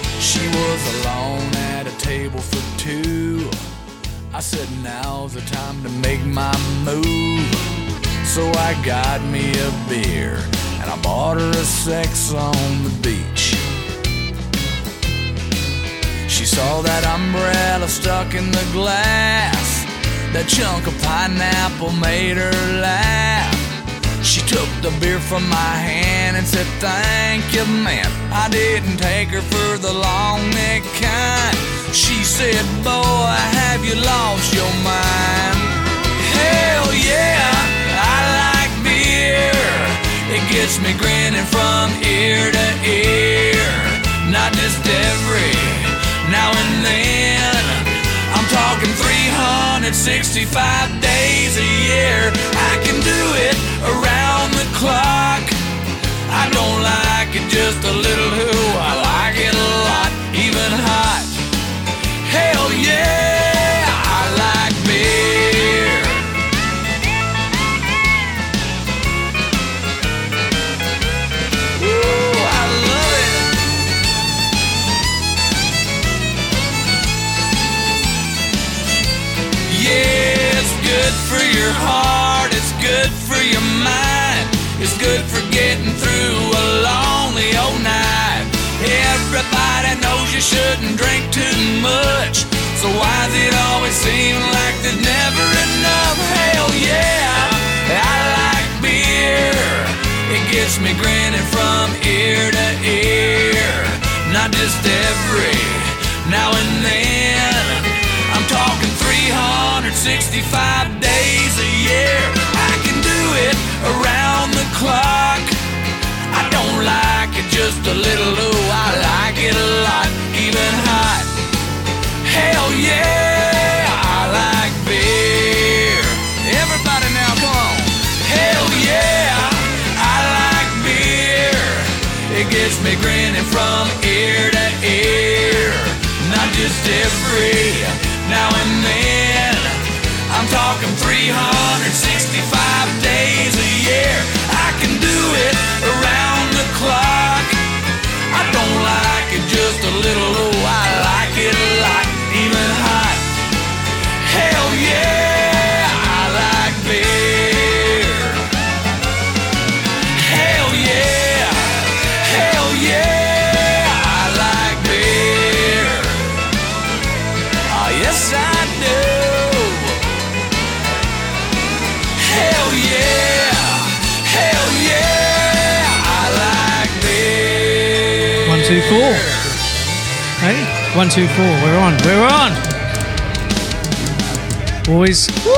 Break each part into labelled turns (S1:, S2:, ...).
S1: was alone at a table for two. I said, now's the time to make my move. So I got me a beer and I bought her a sex on the beach. She saw that umbrella stuck in the glass. That chunk of pineapple made her laugh. She took the beer from my hand and said, Thank you, man. I didn't take her for the long neck kind. She said, Boy, have you lost your mind? Hell yeah, I like beer. It gets me grinning from ear to ear. Not just every now and then. I'm talking 365 days a year. I can do it around the clock. I don't like it just a little who. I like it a lot, even hot. Hell yeah, I like beer. Ooh, I love it. Yeah, it's good for your heart, it's good for your mind, it's good for getting through a lonely old night. Everybody knows you shouldn't drink too much, so why's it always seem like there's never enough? Hell yeah, I like beer. It gets me grinning from ear to ear, not just every now and then. I'm talking 365 days a year. I can do it around the clock. I don't like it just a little, oh, I like it a lot, even hot. Hell yeah, I like beer. Everybody now, come on. Hell yeah, I like beer. It gets me grinning from ear to ear. Not just every now and then. I'm talking 365 days a year. I can do it around the clock. I don't like it just a little, oh, I like it a lot, even hot. Hell yeah, I like beer. Hell yeah, hell yeah, I like beer. Oh, yes, I do. Hell yeah, hell yeah, I like beer.
S2: One, two, four. Hey, one, two, four. We're on. We're on. Boys, woo!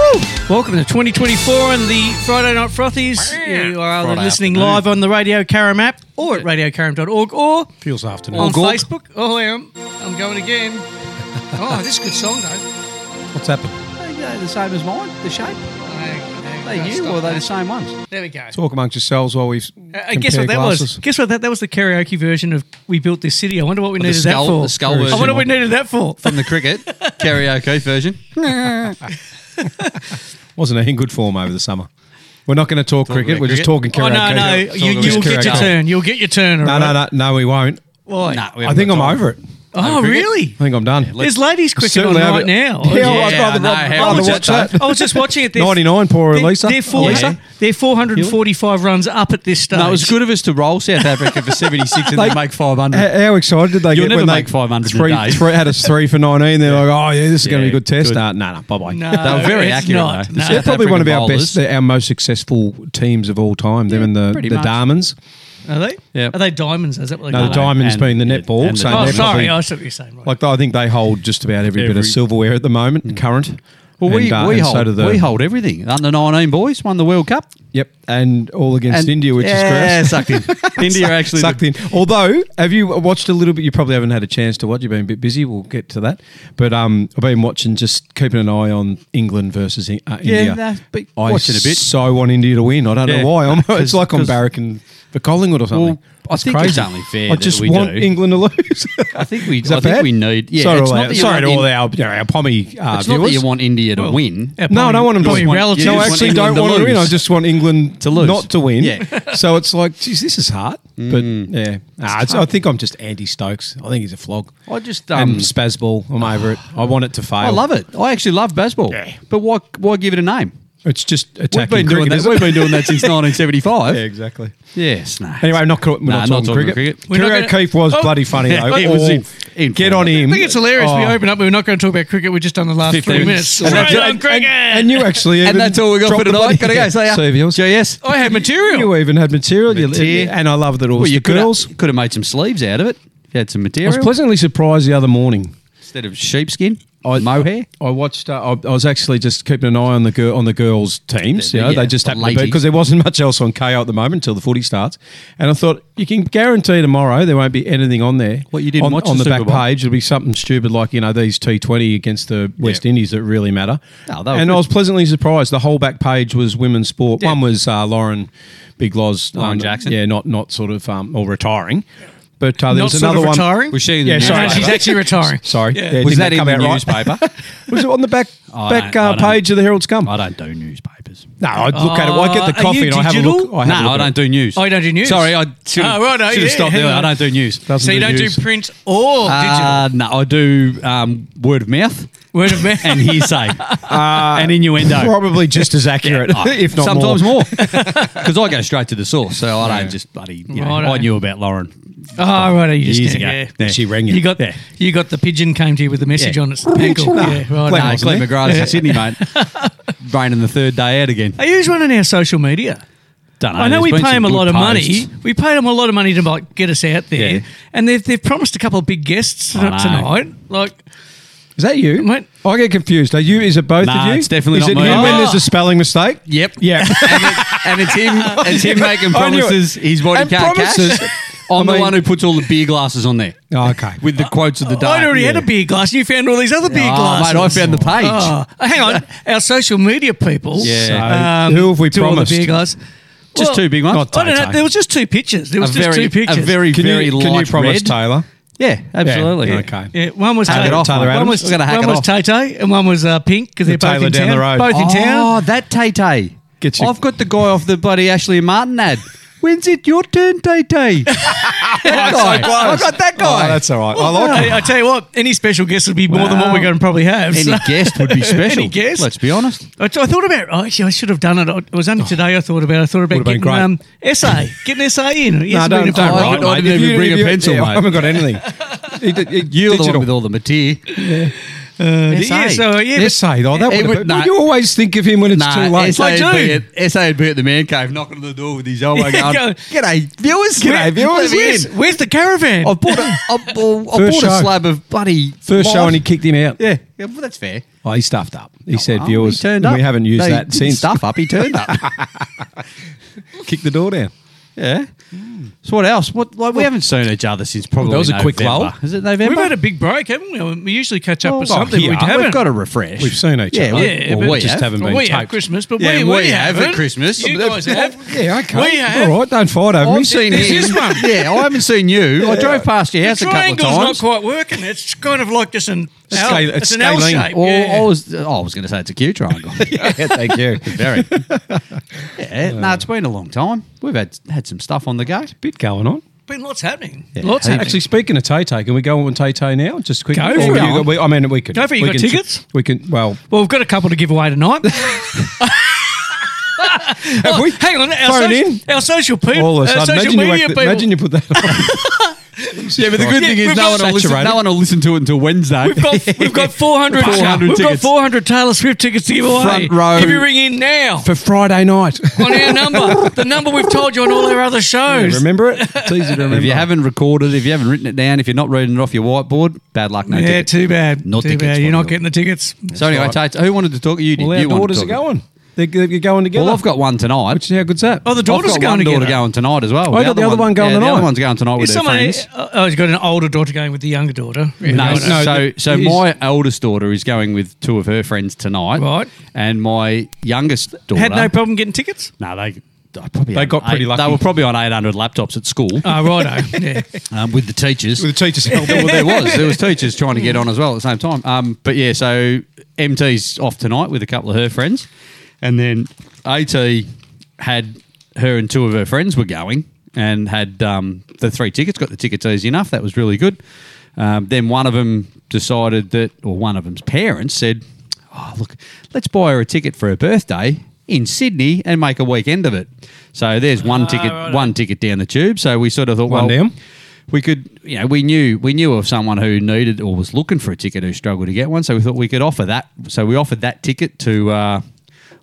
S2: Welcome to 2024 and the Friday Night Frothies. You are either
S3: Friday
S2: listening
S3: afternoon.
S2: live on the Radio Caram app or at radiocaram.org or
S3: Feels afternoon.
S2: on
S3: Gorg.
S2: Facebook. Oh, I am. I'm going again. oh, this is a good song, though.
S3: What's happened?
S4: They're the same as mine, the shape. Are
S2: Hey,
S4: they you or are they the same ones?
S2: There we go.
S3: Talk amongst yourselves while we've.
S2: Uh, guess what that was? Guess what that, that was the karaoke version of "We Built This City." I wonder what we needed
S5: skull-
S2: that for.
S5: the skull
S2: I wonder
S5: version.
S2: what we needed that for.
S5: from the cricket karaoke version.
S3: Wasn't it in good form over the summer? We're not going to talk cricket.
S5: about
S3: We're just talking
S2: Oh
S3: karaoke.
S2: no, no, you,
S3: Just
S2: you'll get your
S3: karaoke.
S2: turn. You'll get your turn.
S3: No, no, no, no. We won't.
S2: Why?
S5: we
S3: I
S5: haven't
S3: think
S5: got
S3: I'm
S5: time.
S3: over it.
S2: Oh,
S5: cricket?
S2: really?
S3: I think I'm done.
S2: There's ladies cricket on
S3: Certainly over
S2: right
S3: it.
S2: now.
S3: Yeah, I'd
S5: Yeah,
S3: rather,
S5: no,
S3: I'd
S5: how
S3: rather
S5: was
S3: watch
S5: that,
S3: that.
S2: I was just watching it. They're-
S3: 99 poor
S2: they're-
S3: Elisa.
S2: They're, 400
S5: Elisa?
S2: they're 445 runs up at this stage.
S5: No, it was good of us to roll South Africa for 76 and
S3: Like-
S5: then make 500.
S3: How, how excited did they
S5: You'll
S3: get
S5: never
S3: when
S5: make
S3: they
S5: 500 in a
S3: three,
S5: day.
S3: three- had us three for 19? They're like, oh, yeah, this is going to be
S5: Yeah,
S3: a good test.
S5: good.
S3: Nah, nah, nah, bye-bye.
S2: No,
S5: They were very
S2: it's
S5: accurate,
S2: not.
S5: though.
S2: No.
S3: They're
S5: South
S3: probably one of
S5: African
S3: our best,
S5: bowlers.
S3: they're our most successful teams of all time. Them and the,
S5: pretty
S3: the
S5: much.
S3: Diamonds.
S2: Are they?
S5: Yeah.
S2: Are they diamonds? Is that what they
S3: No,
S2: call
S3: the
S2: them?
S3: Diamonds
S5: and-
S3: being the netball.
S5: and the
S3: so
S5: diamond.
S2: Oh,
S3: they're
S2: sorry.
S3: probably-
S2: I see what you're saying. Right.
S3: Like I think they hold just about every, bit of
S5: Every- Mm.
S3: silverware at the moment, current.
S5: well, we,
S3: And, uh,
S5: we,
S3: and
S5: hold,
S3: so do the-
S5: we hold everything. Under 19 boys won the World Cup.
S3: Yep, and all against
S5: And-
S3: India, which
S5: yeah,
S3: is gross.
S5: sucked in. India are actually
S3: Sucked
S5: the,
S3: in. Although, have you watched a little bit? You probably haven't had a chance to watch. You've been a bit busy. We'll get to that. But um, I've been watching, just keeping an eye on England versus uh, India.
S5: nah, but
S3: I
S5: watching a bit.
S3: So want India to win. I don't
S5: Yeah.
S3: know why. I'm,
S5: 'Cause-
S3: it's like I'm
S5: 'cause-
S3: barracking for Collingwood or something.
S5: Well, I
S3: It's
S5: think
S3: crazy.
S5: it's only fair
S3: I
S5: that
S3: just
S5: we
S3: want
S5: do.
S3: England to lose.
S5: I think we.
S3: Is that
S5: I think
S3: bad?
S5: we need. Yeah,
S3: sorry,
S5: it's
S3: all
S5: not
S3: our-
S5: that you
S3: sorry
S5: want
S3: to all
S5: in-
S3: our, you know, our pommy uh,
S5: It's not that
S3: viewers.
S5: you want India to win.
S4: Yeah,
S3: no, I don't want them
S4: Probably- probably
S3: to win.
S4: relatives
S3: No, I
S4: want
S3: actually
S5: England
S3: don't
S5: to
S3: want to win. I
S5: lose.
S3: just want England
S5: To lose.
S3: not to win.
S5: Yeah. Mm.
S3: so it's like, geez, this is hard. But yeah, Nah, it's- I think I'm just anti Stokes. I think he's a flog.
S5: I just
S3: and
S5: um,
S3: spazball. I'm over it. I want it to fail.
S5: I love it. I actually love baseball.
S3: Yeah.
S5: But why why give it a name?
S3: It's just
S5: We've
S3: attacking
S5: been
S3: cricket.
S5: doing that.
S3: isn't
S5: We've
S3: it?
S5: been doing that since 1975.
S3: yeah, exactly.
S5: Yes, no.
S3: Anyway, I'm not, we're
S5: Nah,
S3: not, talking, cricket.
S2: We're not
S3: Kerry
S2: gonna-
S3: O'Keefe was
S2: Oh.
S3: bloody funny though.
S5: he was in- in
S3: Get
S5: form.
S3: on him.
S2: I think it's hilarious. We
S3: Oh.
S2: open up, we're not going to talk about cricket. We've just done the last
S5: 15
S2: three minutes.
S5: minutes.
S2: Right
S3: that's-
S2: on cricket.
S3: And, and you actually, even
S5: And that's all we got
S3: dropped the
S5: for tonight.
S3: bloody-
S5: Gotta go. See ya.
S3: So have yours.
S5: See ya, yes.
S2: I had material.
S3: You even had material. You-
S5: Material.
S3: and I love that it was
S5: Well, you
S3: the
S5: could
S3: girls.
S5: have, could have made some sleeves out of it. If you had some
S3: I
S5: material
S3: was pleasantly surprised the other morning.
S5: instead of sheepskin, mohair.
S3: I watched. Uh, I, I was actually just keeping an eye on the girl on the girls' teams.
S5: Yeah,
S3: you know,
S5: yeah,
S3: they just
S5: the
S3: happened to be
S5: ladies.
S3: because there wasn't much else on KO at the moment until the footy starts. And I thought you can guarantee tomorrow there won't be anything on there.
S5: What, you didn't
S3: on,
S5: watch
S3: on
S5: the
S3: the,
S5: Super
S3: back
S5: Bowl?
S3: page? It'll be something stupid like you know these T Twenty against the West Indies that really matter.
S5: No, they were
S3: and I
S5: good.
S3: was pleasantly surprised. The whole back page was women's sport. One was uh, Lauren Big Loz, um,
S5: Lauren Jackson.
S3: Yeah, not not sort of um, or retiring. But uh, there
S2: Not
S3: was
S2: sort
S3: another
S2: of
S3: one.
S2: retiring.
S5: Was she in the
S3: Yeah, sorry.
S2: No, she's actually retiring.
S3: Sorry.
S2: Yeah.
S3: Yeah,
S5: Was
S3: didn't
S5: that in
S3: come
S5: the
S3: out right?
S5: newspaper?
S3: Was it on the back
S5: I
S3: back
S5: don't- I
S3: uh,
S5: don't-
S3: page of the Herald Scum?
S5: I don't do newspapers.
S3: No, I'd look at it. Well, I get
S2: Uh,
S3: the
S2: are you
S3: coffee and I have a look.
S2: digital?
S3: I
S5: no,
S3: have a look
S5: I
S3: at
S5: don't
S3: it.
S5: do news.
S2: Oh, you don't do news?
S5: Sorry, I should have
S2: Oh, right, oh, yeah,
S5: stopped
S2: hang
S5: there. I
S2: on.
S5: don't do news.
S3: Doesn't
S2: So you don't
S3: use.
S2: do print or digital.
S5: Uh, no, I do um, word of mouth
S2: Word of mouth.
S5: and hearsay and innuendo.
S3: Uh, Probably just as accurate, if not
S5: sometimes
S3: more.
S5: more. Because I go straight to the source, so I don't just bloody. You know,
S2: Righto.
S5: I knew about Lauren.
S2: Oh, right. You just
S5: Years
S2: yeah,
S5: ago.
S2: yeah.
S5: Yeah. She rang you.
S2: You got
S5: Yeah.
S2: you got the pigeon came to you with a message
S5: Yeah. eh?
S2: on its ankle. yeah, right.
S5: no,
S3: wasn't
S5: Glenn
S3: it?
S5: McGrath's in Sydney, mate. Raining the third day out again.
S2: Are you running our social media?
S5: Don't
S2: I know
S5: Uh, there's
S2: we
S5: been
S2: pay
S5: some
S2: them a
S5: good
S2: lot of money.
S5: posts.
S2: We paid them a lot of money to like get us out there,
S5: Yeah.
S2: and they've they've promised a couple of big guests
S5: I know.
S2: tonight. Like,
S3: Is that you?
S2: Mate.
S3: I get confused. Are you? Is it both
S5: Nah,
S3: of you?
S5: it's definitely
S3: is
S5: not
S3: it
S5: me. Ah.
S3: him when
S2: Oh.
S3: there's a spelling mistake?
S5: Yep.
S3: Yeah.
S5: and, it, and it's him. It's him making
S3: I knew it.
S5: promises. He's body
S3: And
S5: can't
S3: promises.
S5: cash. I'm
S3: I
S5: the
S3: mean-
S5: one who puts all the beer glasses on there
S3: oh, okay.
S5: with the quotes of the day.
S2: I already had
S5: Yeah.
S2: a beer glass. You found all these other beer
S5: Oh,
S2: glasses.
S5: mate, I found the page.
S2: Oh, hang on, our social media people.
S3: So,
S5: Yeah.
S3: who have we
S2: do all the
S3: promised?
S2: beer glass?
S5: Just two big ones.
S2: I don't know.
S3: Tay-Tay.
S2: There was just two pictures. There
S5: A
S2: was just
S5: very,
S2: two
S5: a
S2: pictures.
S5: very,
S3: Can
S5: very
S3: you,
S5: light
S3: can you promise
S5: red.
S3: Taylor?
S5: Yeah, absolutely.
S3: Yeah. Okay.
S2: Yeah, one was
S5: Hack it off,
S3: Taylor
S5: mate.
S3: Adams.
S2: One was,
S5: We're gonna hack
S2: one
S5: it
S2: was
S5: off.
S2: Tay-Tay and one was uh, Pink because they're both
S3: Taylor
S2: in
S3: down
S2: town.
S3: the road.
S2: Both in town.
S5: Oh, that Tay Tay.
S3: Gets you-
S5: I've got the guy off the bloody Ashley and Martin ad. When's it your turn, Tay Tay? that guy. I got that guy.
S3: Oh, that's all right. I like it.
S2: I, I tell you what, any special guest would be more than what
S5: Wow.
S2: we're going to probably have.
S5: Any
S2: so-
S5: guest would be special.
S2: Any guest?
S5: Let's be honest.
S2: I, t- I thought about. Oh, actually, I should have done it. I- It was only today I thought about. I thought about
S3: Would've been
S2: getting um,
S3: great.
S2: SA, getting SA in. Yes,
S3: no,
S2: we've been-
S3: don't, don't
S5: I
S3: write,
S5: haven't- I
S3: mate.
S5: didn't
S3: If
S5: even
S3: you-
S5: bring
S3: if
S5: a
S3: you-
S5: pencil,
S3: yeah, I
S5: mate.
S3: haven't got anything. It- it- it-
S5: You're the
S3: digital.
S5: one with all the material.
S2: Uh,
S5: SA.
S2: Yeah, so
S3: Oh,
S2: yeah, but-
S3: SA, though, that
S5: It
S3: would,
S5: would-
S3: would
S5: nah.
S3: you always think of him when it's too late.
S5: SA,
S2: I
S5: would be
S2: do.
S5: at, SA would be at the man cave knocking on the door with his elbow
S2: Yeah,
S5: going,
S2: go-
S5: G'day, viewers.
S2: Where-
S5: G'day, viewers.
S2: Where's,
S5: in."
S2: where's the caravan?
S5: I bought a, I, bought- I
S3: First
S5: bought
S3: show.
S5: a slab of bloody
S3: First show
S5: live-
S3: and he kicked him out.
S5: Yeah, yeah well, that's fair.
S3: Oh, he stuffed up. He said
S5: Oh,
S3: viewers.
S5: he turned
S3: and
S5: up.
S3: We haven't used
S5: No, he
S3: that
S5: didn't
S3: since.
S5: Stuff up. He turned up.
S3: Kick the door down.
S5: yeah. So what else? What like we haven't seen each other since probably
S3: that was a quick
S5: November.
S3: lull.
S5: Is it November?
S2: We've had a big break, haven't we? We usually catch up
S5: Well,
S2: with something
S3: here,
S2: we
S3: we've
S2: haven't.
S5: Oh, We've got to refresh.
S3: We've seen each
S5: Yeah,
S3: other.
S2: yeah,
S3: Well,
S2: but
S3: we
S5: just
S3: just haven't
S2: Well,
S3: been
S2: we have
S3: taped.
S2: Christmas, but
S5: Yeah,
S2: we,
S5: we
S2: we,
S5: have at
S2: haven't.
S5: Christmas.
S2: You guys have.
S3: Yeah, okay.
S2: We have.
S3: All right, don't fight over me.
S5: I've seen
S2: There's
S5: him.
S2: this one.
S5: Yeah, I haven't seen you. I drove past your
S2: The
S5: house a couple of
S2: triangle's not
S5: times.
S2: quite working. It's kind of like just an
S3: It's
S2: L.
S3: scal-
S2: It's,
S3: it's
S2: an L
S3: scalene.
S2: shape.
S5: Or I
S2: yeah.
S5: was, oh, I was going to say it's a cute triangle.
S3: yeah, thank you.
S5: Very. Yeah, no, it's been a long time. We've had had some stuff on the go.
S3: Bit going on.
S2: Been lots happening. lots happening.
S3: Actually, speaking of Tay Tay, can we go on with Tay Tay now? Just quickly.
S2: Go for
S3: Or
S2: it.
S3: you got- we- I mean, we could.
S2: Go for it. You
S3: we
S2: got
S3: can-
S2: tickets?
S3: We can. Well,
S2: Well, we've got a couple to give away tonight. Have
S3: we?
S2: Hang on, our,
S3: Phone
S2: soc-
S3: in?
S2: our social people,
S3: all
S2: our
S3: of a sudden,
S2: social
S3: imagine you,
S2: media
S3: whacked it-
S2: people.
S3: imagine you put that. on. yeah, but
S5: The good thing is no one, will listen, no one will listen to it until Wednesday.
S2: We've got we've got 400, we've
S5: 400
S2: got
S5: tickets.
S2: 400 Taylor Swift tickets to give away.
S5: Front row.
S2: If you ring in now
S3: for Friday night.
S2: on our number, the number we've told you on all our other shows.
S3: remember it? It's easy to remember.
S5: If you haven't recorded, if you haven't written it down, if you're not reading it off your whiteboard, bad luck. No
S2: yeah,
S5: ticket.
S2: too bad.
S5: No
S2: too
S5: tickets,
S2: bad. You're
S5: one
S2: not
S5: of
S2: getting the tickets.
S5: So anyway, Tate, who wanted to talk? You did.
S3: Well, our
S5: you wanted
S3: daughters
S5: to
S3: are
S5: talk.
S3: going. They're, they're going together.
S5: Well, I've got one tonight.
S3: Which, how good's that?
S2: Oh, the daughters
S5: I've
S2: are
S5: got
S2: going
S5: one
S2: together.
S5: daughter going tonight as well.
S3: I got the other one going
S5: yeah, The
S3: tonight.
S5: other one's going tonight with
S2: Is
S5: her
S2: someone?
S5: friends.
S2: Oh, he's got an older daughter going with the younger daughter. Yeah,
S5: No,
S2: right.
S3: no,
S5: so
S3: th-
S5: so
S3: he's-
S5: my eldest daughter is going with two of her friends tonight,
S2: Right.
S5: And my youngest daughter
S2: had no problem getting tickets.
S5: No, they I probably
S3: They
S5: had
S3: got pretty
S5: eight-
S3: lucky. Uh,
S5: They were probably on 800 laptops at school
S2: Ah, righto. Yeah.
S5: um, with the teachers.
S3: With the teachers' help.
S5: well, there was there was teachers trying to get on as well at the same time. Um, but yeah, so MT's off tonight with a couple of her friends, and then AT had her and two of her friends were going and had um, the three tickets. Got the tickets easy enough. That was really good. Um, then one of them decided that, or one of them's parents said, "Oh, look, let's buy her a ticket for her birthday." In Sydney and make a weekend of it. So there's one ticket,
S2: righto.
S5: one ticket down the tube. So we sort of thought,
S3: One
S5: well,
S3: down.
S5: we could, you know, we knew we knew of someone who needed or was looking for a ticket who struggled to get one, so we thought we could offer that. So we offered that ticket to uh,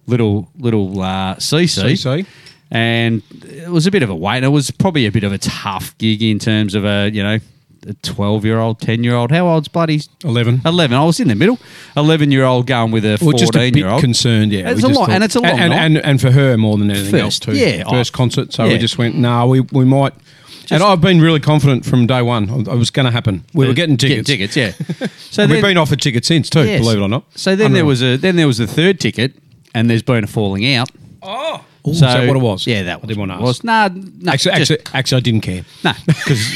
S5: little little uh, CC,
S3: CC.
S5: and it was a bit of a wait. And it was probably a bit of a tough gig in terms of a you know a twelve year old, ten year old. How old's bloody
S3: 11.
S5: 11. I was in the middle. Eleven year old going with a
S3: We're just a
S5: fourteen
S3: bit
S5: year old.
S3: concerned, yeah.
S5: It's
S3: We
S5: a
S3: just
S5: lot- and it's a long
S3: and,
S5: night.
S3: and, and for her more than anything
S5: First,
S3: else too.
S5: yeah,
S3: first
S5: I-
S3: concert. So
S5: yeah.
S3: we just went, no, we, we might. and I've been really confident from day one. I- It was going to happen. We were getting tickets.
S5: Getting tickets, yeah. So
S3: And we've
S5: then-
S3: been offered tickets since too.
S5: Yes.
S3: Believe it or not.
S5: So then there
S3: Unreal.
S5: was a then there was a third ticket, and there's been a falling out.
S3: Ooh, is that what it was?
S5: Yeah,
S3: I
S5: that was
S3: didn't
S5: what
S3: want to
S5: it
S3: ask.
S5: was. Nah, nah,
S3: actually,
S5: just-
S3: actually, actually, I didn't care.
S5: nah, because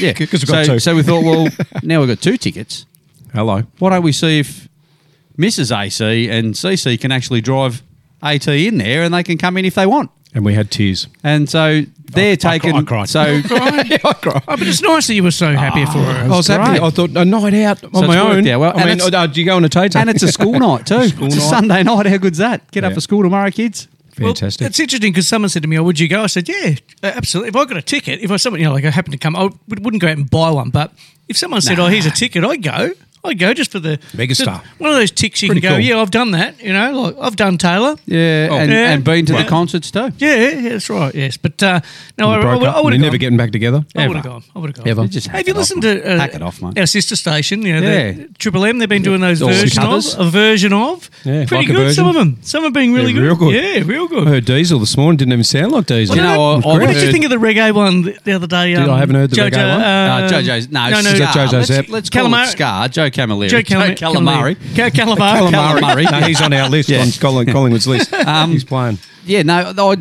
S5: yeah,
S3: 'Cause we've got
S5: so,
S3: two.
S5: So we thought, well, now we've got two tickets.
S3: Hello.
S5: Why don't we see if Mrs. AC and CC can actually drive AT in there, and they can come in if they want.
S3: And we had tears.
S5: And so they're
S3: I
S5: taking.
S3: cried.
S5: So
S3: yeah, I cried.
S2: Oh, but it's nice that you were so happy for her.
S3: I Ah,
S5: Oh,
S3: was happy.
S5: great.
S3: I thought a night out on
S5: it's
S3: my
S5: worked
S3: own.
S5: out well.
S3: I
S5: And
S3: mean,
S5: it's-
S3: uh, do you go on a tater?
S5: and it's a school night too.
S3: School
S5: it's a
S3: night.
S5: Sunday night. How good's that? Get up
S3: Yeah. Oh.
S5: for school tomorrow, kids.
S2: Well,
S3: Fantastic.
S2: it's interesting because someone said to me, "Oh, would you go?" I said, "Yeah, uh, absolutely." If I got a ticket, if I someone you know like I happened to come, I would- wouldn't go out and buy one. But if someone said, "Oh, here's a ticket," I'd go. I'd go just for the
S3: Mega
S2: just
S3: star.
S2: One of those ticks you
S3: Pretty
S2: can go.
S3: cool.
S2: Yeah, I've done that. You know, like I've done Taylor.
S5: Yeah,
S3: Oh.
S5: and,
S2: Yeah.
S5: and been to
S2: Right.
S5: the concerts too.
S2: Yeah, yeah, that's right. Yes, but uh, no, I,
S3: We broke
S2: I, would-
S3: up
S2: I
S3: and
S2: would
S3: you're
S2: have
S3: never getting back together.
S2: I would
S5: Ever.
S2: have gone. I would have gone.
S3: Ever. You
S5: just hack
S2: have you
S5: it off,
S2: listened
S5: mate.
S2: to uh,
S5: Hack it off, mate.
S2: our sister station? You know,
S5: Yeah.
S2: the Triple M. They've been doing those
S5: All the
S2: version of,
S5: covers.
S2: a version of.
S3: Yeah,
S2: pretty
S3: like a
S2: good. Some of
S3: version.
S2: them. Some are being really
S3: Yeah,
S2: good.
S3: real good.
S2: Yeah, real good.
S3: I heard Diesel this morning. Didn't even sound like Diesel. uh,
S5: Do you know, I-
S2: what
S5: I've
S2: did you
S5: heard-
S2: think of the reggae one th- the other day?
S3: Dude, I haven't heard the
S2: JoJo,
S3: reggae one.
S5: Uh,
S2: um,
S5: JoJo's no,
S2: no, no,
S5: Scar.
S3: Joe
S5: let's,
S3: Joseph.
S5: let's call
S2: Calamari.
S5: it Scar. Joe Camilleri.
S2: Joe Calam-
S5: Calamari.
S2: Ca- Calamari.
S5: Calamari.
S3: no, he's on our list
S5: Yeah.
S3: on Colin, Collingwood's list. he's playing.
S5: Yeah, no. I,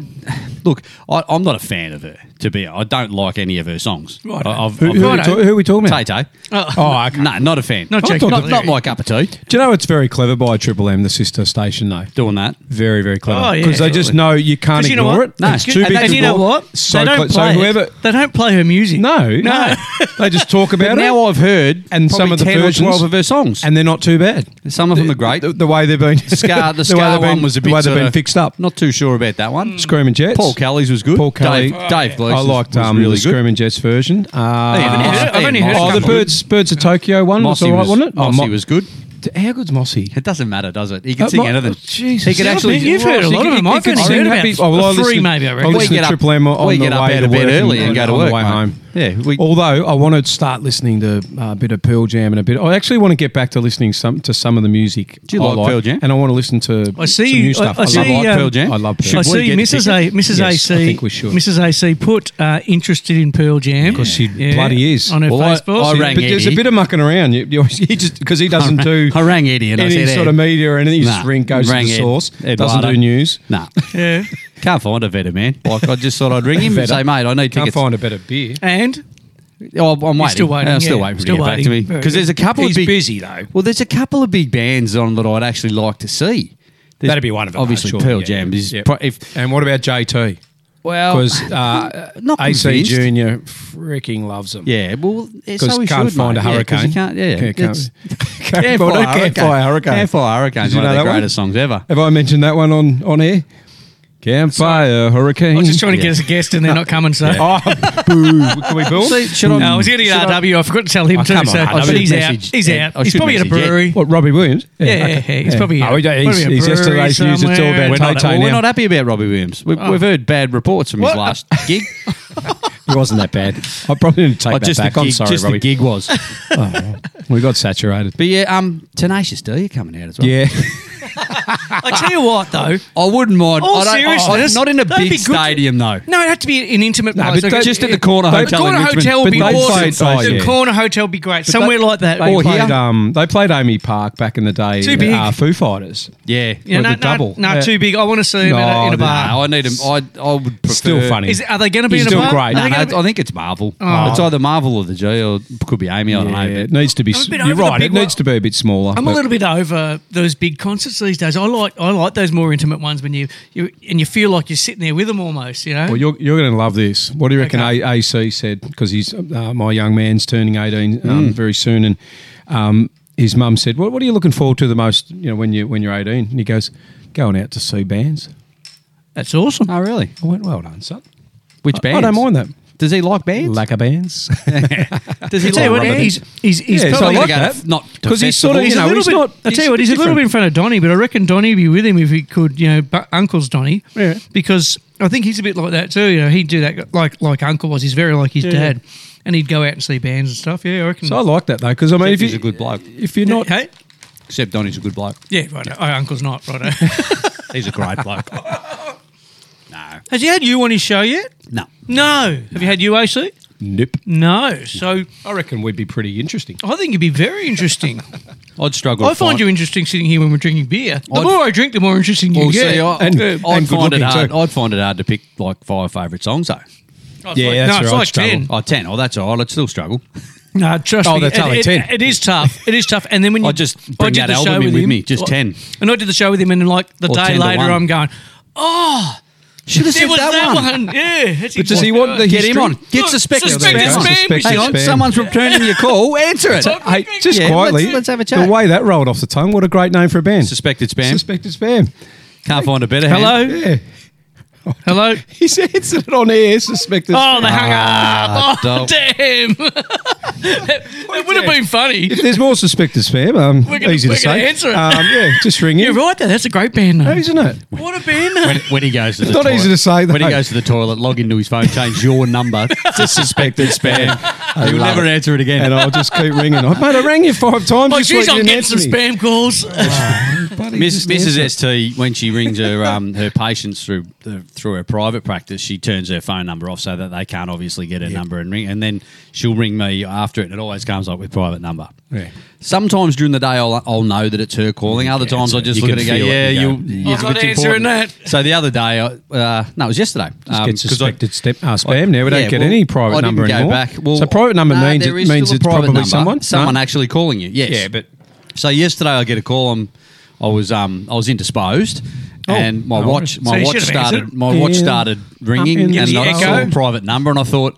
S5: look, I, I'm not a fan of her. To be, I don't like any of her songs.
S2: Righto.
S5: I- I've,
S3: Who, who, are we
S2: Righto.
S3: ta- who are we talking about?
S5: Tay-Tay.
S3: Oh, okay.
S5: No, not a fan.
S2: Not Joe
S5: not, not,
S2: Camilleri.
S5: my cup of tea.
S3: Do you know it's very clever by Triple M, the sister station, though?
S5: Doing that.
S3: Very, very clever.
S2: Oh, yeah,
S3: Because they just
S5: absolutely.
S3: know you can't
S2: 'Cause you know
S3: ignore
S2: what?
S3: it.
S5: No,
S3: it's
S5: it's
S3: too
S5: good.
S3: big
S5: And-
S3: to
S2: And you know
S3: ignore.
S2: what?
S3: So,
S2: they don't
S3: cle- so
S2: play.
S3: whoever.
S2: it. They don't play her music.
S3: No, no.
S2: No.
S3: they just talk about
S5: But
S3: it.
S5: now I've heard
S3: And some
S5: probably
S3: of the
S5: 10
S3: versions-
S5: or 12 of her songs. And
S3: and they're not too bad.
S5: some of them are great.
S3: The, the way they've been.
S5: Scar, the
S3: way
S5: Scar
S3: they've been-
S5: one was a bit
S3: The way they've been
S5: sorta-
S3: fixed up.
S5: Not too sure about that one.
S3: Screaming Jets.
S5: Paul Kelly's was good.
S3: Paul Kelly.
S5: Dave, Dave Gleason's
S3: I liked
S5: was
S3: um,
S5: really
S3: the
S5: good.
S3: Screaming Jets version.
S5: even
S3: Uh,
S5: heard-
S2: I've only heard a
S3: oh, the
S2: couple.
S3: Birds Birds of Tokyo one was
S5: Mossy
S3: all right,
S5: was,
S3: wasn't it?
S5: Mossy
S3: oh, Mo-
S5: was good.
S3: How good's Mossy?
S5: It doesn't matter, does it? He can
S3: Uh,
S5: sing
S3: Mo-
S5: anything.
S3: Jesus.
S5: He can
S2: Yeah,
S5: actually.
S2: I mean, you've heard a lot of them. I've only heard about three, maybe, I reckon.
S3: I'll
S5: We
S3: listen
S5: get
S3: to
S5: up-
S3: Triple M on
S5: we
S3: the
S5: get up
S3: way
S5: out
S3: to
S5: of bed
S3: work
S5: early and go to
S3: on the
S5: work,
S3: way
S5: mate.
S3: home.
S5: Yeah, we-
S3: Although I want to start listening to uh, a bit of Pearl Jam and a bit. I actually want to get back to listening some to some of the music.
S5: Do you
S3: I
S5: like Pearl Jam?
S3: And I want to listen to.
S2: I see
S3: some
S2: you-
S3: new stuff.
S2: I- I
S3: love
S2: see,
S3: it.
S2: um,
S5: Pearl Jam.
S3: I love
S5: Should
S2: I
S3: Pearl.
S5: we
S2: see
S5: get a
S2: Mrs. A,
S5: ticket?
S2: Mrs.
S3: Yes,
S2: AC.
S3: I think we should.
S2: Mrs. AC put uh, interested in Pearl Jam because
S3: she bloody is.
S2: on her
S5: Well, I-
S2: Facebook.
S5: I rang
S3: But there's a
S5: Eddie.
S3: bit of mucking around. You, you, he just because he doesn't do
S5: I rang Eddie and I
S3: any
S5: said,
S3: sort
S5: "Ed,
S3: of media or anything. He
S5: nah,
S3: just ring goes to
S5: rang
S3: the
S5: Ed-
S3: source. Doesn't
S5: Eduardo.
S3: do news.
S5: Nah,
S2: yeah,
S5: can't find a better man. Like I just thought I'd ring him and say, mate, I need
S3: Can't
S5: tickets.
S3: find a better beer.
S2: and
S5: Oh, I'm waiting.
S2: still waiting,
S5: I'm still
S2: yeah.
S5: waiting for
S2: Still
S5: him to get back to me
S2: waiting. Very
S5: because there's a couple
S3: He's
S5: of big,
S3: busy, though.
S5: Well, there's a couple of big bands on that I'd actually like to see. There's-
S3: That'd be one of them.
S5: Obviously,
S3: sure.
S5: Pearl
S3: Yeah,
S5: Jam
S3: yeah,
S5: is
S3: yeah.
S5: pro- if
S3: And what about JT?
S5: well
S3: Because uh,
S5: not
S3: AC
S5: convinced.
S3: Junior freaking loves them.
S5: Yeah, well, it's
S3: Because
S5: so we
S3: can't
S5: should,
S3: find
S5: mate.
S3: a
S5: Yeah, 'cause
S3: hurricane.
S5: you can't, yeah,
S3: Can't-
S5: it's-
S3: can't- Campfire Hurricane. Campfire Hurricane.
S5: Campfire Hurricane
S3: Did
S5: is
S3: you
S5: one of
S3: know
S5: the
S3: that one?
S5: greatest songs ever.
S3: Have I mentioned that one on on air? Campfire hurricane.
S2: I was just trying to
S5: Yeah.
S2: get us a guest, and they're not coming. So.
S3: Oh, boo! Can we boo?
S5: See, should I-
S2: No, I was getting
S5: should I-
S2: RW. I, forgot to tell him
S5: Oh,
S2: too.
S5: come
S2: so
S5: on, I should
S2: he's out.
S5: message
S2: He's
S5: Ed.
S2: out.
S5: I
S2: He's
S5: should
S2: probably at a
S5: message Ed.
S2: brewery.
S3: What Robbie Williams?
S2: Yeah, yeah, yeah, he's probably-
S3: Oh, he-
S2: probably
S3: he's,
S2: a
S3: he's
S2: brewery
S3: yesterday's news. It's all
S2: somewhere.
S3: about
S5: We're not,
S3: Tay-Tay
S5: well,
S3: now.
S5: we're not happy about Robbie Williams. We,
S2: Oh.
S5: We've heard bad reports from his last gig.
S3: It wasn't that bad. I probably didn't take
S5: Oh,
S3: that
S5: just
S3: back.
S5: the
S3: I'm
S5: gig,
S3: sorry,
S5: just
S3: Robbie. Oh,
S5: the gig was.
S3: We got saturated.
S5: But yeah, um, Tenacious D are coming out as well.
S3: Yeah.
S2: I tell you what, though.
S5: I wouldn't mind.
S2: All
S5: I don't- I- I-
S2: seriousness,
S5: not in a
S2: Oh, that'd
S5: big
S2: be good to-
S5: stadium though.
S2: No, it had to be an intimate
S3: No,
S2: place.
S3: but
S2: Like,
S3: they-
S5: Just at the corner
S3: they-
S5: hotel.
S2: corner
S5: in Richmond.
S2: hotel would be
S3: But they
S2: awesome.
S3: played- oh,
S2: the
S3: yeah.
S2: corner hotel would be great. Somewhere like that.
S3: They
S2: Or
S3: played,
S2: here.
S3: um, they played Amy Park back in the day.
S2: Too big.
S3: Uh, Foo Fighters.
S5: Yeah.
S2: yeah,
S3: with
S2: no,
S3: the
S2: no,
S3: double.
S2: No,
S3: Yeah.
S2: too big. I want to see them in, a,
S3: No,
S2: in a
S3: no.
S2: bar.
S5: No, I need him. I I would prefer.
S3: Still funny.
S2: Is, are they going to be
S3: He's
S2: in a
S3: still
S2: bar?
S3: great.
S2: Are
S5: No,
S2: they
S5: no,
S2: gonna
S5: it's-
S2: be-
S5: I think it's Marvel.
S2: Oh.
S5: It's either Marvel or the G, or it could be Amy. I
S3: Yeah,
S5: don't know.
S3: it
S5: but-
S3: needs to be.
S2: I'm a bit
S3: You're
S2: over the
S3: right. It
S2: big
S3: needs
S2: one.
S3: to be a bit smaller.
S2: I'm a
S3: but-
S2: little bit over those big concerts these days. I like I like those more intimate ones when you, you and you feel like you're sitting there with them almost. You know,
S3: Well, you're, you're going to love this. What do you reckon
S2: Okay.
S3: A- AC said? Because he's uh, my young man's turning 18 um,
S5: Hmm.
S3: very soon, and um, his mum said, what, "What are you looking forward to the most? You know, when you when you're 18?" And he goes, "Going out to see bands."
S2: that's awesome.
S5: Oh, really?
S3: I went, "Well done, son.
S5: Which
S3: I-
S5: band?
S3: I don't mind that."
S5: Does he like bands?
S3: Lack of bands.
S5: Does he
S2: I tell you
S5: like
S2: what,
S5: rubber
S2: he's
S5: bands?
S2: he's, he's
S3: Yeah, so
S2: probably
S3: I like
S5: gonna go
S3: that.
S5: f- not to
S3: because he's sort of
S5: festivals.
S3: you
S2: he's
S3: know
S2: a little
S3: he's
S2: bit.
S3: not.
S2: I tell you what, he's a little bit in front of Donny, but I reckon Donny would be with him if he could, you know, but Uncle's Donny,
S3: Yeah.
S2: because I think he's a bit like that too. You know, he'd do that like like Uncle was. He's very like his dad, and he'd go out and see bands and stuff. Yeah, I reckon.
S3: So I like that though because I mean,
S5: Except
S3: if you,
S5: he's a good bloke.
S3: if you're not,
S2: hey,
S5: Except Donny's a good bloke.
S2: yeah, right. Oh, Uncle's not right.
S5: He's a great bloke. no,
S2: Has he had you on his show yet?
S5: no.
S2: No. Have you had you AC?
S3: nope.
S2: No. So
S3: I reckon we'd be pretty interesting.
S2: I think it'd be very interesting.
S5: I'd struggle.
S2: I
S5: to
S2: find
S5: find
S2: you interesting sitting here when we're drinking beer. The
S5: I'd-
S2: more I drink, the more interesting you
S5: Well,
S2: get.
S5: see, I,
S3: And-
S5: I'd
S3: and
S5: find
S3: good
S5: it
S3: looking
S5: hard.
S3: too.
S5: I'd find it hard to pick like five favourite songs though.
S2: Oh, it's
S3: Yeah,
S2: like-
S3: that's
S2: no, it's
S3: where I'd
S2: like
S3: struggle.
S2: ten.
S5: Oh, 10. Oh, that's all right. I'd still struggle.
S2: No, trust
S3: Oh,
S2: me.
S3: that's
S2: it-
S3: only
S2: it-
S3: 10.
S2: It is tough. It is tough. And then when you,
S5: I just bring
S2: did
S5: that
S2: the
S5: album
S2: show
S5: in with
S2: him.
S5: me, just
S2: I-
S5: 10.
S2: And I did the show with him, and then like the
S5: Or 10
S2: day
S5: to
S2: later,
S5: one.
S2: I'm going,
S5: Should have
S2: there was that, one. Yeah, that's
S3: But does he want the
S5: Get him
S3: history?
S5: on. Get
S2: Look,
S5: suspected.
S2: suspected
S5: Spam.
S2: spam.
S3: Suspected
S5: Hang on.
S3: spam.
S5: Someone's returning your call. Answer it.
S3: Hey, just
S5: Yeah,
S3: quietly.
S5: let's- let's have a chat.
S3: The way that rolled off the tongue, what a great name for a band.
S5: Suspected spam.
S3: Suspected spam.
S5: Can't find a better
S2: Hello,
S5: hand.
S3: Yeah.
S2: hello.
S3: He's answered it on air, suspected.
S2: Oh, they hung
S5: Ah,
S2: up. Oh,
S5: dope.
S2: damn. it would have been funny.
S3: If there's more suspected spam, um,
S2: We're gonna-
S3: easy
S2: we're
S3: to
S2: gonna
S3: say.
S2: answer it.
S3: Um, yeah, just ring
S2: You're
S3: in.
S2: right. Though. That's a great band name.
S3: Isn't it?
S2: What a band name.
S5: When, when he goes to the
S3: not
S5: toilet,
S3: easy to say,
S5: When he
S3: though.
S5: goes to the toilet, log into his phone, change your number to suspected spam. You'll
S3: love
S5: never
S3: it.
S5: answer it again.
S3: And I'll just keep ringing. Oh, mate, I rang you five times.
S2: Oh,
S3: this week,
S2: jeez,
S3: you
S2: I'm
S3: didn't
S2: getting some
S3: answer me.
S2: spam calls.
S3: Buddy,
S5: Miss,
S3: just answer.
S5: Mrs. St, when she rings her um, her patients through the, through her private practice, she turns her phone number off so that they can't obviously get her number and ring. And then she'll ring me after it, and it always comes up with private number.
S3: Yeah.
S5: Sometimes during the day, I'll, I'll know that it's her calling. Other times,
S3: answer
S5: I
S3: it.
S5: just
S3: You
S5: look
S3: can
S5: at it and go,
S3: feel it.
S5: "Yeah,
S3: You
S5: you."
S3: go,
S5: you-
S2: "I'm
S5: it's
S2: not
S5: important."
S2: answering that.
S5: So the other day, I, uh, no, it was yesterday.
S3: Just
S5: um,
S3: get
S5: 'cause I-
S3: suspected step, uh, spam now. We don't
S5: yeah,
S3: get
S5: well,
S3: any private
S5: I didn't
S3: number
S5: go
S3: anymore.
S5: back. Well,
S3: so private number
S5: no,
S3: means it
S5: there is
S3: means
S5: still a
S3: it's
S5: private
S3: probably
S5: number.
S3: someone. No?
S5: someone actually calling you. Yes.
S3: Yeah, but-
S5: so yesterday I get a call. I'm, I was um I was indisposed, and my
S3: Oh, no
S5: watch
S3: worries.
S2: So
S5: my
S2: you
S5: watch
S2: should have
S5: started
S2: answered.
S5: my watch
S3: Yeah.
S5: started ringing,
S3: in
S5: and
S3: the
S5: I saw
S2: echo.
S5: a private number, and I thought.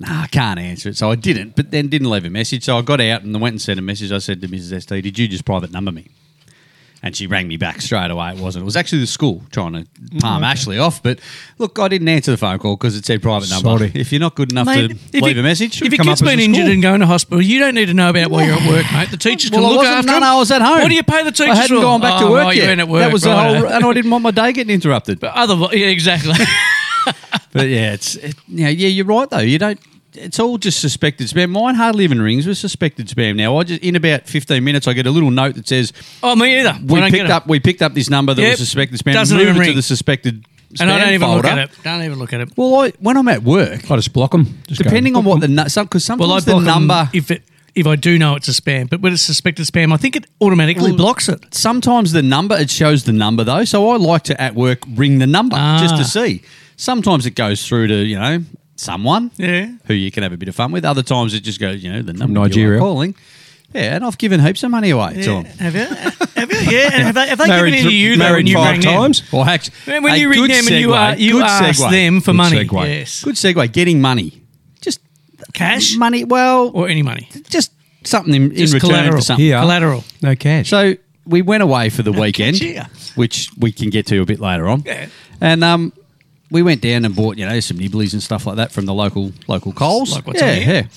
S5: Nah, I can't answer it. So I didn't, but then didn't leave a message. So I got out and went and sent a message. I said to Mrs. ST, Did you just private number me? And she rang me back straight away. It wasn't. It was actually the school trying to palm Ashley off. But look, I didn't answer the phone call because it said private number.
S3: Sorry.
S5: If you're not good enough
S2: Mate,
S5: to leave a message,
S2: If your
S5: come
S2: kid's
S5: up as
S2: been
S5: a
S2: injured
S5: school.
S2: and going to hospital, you don't need to know about while you're at work, mate. The teachers can
S5: Well, I
S2: look
S5: wasn't-
S2: after
S5: no,
S2: them.
S5: no, I was at home.
S2: What do you pay the teachers
S5: I hadn't
S2: for?
S5: gone back to
S2: Oh,
S5: work
S2: right,
S5: yet.
S2: You went at work.
S5: that was the
S2: right.
S5: whole, and I didn't want my day getting interrupted. But,
S2: Otherwise, yeah, exactly.
S5: but yeah, it's it, yeah, yeah, you're right though. You don't. It's all just suspected spam. Mine hardly even rings with suspected spam. Now I just in about 15 minutes I get a little note that says
S2: oh, me either.
S5: we
S2: I don't get
S5: picked
S2: 'em.
S5: up we picked up this number that
S2: Yep.
S5: was suspected spam.
S2: Doesn't
S5: moved
S2: even
S5: it to
S2: ring.
S5: the suspected.
S2: and I
S5: spam
S2: don't even
S5: folder.
S2: look at it. Don't even look at it.
S5: Well, I, when I'm at work,
S3: I just block them.
S5: depending on what the nu- some because sometimes
S2: Well, I
S5: the
S2: block 'em
S5: number
S2: if it if I do know it's a spam, but when it's suspected spam, I think it automatically
S5: Well,
S2: blocks it.
S5: Sometimes the number it shows the number though, so I like to at work ring the number
S2: Ah.
S5: just to see. Sometimes it goes through to you know someone
S2: Yeah.
S5: who you can have a bit of fun with. Other times it just goes you know the number you
S3: Nigeria.
S5: are calling. Yeah, and I've given heaps of money away to
S2: Yeah.
S5: them.
S2: Have you? Have you? Yeah. And have they, have they
S3: Married
S2: given it to
S3: th-
S2: you though
S3: married
S2: when you
S3: five
S2: rang
S3: times?
S5: Well, actually,
S2: When- when
S5: a
S2: you ring
S5: good
S2: them and you
S5: segue,
S2: are- you
S5: good
S2: ask
S5: segue,
S2: them for
S5: good
S2: money,
S5: segue.
S2: yes.
S5: Good segue. Getting money, just
S2: them? Cash
S5: money. Well,
S2: or any money?
S5: just something in,
S2: Just
S5: in return
S2: collateral.
S5: for something.
S3: Here.
S2: Collateral.
S3: no cash.
S5: So we went away for the weekend,
S2: cheer.
S5: which we can get to a bit later on.
S2: Yeah.
S5: And um, we went down and bought you know some nibblies and stuff like that from the local local Coles.
S2: Like what's
S5: yeah,
S2: on here.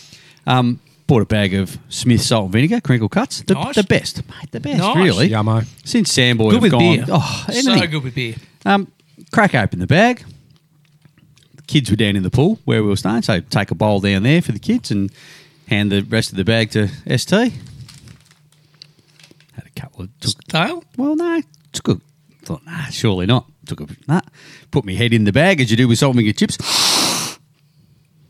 S5: yeah. Um, bought a bag of Smith salt and vinegar crinkle cuts. The,
S2: Nice.
S5: the best, mate. The best,
S2: Nice.
S5: really.
S3: Yummo.
S5: Since Samboy
S2: Good
S5: have
S2: with
S5: gone,
S2: beer.
S5: oh, anything.
S2: so good with beer.
S5: Um, crack open the bag. The kids were down in the pool where we were staying, so take a bowl down there for the kids and hand the rest of the bag to ST. Had a couple of took
S2: Dale?
S5: well, no, took a surely not. Took a nah. Put my head in the bag as you do with salt and your chips.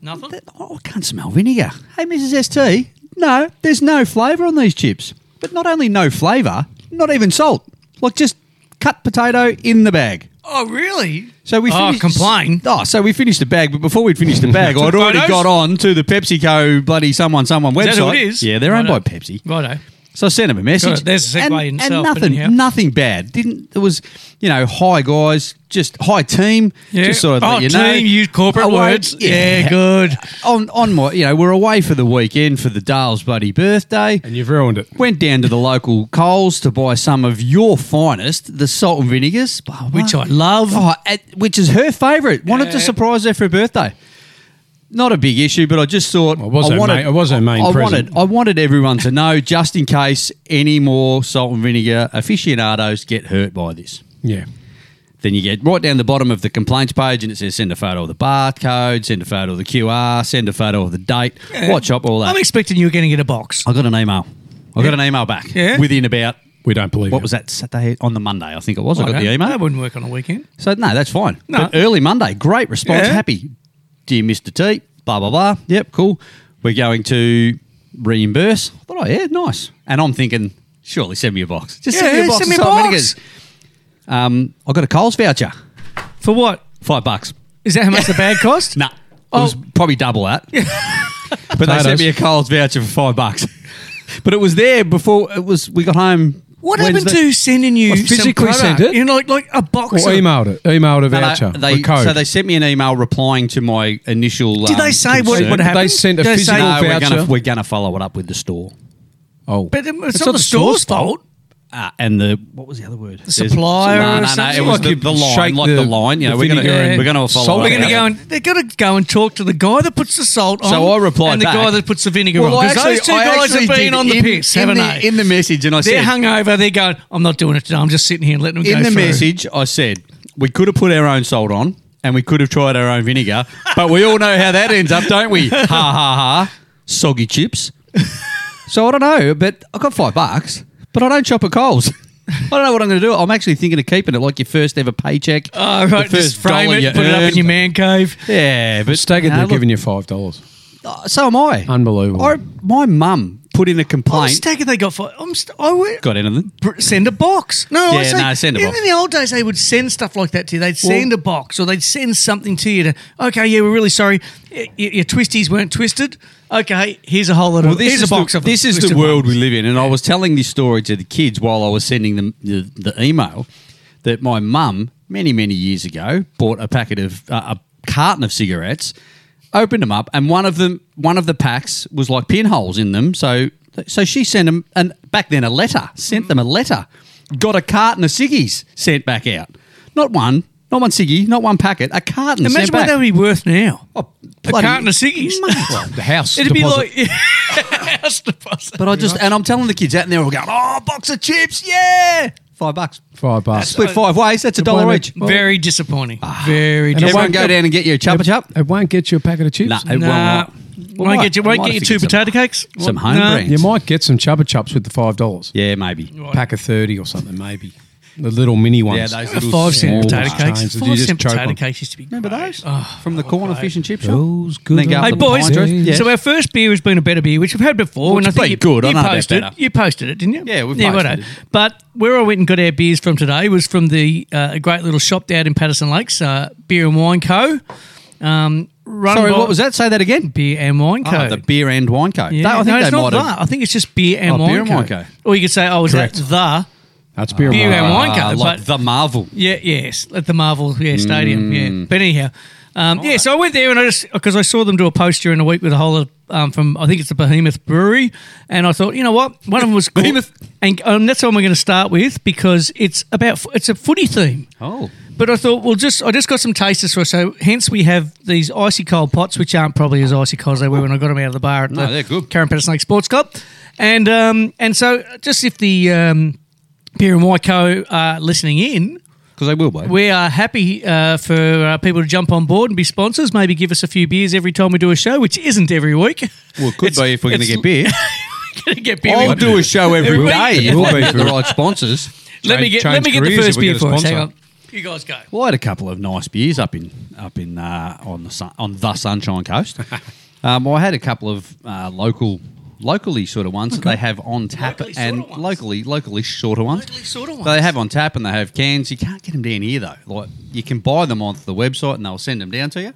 S2: Nothing.
S5: Oh, I can't smell vinegar. Hey, Mrs. ST. No, there's no flavour on these chips. But not only no flavour, not even salt. Like just cut potato in the bag.
S2: Oh, really?
S5: So we
S2: Oh,
S5: finished,
S2: complain.
S5: Oh, so we finished the bag, but before we'd finished the bag, I'd already
S2: photos?
S5: got on to the PepsiCo bloody someone someone website.
S2: that who it is?
S5: Yeah, they're owned by
S2: Righto.
S5: Pepsi.
S2: Righto.
S5: So I sent him a message.
S2: Got it. There's a segue
S5: and,
S2: in
S5: and
S2: itself, but
S5: nothing,
S2: anyhow.
S5: nothing bad. Didn't it was you know hi guys, just hi team.
S2: Yeah.
S5: Just sort of
S2: oh,
S5: let you
S2: team,
S5: know. Oh,
S2: use corporate
S5: Away-
S2: words. Yeah. good.
S5: On on my you know we're away for the weekend for the Dale's bloody birthday.
S3: And you've ruined it.
S5: Went down to the local Coles to buy some of your finest, the salt and vinegars, blah, blah, blah.
S2: Which I love.
S5: Oh, at- which is her favourite. Wanted to surprise her for her birthday. Not a big issue, but I just thought
S3: Well, it was
S5: I
S3: her
S5: wanted.
S3: main- it was her main
S5: I
S3: present.
S5: wanted. I wanted everyone to know, just in case any more salt and vinegar aficionados get hurt by this.
S3: Yeah.
S5: Then you get right down the bottom of the complaints page, and it says send a photo of the barcode, send a photo of the QR, send a photo of the date. Watch up all that.
S2: I'm expecting you were going to get a box.
S5: I got an email. I got an email back
S2: Yeah.
S5: within about
S3: We don't believe
S5: what
S3: you.
S5: was that Saturday on the Monday? I think it was.
S2: Oh,
S5: I got the email.
S2: That wouldn't work on a weekend.
S5: So no, that's fine.
S2: No.
S5: But early Monday, great response.
S2: Yeah.
S5: Happy, dear Mister T. Blah blah blah. Yep, cool. We're going to reimburse. I thought, oh yeah, nice. And I'm thinking, surely send me a box. Just send me a
S2: Yeah,
S5: box.
S2: send me
S5: of
S2: a
S5: salt and
S2: box.
S5: vinegars. Um, I got a Coles voucher,
S2: For what?
S5: five bucks.
S2: Is that how much the bag cost?
S5: Nah, it
S2: Oh.
S5: was probably double that. but they
S3: Potatoes.
S5: sent me a Coles voucher for five bucks. but it was there before it was. We got home.
S2: What happened
S5: Wednesday.
S2: to sending you
S3: I
S2: some
S3: physically sent
S2: product?
S3: it?
S2: You know, like like a box.
S3: Or
S2: of-
S3: emailed it. Emailed a
S5: No, no,
S3: voucher.
S5: they-
S3: a code.
S5: so they sent me an email replying to my initial.
S2: Did
S5: um,
S2: they say what,
S5: concern.
S2: what
S3: They
S2: happened?
S3: sent a
S2: Did they
S3: physical
S5: No, we're
S3: voucher?
S5: gonna, we're gonna follow it up with the store.
S3: oh.
S2: But um, it's, not, the store's fault.
S5: Uh, and the what was the other word? There's-
S2: supplier
S5: No,
S2: or
S5: no, no. It
S2: something?
S5: was
S3: Like
S5: the,
S3: you
S5: the line,
S3: shake
S5: like the,
S3: the-
S5: line. You know,
S3: the
S5: we're gonna
S3: vinegar
S5: we're
S3: and
S5: gonna follow.
S3: salt.
S5: it
S2: We're
S5: up.
S2: going to
S3: Okay.
S2: go and they're going to go and talk to the guy that puts the salt on.
S5: So I replied
S2: and the
S5: back.
S2: guy that puts the vinegar
S5: Well,
S2: on
S5: I
S2: because
S5: actually-
S2: those two
S5: I
S2: guys
S5: actually
S2: have been
S5: did
S2: on the
S5: in,
S2: piss,
S5: in
S2: haven't
S5: the,
S2: they?
S5: In the message, and I
S2: they're
S5: said,
S2: hungover. They're going. I'm not doing it today. I'm just sitting here and letting them go
S5: in the
S2: through."
S5: message, I said we could have put our own salt on, and we could have tried our own vinegar, but we all know how that ends up, don't we? Ha ha ha! Soggy chips. so I don't know, but I got five bucks, but I don't shop at Coles. I don't know what I'm going to do. I'm actually thinking of keeping it like your first ever paycheck.
S2: Oh, right.
S5: the
S2: Just frame
S5: dollar you
S2: it. Put it up in
S5: earn.
S2: your man cave.
S5: Yeah, but
S3: Staggered
S5: no,
S3: they're
S5: look,
S3: giving you $5.
S5: uh, So am I.
S3: Unbelievable.
S5: I, my mum put in a
S2: I'm
S5: complaint.
S2: staggered they got for. I'm. St- I would
S5: got anything?
S2: br- send a box. No, I
S5: Yeah,
S2: say,
S5: no, send a
S2: in,
S5: box.
S2: In the old days, they would send stuff like that to you. They'd send a box or they'd send something to you to. Okay, yeah, we're really sorry. Y- y- your twisties weren't twisted. Okay, here's a whole lot of. Here's a box
S5: the,
S2: of them,
S5: This is the
S2: twisted
S5: world
S2: ones.
S5: we live in, and I was telling this story to the kids while I was sending them the, the email that my mum many many years ago bought a packet of uh, a carton of cigarettes, opened them up, and one of them one of the packs was like pinholes in them. So so she sent them and back then a letter sent them a letter, got a carton of ciggies sent back out, not one. Not one ciggy, not one packet, a carton.
S2: Imagine
S5: sent back.
S2: what that would be worth now.
S5: Oh,
S2: a
S5: bloody-
S2: carton of ciggies.
S5: Mate.
S3: The house.
S2: It'd
S3: deposit.
S2: be like house deposit.
S5: But I just and I'm telling the kids out there all going, oh, box of chips, yeah, five bucks.
S3: Five bucks.
S5: Split five ways. That's a dollar
S3: one
S5: each.
S3: each.
S2: Very disappointing. Very
S3: And it
S5: Everyone
S2: disappointing.
S3: won't
S5: go
S3: get-
S5: down Ah. and get you a chuppa chup.
S3: It won't get you a packet of chips.
S5: Nah, it
S2: Nah,
S5: won't.
S2: won't get you. Won't get you two potato cakes.
S5: some
S2: What?
S5: home brand.
S3: You might get some Chubba Chups with the $5.
S5: Yeah, maybe.
S3: Pack of 30 or something, maybe. The little mini ones.
S5: Yeah, those
S2: The
S5: little
S2: five cent
S3: small
S2: potato
S3: ones
S2: cakes.
S3: chains that you
S2: Five
S3: just
S2: cent
S3: choke
S2: potato
S3: on.
S2: cakes used to be.
S5: Remember
S2: great.
S5: those
S2: Oh,
S5: from the corner fish and chip shop?
S3: Those good
S5: Then go up
S2: Hey
S5: the
S2: boys,
S5: pine trees.
S2: so our first beer has been a better beer, which we've had before,
S5: Well,
S2: and I
S5: it's
S2: think
S5: been
S2: you,
S5: good. I
S2: you
S5: know about
S2: posted,
S5: better.
S2: you posted it, didn't you?
S5: Yeah, we've
S2: well
S5: posted
S2: done.
S5: it.
S2: But where I went and got our beers from today was from the uh, a great little shop down in Patterson Lakes, uh, Beer and Wine Co. Um, run
S5: Sorry,
S2: by
S5: what was that? Say that again.
S2: Beer and Wine Co.
S5: Oh, the beer and wine co.
S2: Yeah,
S5: That- I think
S2: no,
S5: they
S2: it's not
S5: might have.
S2: that. I think it's just beer and
S5: Oh,
S2: wine.
S5: Beer and Wine
S2: Co.
S5: Co.
S2: Or you could say, oh, is
S3: Correct.
S2: that the?
S3: That's beer,
S2: Beer and wine.
S5: Ah,
S2: co,
S5: like
S2: but-
S5: the Marvel.
S2: Yeah, yes, at the Marvel yeah Stadium. Yeah, but anyhow, um, yeah. So I went there and I just because I saw them do a post during the week with a whole of um, from I think it's the Behemoth Brewery, and I thought you know what one of them was called-
S5: Behemoth.
S2: and um, that's the one we're going to start with because it's about fo- it's a footy theme.
S5: Oh,
S2: But I thought, well, just I just got some tasters for us. So hence we have these icy cold pots, which aren't probably as icy cold as they were when I got them out of the bar at
S5: No,
S2: the
S5: they're good.
S2: Karen Patterson Lake Sports Club. And um, and so just if the um, Pierre and Wyco are listening in,
S5: because they will, boy.
S2: we are happy uh, for uh, people to jump on board and be sponsors. Maybe give us a few beers every time we do a show, which isn't every week.
S5: Well, it could
S2: It's-
S5: be if we're going to
S2: it's-
S5: get beer.
S2: Gonna get beer.
S5: I'll do a show every
S2: Every
S5: day
S2: week.
S5: if I get the right sponsors.
S2: let me get
S3: change-
S2: let
S3: change
S2: me get the
S3: careers if
S2: first
S3: we get
S2: beer
S3: a
S2: for us. Hang
S3: sponsor.
S2: on. You guys go.
S5: Well, I had a couple of nice beers up in up in uh, on the sun, on the Sunshine Coast. um, I had a couple of uh, local, locally sort of ones that they have on tap
S2: Locally sorta
S5: and
S2: ones.
S5: locally locally shorter ones.
S2: Locally sorta
S5: That They
S2: ones.
S5: have on tap and they have cans. You can't get them down here though. Like you can buy them onto the website and they'll send them down to you.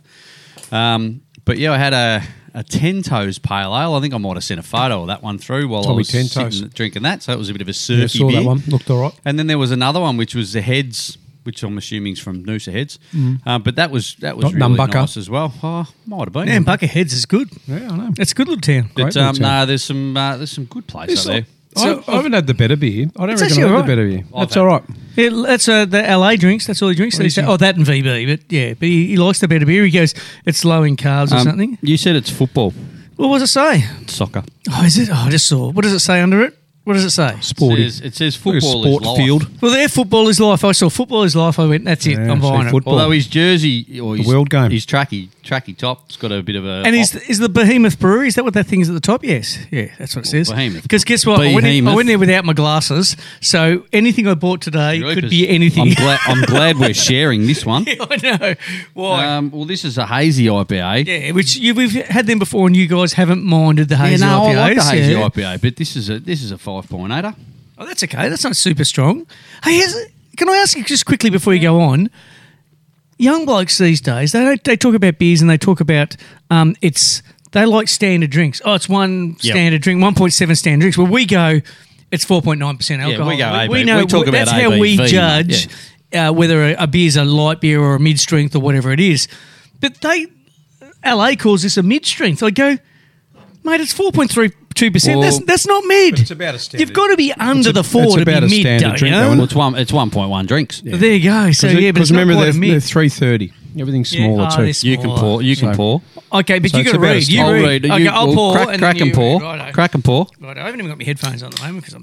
S5: Um, but yeah, I had a. A ten toes pale ale. I think I might have sent a photo of that one through while I
S3: Probably
S5: was
S3: 10
S5: sitting
S3: Toes.
S5: drinking that. So it was a bit of a surfy
S3: Yeah, saw
S5: beer.
S3: that one. Looked all right.
S5: And then there was another one which was the heads, which I'm assuming is from Noosa Heads. Uh, but that was that was
S3: Not
S5: really
S3: Numbucca.
S5: nice as well. Oh, might have been.
S2: Man, Bucketheads is good.
S3: Yeah, I know.
S2: It's a good little town.
S5: but
S3: great
S5: um,
S3: little town.
S5: no, there's some uh, there's some good place
S3: It's
S5: out there.
S3: I, I haven't had the better beer. I don't
S2: It's
S3: reckon I've
S2: actually
S3: had
S2: all right.
S3: the better beer.
S5: I've
S3: That's
S5: had
S3: all right.
S2: Yeah, that's uh, the LA drinks. That's all he drinks. these
S3: is
S2: days.
S3: he?
S2: Oh, that and VB. But yeah, but he, he likes the better beer. He goes, it's low in carbs or
S5: Um,
S2: something.
S5: You said it's football,
S2: What was it say?
S5: soccer.
S2: Oh, is it? Oh, I just saw. What does it say under it? What does it say?
S3: Sporty.
S5: It says, it says football
S3: sport
S5: is life.
S3: field.
S2: Well, their football is life. I saw football is life. I went, that's it.
S3: Yeah,
S2: I'm
S3: see,
S2: buying it.
S3: football.
S5: Although his jersey or his,
S3: world game.
S5: his tracky tracky top, it's got a bit of a
S2: And is
S5: op-
S2: is the Behemoth Brewery? Is that what that thing is at the top? Yes, yeah, that's what it says.
S5: Behemoth.
S2: Because guess what? I went, in, I
S5: Behemoth.
S2: went there without my glasses, so anything I bought today
S5: Really,
S2: could
S5: 'cause
S2: be anything.
S5: I'm glad I'm glad we're sharing this one.
S2: I know why.
S5: Um, well, this is a hazy IPA.
S2: yeah, which you, we've had them before, and you guys haven't minded the
S5: Yeah,
S2: hazy
S5: no,
S2: IPAs.
S5: I like the hazy
S2: yeah.
S5: IPA, but this is a this is a five point eighter.
S2: Oh, that's okay. That's not super strong. Hey, has, can I ask you just quickly before you go on? Young blokes these days, they don't, they talk about beers and they talk about um, it's they like standard drinks. Oh, it's one
S5: Yep.
S2: standard drink, one point seven standard drinks. Well, we go, it's four point nine percent
S5: we
S2: alcohol.
S5: go AB.
S2: know
S5: We talk about
S2: that's how we
S5: ABV,
S2: judge uh, whether a, a beer's a light beer or a mid strength or whatever it is. But they, LA calls this a mid strength. I go, mate, it's four point three two percent. That's
S5: Well,
S2: that's not mid.
S3: it's about a standard-
S2: You've got to be under the four
S3: it's
S2: to
S3: about a
S2: be mid,
S3: standard
S2: don't you?
S3: drink,
S2: know?
S3: though,
S5: Well,
S3: Well,
S5: it's one. It's one point one drinks.
S2: There you go. So yeah, but it's
S3: Because
S2: remember
S3: remember,
S2: not
S3: they're,
S2: quite a
S3: they're
S2: mid.
S3: 330. Everything's
S2: Yeah,
S3: smaller
S2: oh,
S3: too.
S2: this-
S5: You can
S2: Smaller.
S5: pour. You can
S3: So-
S5: pour.
S2: Okay, but
S3: So
S2: you
S3: it's
S2: got to
S3: about a
S2: read. You read.
S3: standard.
S5: I'll read. it.
S2: Okay,
S5: You-
S2: I'll
S5: well,
S2: pour.
S5: Crack,
S2: and
S5: crack
S2: then
S5: and
S2: you
S5: pour.
S2: read. Righto.
S5: Crack and pour.
S2: Righto. I haven't even got my headphones on at the moment because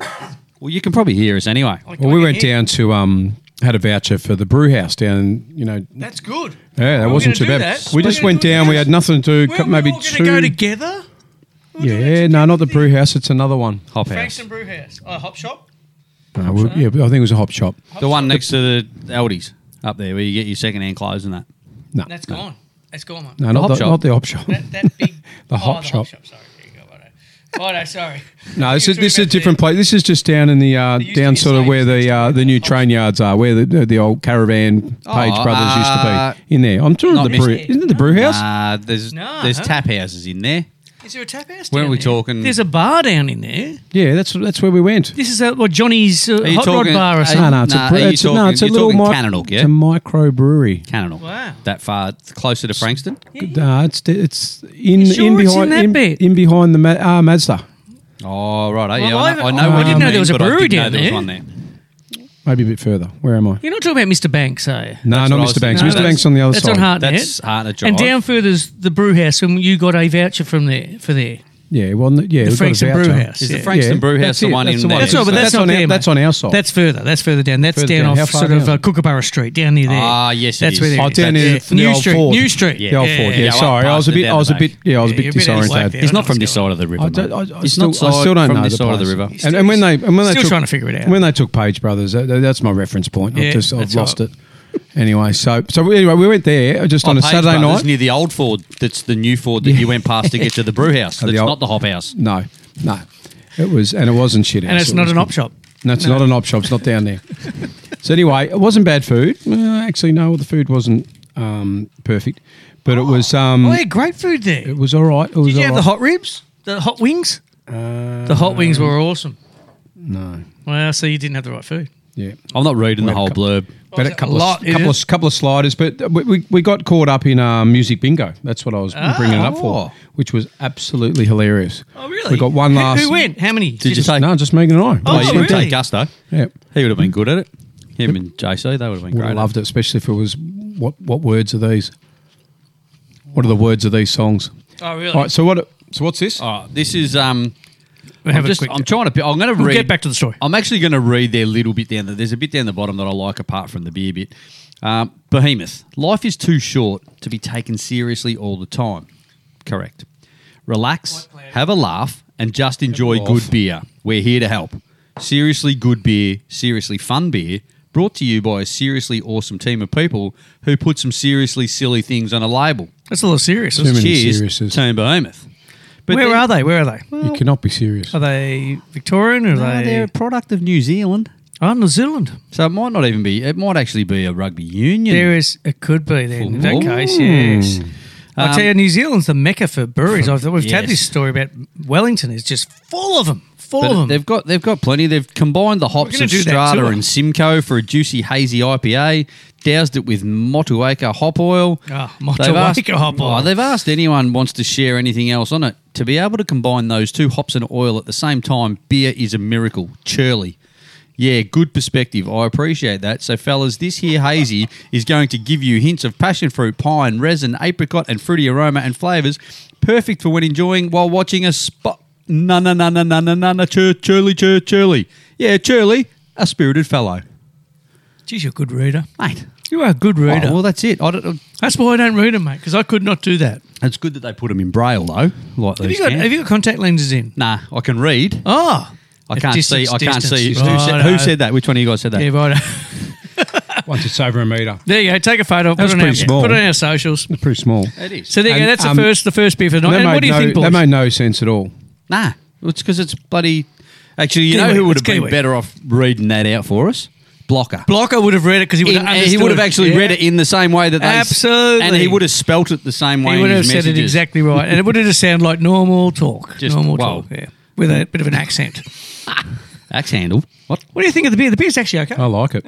S2: I'm.
S5: Well, you can probably hear us anyway.
S2: I
S3: Well, we
S2: can't
S3: went
S2: hear.
S3: down to um, had a voucher for the brew house down. You know,
S2: That's good.
S3: yeah, that
S2: Are we
S3: wasn't too
S2: gonna
S3: bad.
S2: do that?
S3: We
S2: We're
S3: just
S2: gonna
S3: went
S2: do
S3: down. We
S2: that?
S3: had nothing to do.
S2: Weren't
S3: cu-
S2: we
S3: Maybe
S2: all gonna
S3: two.
S2: go together.
S3: yeah, no, not the brew house. It's another one.
S5: Hop house.
S2: Frankston Brew House. Oh, Hop Shop.
S3: No, we- yeah, but I think it was a hop shop.
S5: The one next to the Aldi's up there, where you get your second hand clothes and that.
S3: No,
S2: That's gone. That's gone, mate.
S3: no, not
S5: hop
S3: the,
S5: shop.
S3: not the hop shop.
S2: That, that big.
S3: The
S2: oh,
S3: Hop
S2: the
S3: Shop.
S2: Hop Shop. Sorry. There you go. Righto. Righto. Sorry.
S3: No, this
S2: You
S3: is
S2: were
S3: this is
S2: talking
S3: a
S2: about the-
S3: different place. This is just down in the uh,
S2: used to
S3: down
S2: be
S3: sort of
S2: slaves,
S3: where
S2: they
S3: the
S2: used to
S3: uh,
S2: be
S3: the new
S2: hop
S3: train yards are, where the the, the old caravan Page
S5: Oh,
S3: brothers
S5: uh,
S3: used to be in there. I'm sure
S5: not
S3: the brew
S5: Misty.
S3: isn't it the brew house?
S5: Uh, there's
S2: No,
S5: there's
S2: huh?
S5: tap houses in there.
S2: Is there a tap house?
S5: Weren't
S2: down
S5: we
S2: there?
S5: talking-
S2: There's a bar down in there.
S3: Yeah, that's that's where we went.
S2: This is uh, what Johnny's uh,
S5: Are you
S2: hot
S5: talking-
S2: rod bar
S5: are
S2: or
S5: you-
S2: something.
S3: No, no, it's
S5: Nah,
S3: a, bre-
S5: are you
S3: it's a- no,
S5: talking-
S3: it's a
S5: you're
S3: little
S5: talking
S3: mic-
S5: Cannonook, yeah?
S3: It's a micro brewery.
S5: Cannonall.
S2: Wow.
S5: That far closer to Frankston.
S3: No, it's it's in
S2: sure
S3: in
S2: it's
S3: behind
S2: in that
S3: in,
S2: bit?
S3: in behind the Ma- uh, Mazda.
S5: Oh right, eh? yeah,
S2: Well,
S5: I know. I,
S2: I've-
S5: know
S2: I
S5: what you
S2: didn't know
S5: mean,
S2: there was a
S5: but I
S2: brewery
S5: did know
S2: down
S5: there was
S2: there.
S5: one there.
S3: Maybe a bit further. Where am I?
S2: You're not talking about Mr. Banks, are you?
S3: No,
S5: what I
S3: not
S5: was
S3: Mr. Banks.
S5: thinking.
S3: Mr.
S5: No,
S3: Banks on the other
S2: That's
S3: side.
S2: on Hartnett.
S5: That's Hartnett Drive.
S2: And down further's the brew house, and you got a voucher from there for there.
S3: Yeah, well, n- yeah,
S2: The
S3: we've got a
S2: Franks and
S3: voucher.
S2: Brew House.
S5: Is
S2: Yeah.
S5: the Frankston
S3: Yeah,
S5: Brew House
S3: that's
S5: the
S3: it,
S5: one
S3: that's
S5: in
S3: the one.
S5: there?
S2: That's right, but that's,
S3: That's
S2: not
S3: on our-
S2: there, mate.
S3: that's on our side.
S2: That's further. That's further down. That's
S3: Further
S2: down,
S3: down. How
S2: off
S3: far
S2: sort of
S3: down?
S2: uh, Kookaburra Street, down near there.
S5: Ah, yes, it
S2: that's
S5: is.
S2: where
S5: Oh,
S2: it is.
S3: down near
S2: That's
S3: the
S2: New
S3: old
S2: Street.
S3: Ford.
S2: New Street.
S3: The old Ford. Yeah,
S5: Yeah,
S3: sorry, I was a
S5: past it,
S3: bit,
S5: down
S3: I was a
S5: the
S3: bit, yeah, I was a
S2: Yeah,
S3: bit
S2: you're a bit out of whack there.
S3: disorientated.
S5: He's not
S2: I
S5: from
S2: don't
S5: this
S2: know
S5: side of the river.
S3: I,
S5: mate.
S3: don't, I, I,
S5: He's
S3: still,
S5: not side,
S3: I still don't
S5: from
S3: know
S5: this
S3: the
S5: side of the
S3: place.
S5: river.
S3: And, and when they, and when they
S2: Still
S3: took,
S2: trying to figure it out.
S3: When they took Page Brothers, that, that- that's my reference point.
S2: Yeah,
S3: I've just I've
S2: that's
S3: lost
S2: right. Oh,
S3: it. Anyway, so so anyway, we went there just on a
S5: Page
S3: Saturday
S5: Brothers
S3: night.
S5: near the old Ford. That's the new Ford that you went past to get to the brew house.
S3: Oh,
S5: That's
S3: the old-
S5: not the hop house.
S3: No, no, it was, and it wasn't shit.
S2: And it's not an op shop.
S3: No, it's not an op shop. It's not down there. so anyway, it wasn't bad food. Uh, actually, no, the food wasn't um, perfect, but it was um,
S2: Oh, yeah, great food there.
S3: it was all right. It was
S2: Did you
S3: all
S2: have
S3: right.
S2: the hot ribs? The hot wings? the hot wings were awesome.
S3: No,
S2: Well, so you didn't have the right food.
S3: yeah.
S5: I'm not reading the
S3: had a
S5: whole
S3: couple-
S5: blurb.
S3: But
S2: was
S3: a
S2: it?
S3: couple,
S2: A lot,
S3: of,
S2: is
S3: couple,
S2: it?
S3: of, couple of sliders, but we, we, we got caught up in uh, music bingo. That's what I was bringing it up for, which was absolutely hilarious.
S2: Oh, really?
S3: We got one
S2: Who-
S3: last.
S2: Who, went? How many?
S5: Did you say?
S3: No, just Megan and I.
S2: Oh,
S5: Oh,
S3: We
S5: you
S3: just
S2: really?
S5: would
S3: went
S5: would take Gusto.
S3: down. Yeah,
S5: He would have been good at it. Him and JC, they would have been
S3: would
S5: great.
S3: have loved it, especially if it was what what words are these? What are the words of these songs?
S2: Oh, really?
S3: All right, so what? So what's this?
S5: All right, this is. Um,
S2: We'll
S5: I'm,
S2: have a
S5: just,
S2: quick-
S5: I'm trying to. pi- I'm going to
S2: We'll
S5: read.
S2: get back to the story.
S5: I'm actually going to read their little bit down there. There's a bit down the bottom that I like apart from the beer bit. Um, Behemoth. Life is too short to be taken seriously all the time. Correct. Relax, have a laugh, and just enjoy
S3: laugh.
S5: good beer. We're here to help. Seriously good beer, seriously fun beer, brought to you by a seriously awesome team of people who put some seriously silly things on a label.
S2: That's a little serious.
S3: Too many
S5: Cheers,
S3: seriouses.
S5: Tone Behemoth. But
S2: Where
S5: then-
S2: are they? Where are they?
S3: You cannot be serious.
S2: Are they Victorian or are
S5: No,
S2: they?
S5: they're a product of New Zealand.
S2: Oh, New Zealand.
S5: So it might not even be. It might actually be a rugby union.
S2: There is. It could be then. In that
S5: Ooh.
S2: case, yes. I tell you, New Zealand's the mecca for breweries. I've, we've had
S5: Um, yes.
S2: this story about Wellington. It's just full of them. Full
S5: But
S2: of them.
S5: They've got they've got plenty. They've combined the hops
S2: gonna
S5: of
S2: do that
S5: Strata
S2: too.
S5: and Simcoe for a juicy hazy IPA, doused it with Motueka hop oil.
S2: Ah,
S5: They've
S2: Motueka
S5: asked-
S2: hop oil.
S5: Oh, they've asked anyone wants to share anything else on it. To be able to combine those two hops and oil at the same time, beer is a miracle. Churley. Yeah, good perspective. I appreciate that. So, fellas, this here hazy is going to give you hints of passion fruit, pine, resin, apricot, and fruity aroma and flavors. Perfect for when enjoying while watching a spot. Na na na na na na na na. Chur, churly, chur, churly. Yeah, churly, a spirited fellow.
S2: Geez, you're a good reader.
S5: Mate.
S2: You are a good reader.
S5: Oh, well, that's it. I don't,
S2: That's why I don't read them, mate, because I could not do that.
S5: it's good that they put them in braille though. Like
S2: Have
S5: these
S2: you got
S5: can.
S2: Have you got contact lenses in?
S5: Nah, I can read.
S2: Oh,
S5: I can't see. I can't see. Who, said,
S2: Righto.
S5: who said that? Which one of you guys said that?
S2: Yeah, right.
S3: Once it's over a meter,
S2: There you go. Take a photo. Put
S3: That's
S2: it, on our,
S3: pretty small.
S2: put it on our socials.
S3: it's pretty small.
S5: It is.
S2: So there you go.
S3: And,
S2: That's
S3: um,
S2: the first. The first beer for the night. And
S3: made
S2: what do you
S3: no,
S2: think, boys?
S3: That made no sense at all.
S5: nah, it's because it's bloody. Actually, you know
S2: Kiwi,
S5: who would
S2: it's
S5: have been
S2: Kiwi.
S5: better off reading that out for us? Blocker.
S2: Blocker would have read it because he would
S5: In-
S2: have.
S5: he would have actually read it in the same way that they s-
S2: Absolutely.
S5: and he would have spelt it the same way.
S2: He
S5: in
S2: would have
S5: his
S2: said it
S5: messages.
S2: exactly right, and it would have just sounded like normal talk.
S5: Just,
S2: normal
S5: wow.
S2: talk. Yeah, with a bit of an accent.
S5: Axe handle. What?
S2: What do you think of the beer? The beer's actually okay.
S3: I like it.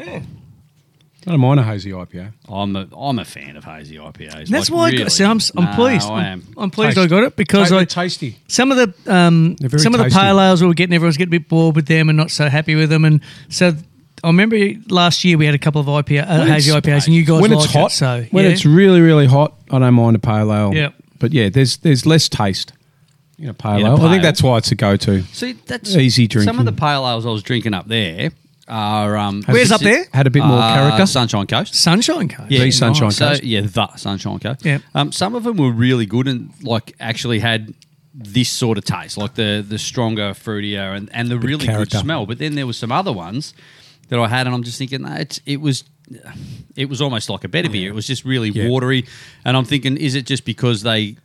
S3: I don't mind a hazy IPA.
S5: I'm a I'm a fan of hazy IPAs.
S2: That's
S5: like,
S2: why I
S5: really.
S2: got, see, I'm, s am
S5: Nah,
S2: pleased.
S5: I
S2: I'm,
S5: am.
S2: I'm pleased
S3: Taste-
S2: I got it because
S3: They're
S2: I
S3: tasty.
S2: some of the um,
S3: They're very
S2: some of the
S3: tasty.
S2: pale ales we were getting, everyone was getting a bit bored with them and not so happy with them. And so I remember last year we had a couple of IPA, uh, hazy IPAs, and you guys
S3: when
S2: liked
S3: it's hot,
S2: It, so
S3: when
S2: yeah.
S3: it's really really hot, I don't mind a pale ale.
S2: Yep.
S3: But yeah, there's there's less taste in a pale
S5: In a
S3: ale. I
S5: pale.
S3: think that's why it's a go-to.
S5: See, that's
S3: Easy
S5: Some of
S3: drinking.
S5: the pale ales I was drinking up there are um,
S2: Where's up there?
S3: Had a bit more
S5: Uh,
S3: character.
S5: Sunshine Coast.
S2: sunshine cone.
S5: Yeah,
S3: The Sunshine
S5: so,
S3: Coast.
S5: Yeah, the Sunshine Coast.
S2: Yeah.
S5: Um, some of them were really good and like actually had this sort of taste, like the the stronger, fruitier, and and the really
S3: character.
S5: good smell. But then there was some other ones that I had, and I'm just thinking, nah, it's, it was. It was almost like a
S2: Oh,
S5: better beer. It was just really
S3: Yeah.
S5: watery, and I'm thinking, is it just because they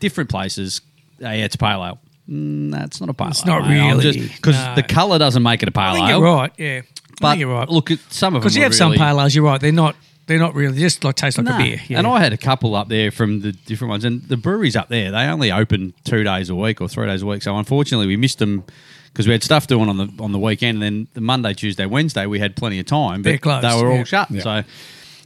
S5: different places? Hey, it's pale ale. Mm, that's not a pale
S2: It's
S5: ale.
S2: not
S5: mate. I'm
S2: really,
S5: just- because
S2: no.
S5: the color doesn't make it a pale
S2: I think
S5: ale.
S2: you're right. Yeah, I
S5: But
S2: think you're right.
S5: look at some of them.
S2: because you
S5: were
S2: have some
S5: really-
S2: pale ales, you're right. They're not. They're not really. They just like taste like a
S5: Nah.
S2: beer. Yeah.
S5: And I had a couple up there from the different ones, and the breweries up there they only open two days a week or three days a week. So unfortunately, we missed them because we had stuff doing on the on the weekend. And then the Monday, Tuesday, Wednesday, we had plenty of time,
S2: They're
S5: but
S2: closed,
S5: they were
S2: yeah.
S5: all shut.
S3: Yeah.
S5: So,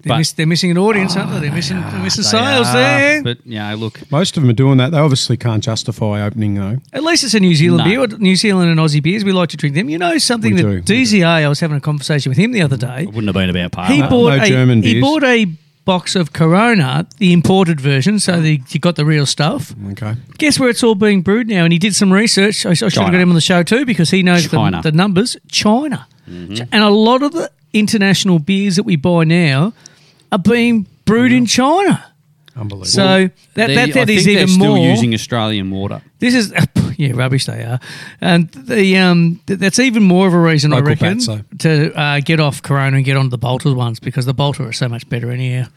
S2: they're, miss, they're missing an audience, aren't they? They're missing,
S3: Ah,
S2: they're missing sales
S5: are,
S2: there.
S5: But yeah, look,
S3: Most of them are doing that. They obviously can't justify opening though.
S2: At least it's a New Zealand
S5: No.
S2: beer. New Zealand and Aussie beers, we like to drink them. You know something
S3: We
S2: that
S3: do, we
S2: DZA, I was having a conversation with him the other day.
S5: it wouldn't have been about pale.
S2: He
S5: ale.
S2: bought
S3: no
S2: a
S3: German
S2: he
S3: beers.
S2: bought a box of Corona, the imported version,
S3: Ah.
S2: so the, you got the real stuff.
S3: Okay.
S2: Guess where it's all being brewed now? And he did some research. I, I should have
S5: China.
S2: got him on the show too because he knows the,
S5: China. Mm-hmm.
S2: the numbers. China, Ch- and a lot of the international beers that we buy now are being brewed in China.
S3: Unbelievable.
S2: So that
S5: They-
S2: that,
S5: I
S2: that
S5: think
S2: is
S5: they're
S2: even
S5: still
S2: more
S5: using Australian water.
S2: this is yeah, rubbish they are, and the um th- that's even more of a reason I
S3: Local
S2: reckon
S3: bats, though.
S2: to uh, get off Corona and get onto the Bolter ones because the Bolter are so much better in here.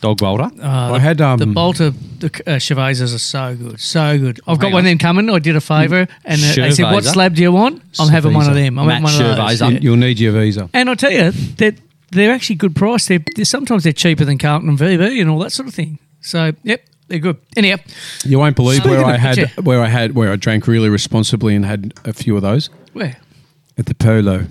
S5: Dog water.
S3: I had um,
S2: uh, The Bolter, the uh, Chevazers are so good, so good. I've got
S5: hang
S2: one
S5: on.
S2: of them coming. I did a favour, and uh, they said, "What
S5: Cerveza?
S2: slab do you want?" I'm having one of
S3: Cerveza.
S2: them. I'm having
S5: Matt
S2: one of those.
S5: Cerveza.
S2: Yeah.
S3: You'll need your visa.
S2: And I tell you that they're actually good price. They're, they're sometimes they're cheaper than Carlton and VB and all that sort of thing. So yep, they're good. Anyhow,
S3: You won't believe
S2: Speaking
S3: where I
S2: of-
S3: had
S2: yeah.
S3: where I had where I drank really responsibly and had a few of those
S2: where?
S3: at the Polo.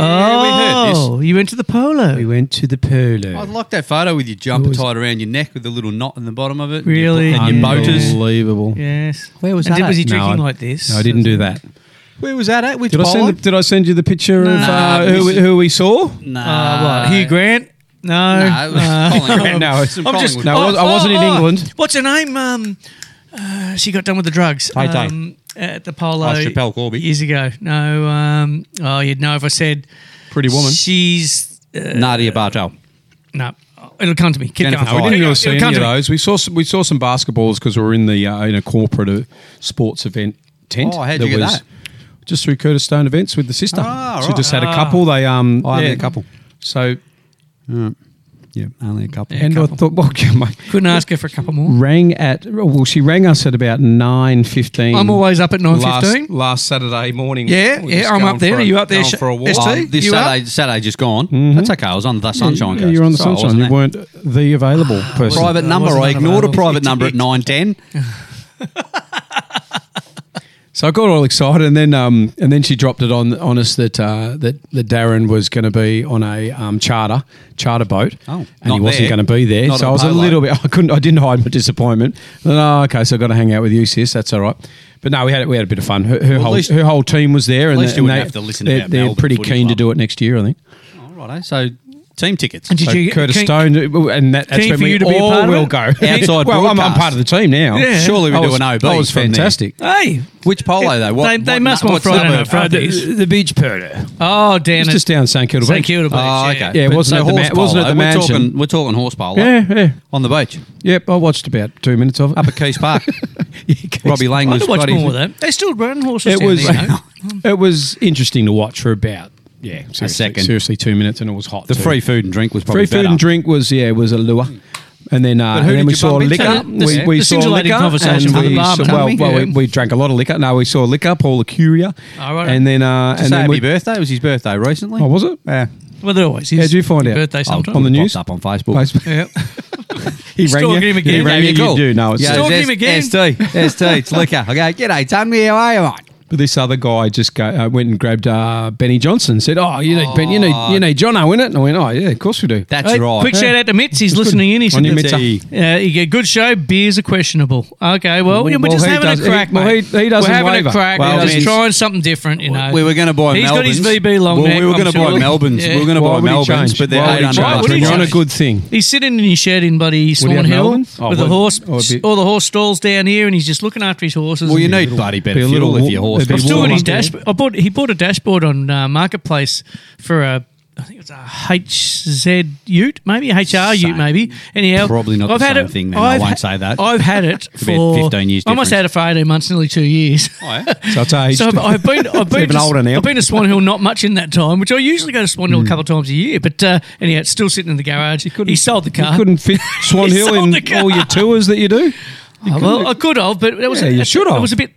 S5: yeah, we've heard this.
S2: Oh, you went to the polo.
S3: We went to the
S5: I
S3: Polo.
S5: like that photo with your jumper
S3: was-
S5: tied around your neck with a little knot in the bottom of it.
S2: Really?
S5: And your, and your boaters.
S3: Unbelievable.
S2: Yes. Where
S5: was
S2: and
S5: that
S2: did-
S5: at?
S2: Was he
S3: No,
S2: drinking
S3: I-
S2: like this?
S3: No, I didn't do that.
S5: Where was that at? Which
S3: Did I send
S5: bowler?
S3: the, Did I send you the picture of
S5: Nah,
S3: uh,
S5: this
S3: who,
S5: is-
S3: who we saw?
S2: Uh, what, Hugh Grant? No.
S5: No, it was
S2: Uh,
S5: Colin Grant.
S3: No,
S5: Some
S2: I'm just.
S5: Collingwood.
S3: No, I was- I wasn't in England.
S2: Oh, What's her name? Um, uh, she got done with the drugs.
S5: Tay Tay.
S2: Um, at the polo.
S5: Oh, Chappelle Corby.
S2: Years ago. No. Um, oh, you'd know if I said.
S3: Pretty woman.
S2: She's. Uh,
S5: Nadia Bartel.
S2: no. It'll come to me. Keep
S5: Jennifer
S2: going.
S5: Hyde.
S3: We
S5: Oh,
S3: didn't
S2: It'll
S3: really see
S2: come
S3: any
S2: to
S3: of
S2: me.
S3: those. We saw some, we saw some basketballs because we were in the uh, in a corporate uh, sports event tent.
S5: Oh, how'd you get that?
S3: Just through Curtis Stone events with the sister.
S5: Ah,
S3: she
S5: right.
S3: just had a couple. They um,
S5: I had
S3: yeah,
S5: a couple.
S3: So,
S5: Yeah, only a couple.
S3: and I thought, well, my,
S2: Couldn't ask her for a couple more.
S3: rang at well, she rang us at about nine fifteen.
S2: I'm always up at nine fifteen.
S3: Last, last Saturday morning.
S2: Yeah,
S3: We're
S2: yeah,
S3: just
S2: I'm
S3: going
S2: up there.
S3: for
S2: Are you up there,
S3: going
S2: Sh-
S3: for a walk.
S2: ST?
S5: Oh, this
S2: You up?
S5: Saturday, Saturday just gone. That's okay. I was on the
S3: Mm-hmm.
S5: sunshine
S3: Yeah,
S5: coast.
S3: You're on the
S5: so I
S3: sunshine.
S5: wasn't
S3: You
S5: there.
S3: weren't the available person.
S5: Private
S2: I
S5: number.
S2: wasn't
S5: I ignored a
S2: available.
S5: private number at nine ten.
S3: So I got all excited, and then um, and then she dropped it on on us that uh, that that Darren was going to be on a um, charter charter boat.
S5: Oh,
S3: and he
S5: not
S3: wasn't
S5: there.
S3: going to be there.
S5: Not
S3: so
S5: at
S3: I was a
S5: Polo.
S3: little bit. I couldn't. I didn't hide my disappointment. Then, oh, okay. So I got to hang out with you, sis. That's all right. But no, we had we had a bit of fun. Her, her whole
S5: least-
S3: her whole team was there, and,
S5: least
S3: they-
S5: you
S3: and
S5: wouldn't
S3: they,
S5: have to listen
S3: they're,
S5: about
S3: they're
S5: Melbourne
S3: pretty
S5: Footy
S3: keen to
S5: Club.
S3: do it next year, I think.
S5: All right. So team tickets.
S2: And did
S3: So
S2: you-
S3: Curtis
S2: can-
S3: Stone, and that, that's
S2: keen
S3: when
S2: for
S3: we
S2: you to be a
S3: all
S2: part of
S3: will
S2: it?
S3: go
S5: Outside
S3: well, I'm, I'm
S5: broadcast.
S3: part of the team now.
S2: Yeah.
S5: Surely we
S3: I
S5: do
S3: was-
S5: an OB
S3: That was
S5: from there.
S3: fantastic.
S2: Hey,
S5: Which polo though? What,
S2: they, they
S5: what
S2: must
S5: nu-
S2: want
S5: what
S2: Friday
S5: suburb?
S2: night Fridays.
S3: the beach perder.
S2: Oh, damn
S3: It's
S2: it!
S3: just down St Kilda.
S2: St
S3: Beach.
S2: Kilda Beach.
S5: Oh, okay.
S3: Yeah, it
S5: But
S3: wasn't at the ma-
S5: horse
S3: wasn't at the
S5: we're
S3: mansion.
S5: Talking, we're talking horse polo.
S3: Yeah, yeah.
S5: On the beach,
S3: Yep, I watched about two minutes of it.
S5: up at Keys Park. Robbie Lang
S2: I
S5: was
S2: could watch
S5: got
S2: more
S5: his-
S2: of that. They still running horses.
S3: it
S2: down
S3: was
S2: there, you know?
S3: it was interesting to watch for about yeah seriously,
S5: second.
S3: seriously two minutes, and it was hot.
S5: The
S3: too.
S5: free food and drink was probably
S3: free food
S5: better.
S3: and drink was yeah was a lure. And then, uh, and
S5: who
S3: then
S5: did
S3: we
S5: you
S3: saw
S5: bump into?
S3: liquor.
S5: The-
S3: we
S5: the
S3: we saw
S2: scintillating
S3: liquor,
S2: conversation
S3: and
S2: with
S3: we
S2: the barman,
S3: saw- well,
S2: haven't we?
S3: well, we,
S2: Yeah.
S3: we drank a lot of liquor. No, we saw liquor, Paul the Curia,
S2: All right.
S3: and then uh, and
S5: Did you say
S3: then
S5: happy
S3: we,
S5: birthday. It was his birthday recently.
S3: Oh, was it?
S5: Yeah.
S2: Well, there always is.
S3: How'd you find out? Oh,
S2: Birthday sometime.
S3: on the
S5: It
S3: news?
S5: popped up on Facebook.
S3: Facebook.
S2: yeah.
S3: he
S2: Stalking
S3: rang you.
S2: him
S3: He
S2: again.
S3: rang
S2: Yeah,
S3: you.
S2: you
S3: You
S5: call.
S3: do know. It's
S5: Yeah,
S2: Stalk
S5: it's
S2: him
S5: S-
S2: again.
S5: ST, ST, it's liquor. Okay, g'day, Tommy, how are you, mate?
S3: But this other guy just go, uh, went and grabbed uh, Benny Johnson. Said, "Oh, you need Ben, you need you need Jono in it." And I went, "Oh, yeah, of course we do."
S5: That's
S2: Hey,
S5: right.
S2: Quick shout out to Mitz. He's listening in. He
S3: On
S2: said,
S3: your
S2: that-
S3: Mitza.
S2: uh, you get good show. Beers are questionable. Okay, well, yeah, we're
S3: Well,
S2: just
S3: he
S2: having
S3: does-
S2: a crack,
S3: he- well,
S2: mate.
S3: he- he doesn't
S2: We're having
S3: waver.
S2: a crack.
S5: Well,
S2: we're just
S5: he's-
S2: trying something different, you know.
S5: We were going to buy
S2: He's got
S5: Melbourne's.
S2: his VB long
S5: well,
S2: neck,
S5: We were
S2: I'm
S5: going to buy
S2: sure.
S5: Melbourne's.
S2: Yeah.
S5: We were going to
S3: Why
S5: buy
S3: would he
S5: Melbourne's,
S3: change?
S5: but they're
S3: Why would
S2: change? Would
S3: he
S5: 800 bucks.
S2: he
S3: When you're on a
S2: change?
S3: good thing.
S2: He's sitting in his shed in bloody Swan
S3: have
S2: Hill
S3: Melbourne?
S2: with
S3: Oh,
S2: the
S3: would-
S2: horse,
S3: oh, it'd be-
S2: all the horse stalls down here, and he's just looking after his horses.
S5: Well, you
S2: and-
S5: need bloody better
S3: be a little
S5: fuel if your
S3: wa-
S5: horse
S3: be
S2: He's
S5: was
S2: still
S3: warm
S2: got
S3: up
S2: his
S3: there.
S2: dashboard. I bought. He bought a dashboard on uh, marketplace for a. I think it's a HZ Ute, maybe a HR Ute,
S5: Same.
S2: maybe. Anyhow,
S5: Probably not the same thing then, I won't say that.
S2: I've had it
S5: be a
S2: for
S5: 15 years
S2: I almost had it
S5: difference.
S2: for eighteen months, nearly two years.
S3: So it's aged.
S2: So I've, I've been, I've been,
S3: even
S2: to,
S3: older now.
S2: I've been to Swan Hill not much in that time, which I usually go to Swan Hill a couple of times a year. But uh, anyhow, it's still sitting in the garage. He sold the car.
S3: You couldn't fit Swan
S2: He
S3: Hill
S2: sold
S3: in
S2: the car.
S3: all your tours that you do.
S2: Oh, well, I could have, but it was
S3: Yeah,
S2: a,
S3: you should
S2: It
S3: have.
S2: was a bit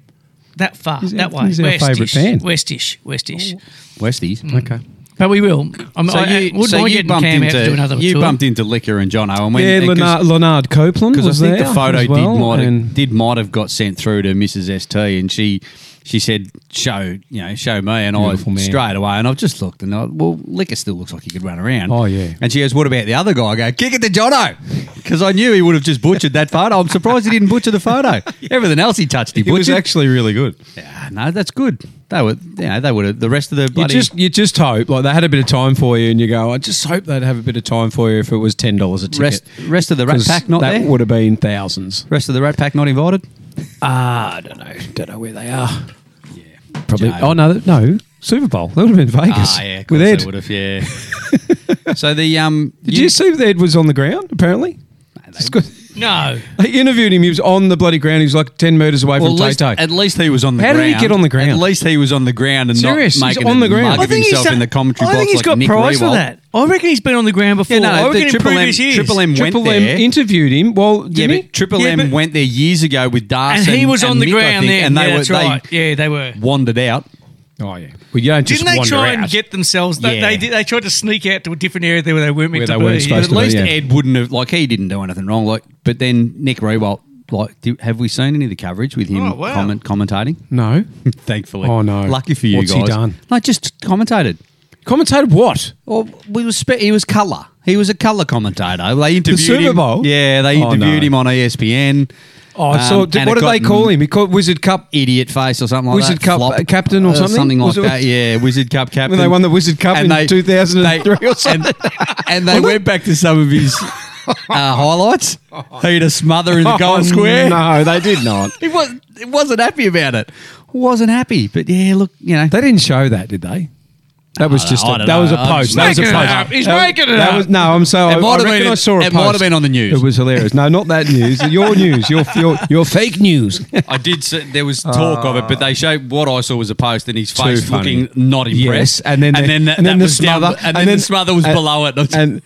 S2: that far that way.
S3: he's our favourite
S2: Westish,
S3: fan.
S2: Westish, Westish.
S5: Westies.
S3: Okay.
S2: But we will. I'm,
S5: So
S2: I, I
S3: uh,
S5: you,
S2: wouldn't
S5: so
S2: mind
S5: you
S2: getting
S5: bumped
S2: Cam out to do
S5: into
S2: another
S5: you
S2: tour.
S5: bumped into liquor and Jono, and when
S3: Yeah,
S5: and 'cause-
S3: Leonard, Leonard Copeland
S5: because
S3: was
S5: I think
S3: there
S5: the photo
S3: as well,
S5: did might have,
S3: and
S5: did might have got sent through to Mrs St, and she she said show you know show me, and I
S3: Beautiful man.
S5: straight away, and I've just looked, and I well liquor still looks like he could run around.
S3: Oh, yeah.
S5: and she goes, what about the other guy? I go kick it to Jono because I knew he would have just butchered that photo. I'm surprised he didn't butcher the photo. Everything else he touched, he
S3: it was
S5: butchered.
S3: actually really good.
S5: Yeah, no, that's good. They were you know they would have the rest of the
S3: You
S5: bloody.
S3: just you just hope like they had a bit of time for you, and you go, I just hope they'd have a bit of time for you if it was ten dollars a ticket.
S5: Rest, rest of the rat
S3: 'Cause
S5: pack not
S3: that
S5: there.
S3: would have been thousands.
S5: Rest of the rat pack not invited.
S3: Ah, I don't know, don't know where they are. Yeah, probably.
S5: Jail.
S3: Oh no, th- no Super Bowl. That would have been Vegas
S5: Ah, yeah, of
S3: with
S5: course
S3: Ed.
S5: they would have. Yeah. so the um,
S3: Did you, see that Ed was on the ground? Apparently, It's good.
S2: no,
S3: They interviewed him. He was on the bloody ground. He was like ten meters away
S5: Well, at
S3: from Tay
S5: least,
S3: Tay.
S5: at least he was on the
S3: How
S5: ground.
S3: did he get on the ground?
S5: At least he was on the ground and
S3: Serious, he's
S5: not making
S3: on
S5: a
S3: the ground.
S5: mug
S3: I
S5: of himself in the commentary
S2: I
S5: box
S2: think he's
S5: like
S2: got
S5: Nick
S2: prize
S5: Riewoldt.
S2: for that. I reckon he's been on the ground before.
S5: Yeah, no,
S2: I
S5: the
S2: reckon in
S5: Triple M-
S2: previous years.
S5: Triple M went
S3: Triple
S5: there.
S3: M interviewed him. Well,
S5: Yeah,
S3: didn't he?
S5: but Triple
S2: Yeah,
S5: M
S2: but-
S5: went there years ago with Darcy.
S2: and he was on the
S5: Mick, I
S2: ground
S5: think,
S2: then.
S5: and they
S2: yeah,
S5: were
S2: that's
S5: they
S2: right. Yeah, they were.
S5: wandered out.
S3: Oh yeah. Well, you don't just
S2: Didn't they
S3: wander
S2: try
S3: out.
S2: and get themselves? They,
S5: Yeah.
S2: they did. They tried to sneak out to a different area where they weren't meant
S3: Where
S2: to
S3: they
S2: be.
S3: weren't supposed
S5: But at
S3: Most of it,
S5: least
S3: yeah.
S5: Ed wouldn't have like he didn't do anything wrong. Like, but then Nick Rewalt. Like, do, have we seen any of the coverage with him
S2: Oh, wow.
S5: comment, commentating?
S3: no.
S5: Thankfully,
S3: Oh, no.
S5: Lucky for you
S3: What's he
S5: guys.
S3: done?
S5: No, just commentated.
S3: Commentated what?
S5: Well, we was spe- he was colour. He was a colour commentator. They interviewed
S3: Super
S5: him.
S3: Bowl?
S5: Yeah, they
S3: Oh,
S5: interviewed
S3: no.
S5: him on E ESPN.
S3: Oh,
S5: Um,
S3: so did,
S5: and
S3: what
S5: it
S3: did they
S5: got-
S3: call him? He called Wizard Cup.
S5: Idiot face or something like
S3: Wizard
S5: that.
S3: Cup, uh, captain or something?
S5: Something like
S3: Was it-
S5: that. Yeah, Wizard Cup captain.
S3: When they won the Wizard Cup in 2003 or something.
S5: And, and they went back to some of his uh, highlights. He had a smother in the goal
S3: Oh,
S5: square.
S3: No, they did not.
S5: He was he wasn't happy about it. Wasn't happy, but yeah, look, you know,
S3: They didn't show that, did they? That was just
S5: I
S3: a,
S5: don't
S3: that was a
S5: know. I'm
S3: post.
S5: just
S3: That was a
S2: making
S3: post.
S2: it up. He's
S3: That-
S2: making it
S3: that
S2: up.
S3: Was, no, I'm so. I,
S5: might
S3: I
S5: have
S3: reckon
S5: been-
S3: I saw a
S5: it might have
S3: post.
S5: been on the news.
S3: It was hilarious. No, not that news. Your news. Your your, your fake news.
S5: I did. See, there was talk of it, but they showed what I saw was a post and his face
S3: funny.
S5: looking not
S3: Yes,
S5: impressed.
S3: and then
S5: and
S3: the,
S5: then that, that was down- and, then, the smother was
S3: and-
S5: below it.
S3: and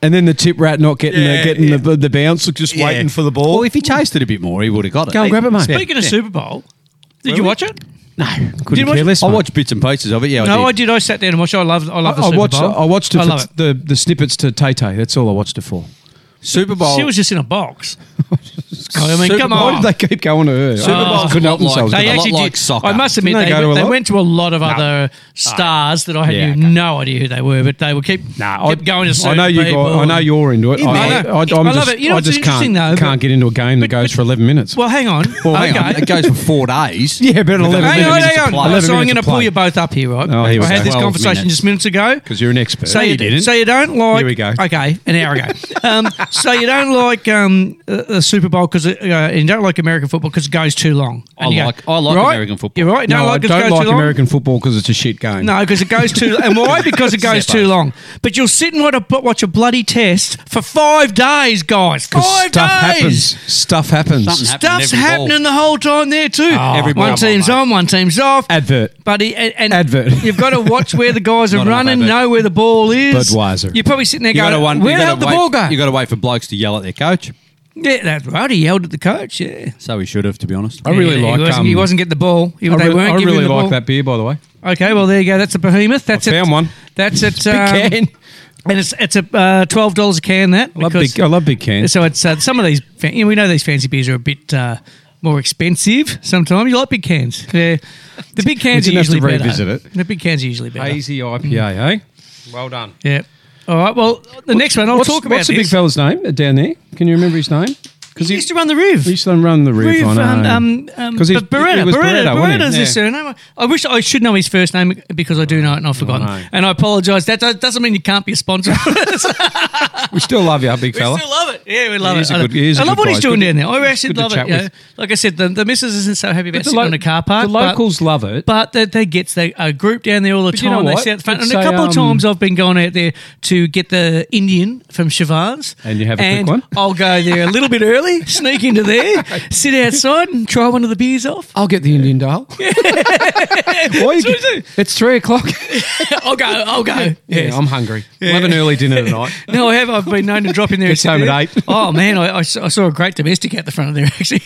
S3: and then the tip rat not getting
S5: Yeah,
S3: the, getting
S5: yeah.
S3: the the bounce, just
S5: Yeah.
S3: waiting for the ball.
S5: Well, if he chased it a bit more, he would have got it.
S3: Go and grab it, mate.
S2: Speaking of Super Bowl, did you watch it?
S3: No,
S2: Did you
S3: couldn't
S2: watch
S3: care
S2: it?
S3: less.
S5: I
S3: mate.
S5: watched bits and pieces of it. Yeah,
S2: No,
S5: I
S2: I
S5: did.
S2: did. I sat down and watched. I love. I love the
S3: I, I
S2: Super
S3: watched.
S2: Bowl.
S3: I watched it
S2: I
S3: for
S2: love it.
S3: the the snippets to Tay Tay. That's all I watched it for.
S5: Super Bowl.
S2: She was just in a box. I mean,
S5: Super
S2: come
S5: Bowl.
S3: Why
S2: on.
S3: did they keep going to her?
S5: Super
S3: I
S5: Bowl's
S3: couldn't help
S5: Uh, not like-
S3: themselves.
S5: they
S3: could
S5: a
S3: they?
S5: lot like soccer.
S2: I must admit,
S3: Didn't
S2: they,
S3: they go to a
S2: they
S3: lot?
S2: went to a lot of other stars that I had
S5: Yeah,
S2: you-
S5: okay.
S2: no idea who they were, but they were keep,
S3: Nah,
S2: kept going to
S3: I
S2: certain
S3: know you.
S2: people.
S3: Guys, I know you're into it.
S2: Yeah,
S3: I,
S2: man.
S3: I, I,
S2: I
S3: I'm
S2: love
S3: just,
S2: it. You know
S3: I
S2: what's
S3: just
S2: interesting,
S3: can't,
S2: though,
S3: can't
S2: but-
S3: get into a game that goes for 11 minutes.
S2: Well, hang on.
S5: Well, Oh, hang
S2: okay.
S5: on. It goes for four days.
S3: yeah, but 11
S2: Hang
S3: minutes.
S2: on,
S5: to
S2: hang
S5: play.
S2: on.
S3: 11
S2: So I'm
S3: minutes
S2: going to
S3: to
S2: pull
S3: play.
S2: you both up here, right?
S3: Oh, here we
S2: I had
S3: go.
S2: this
S5: 12
S2: conversation
S5: minutes.
S2: just minutes ago.
S3: Because you're an expert.
S2: So
S5: No,
S2: you,
S5: you didn't.
S2: So you don't like.
S3: Here we go.
S2: Okay, an hour ago. um, so you don't like um, uh, the Super Bowl because uh, and you don't like American football because it goes too long. And
S5: I
S2: you go,
S5: like- I like
S2: right?
S5: American football.
S2: You're right. You don't
S3: no,
S2: like
S3: I
S2: it 'cause it
S3: don't
S2: goes
S3: like
S2: too long?
S3: American football because it's a shit game.
S2: No, because it goes too. And why? Because it goes too long. But you'll sit and watch a, watch a bloody test for five days, guys.
S3: 'Cause
S2: Five
S3: stuff
S2: days.
S3: happens. Stuff happens.
S5: Something happens.
S2: Stuff's
S5: Every ball.
S2: happening the whole time there too.
S3: Oh,
S5: Every ball.
S2: one team's
S5: Come on,
S2: on, one team's off.
S3: Advert.
S2: Buddy, and, and
S3: Advert.
S2: You've got to watch where the guys are
S5: Not enough
S2: running,
S5: advert.
S2: know where the ball is.
S3: Budweiser.
S2: You're probably sitting there
S5: You
S2: going,
S5: gotta wonder-
S2: "Where
S5: you
S2: the
S5: gotta
S2: hell did the
S5: wait-
S2: ball go?"
S5: You got to wait for blokes to yell at their coach.
S2: yeah, that's right. He yelled at the coach. Yeah,
S5: So he should have, to be honest.
S3: I really
S2: Yeah,
S3: like.
S2: He wasn't,
S3: um,
S2: he wasn't getting the ball. He,
S3: I
S2: they
S3: really,
S2: weren't
S3: I
S2: giving
S3: really
S2: him the
S3: like
S2: ball.
S3: that beer, by the way.
S2: Okay, well there you go. That's a behemoth. That's
S3: I
S2: it.
S3: found one.
S2: That's it.
S3: Big
S2: um,
S3: can.
S2: and it's it's a uh, twelve dollars a can. That
S3: I love
S2: because-
S3: big. I love big cans.
S2: So it's uh, some of these. Fa- you know, we know these fancy beers are a bit uh, more expensive. Sometimes you like big cans. Yeah, the big cans are
S3: didn't have to
S2: usually
S3: revisit
S2: better.
S3: it.
S2: The big cans are usually better.
S3: Hazy IPA, eh? Well done.
S2: Yeah. All right. Well, the next one I'll
S3: what's,
S2: talk about.
S3: What's the big
S2: this.
S3: fella's name down there? Can you remember his name?
S2: He used to run the Riv.
S3: He used to run the roof,
S2: Riv,
S3: on
S2: um,
S3: our
S2: um,
S3: own.
S2: um,
S3: 'Cause he's-
S2: but Beretta,
S3: he was
S2: Beretta,
S3: wasn't he?
S2: Beretta's uh, his surname. I wish I should know his first name because I do know it and I've forgotten.
S3: no.
S2: And I apologise. That do- doesn't mean you can't be a sponsor.
S3: We still love you, big
S2: We
S3: fella.
S2: still love it. Yeah, we love
S3: He
S2: it.
S3: is a
S2: I
S3: good- he is
S2: I
S3: a
S2: love
S3: good
S2: what he's
S3: guy.
S2: doing
S3: Good-
S2: down there. I actually
S3: good to
S2: love it.
S3: chat
S2: you know.
S3: with.
S2: Like I said, the, the missus isn't so happy about
S3: The
S2: sitting
S3: lo-
S2: in a car park.
S3: The
S2: but-
S3: locals love it.
S2: But they, they get they are grouped down there all the
S3: But you
S2: time.
S3: know
S2: they
S3: what?
S2: sit out the front. And
S3: Let's
S2: a
S3: say,
S2: couple of
S3: um,
S2: times I've been going out there to get the Indian from Siobhan's.
S3: And you have a quick
S2: and
S3: one?
S2: I'll go there a little bit early, sneak into there, sit outside and try one of the beers off.
S3: I'll get the Indian Dale. Why you get- it's three o'clock.
S2: I'll go. I'll go. Yes.
S3: Yeah, I'm hungry. We'll have an early dinner tonight.
S2: No, I have. I've been known to drop in there.
S3: Gets
S2: and sit
S3: home
S2: there.
S3: at eight.
S2: Oh man, I, I saw I saw a great domestic out the front of there actually.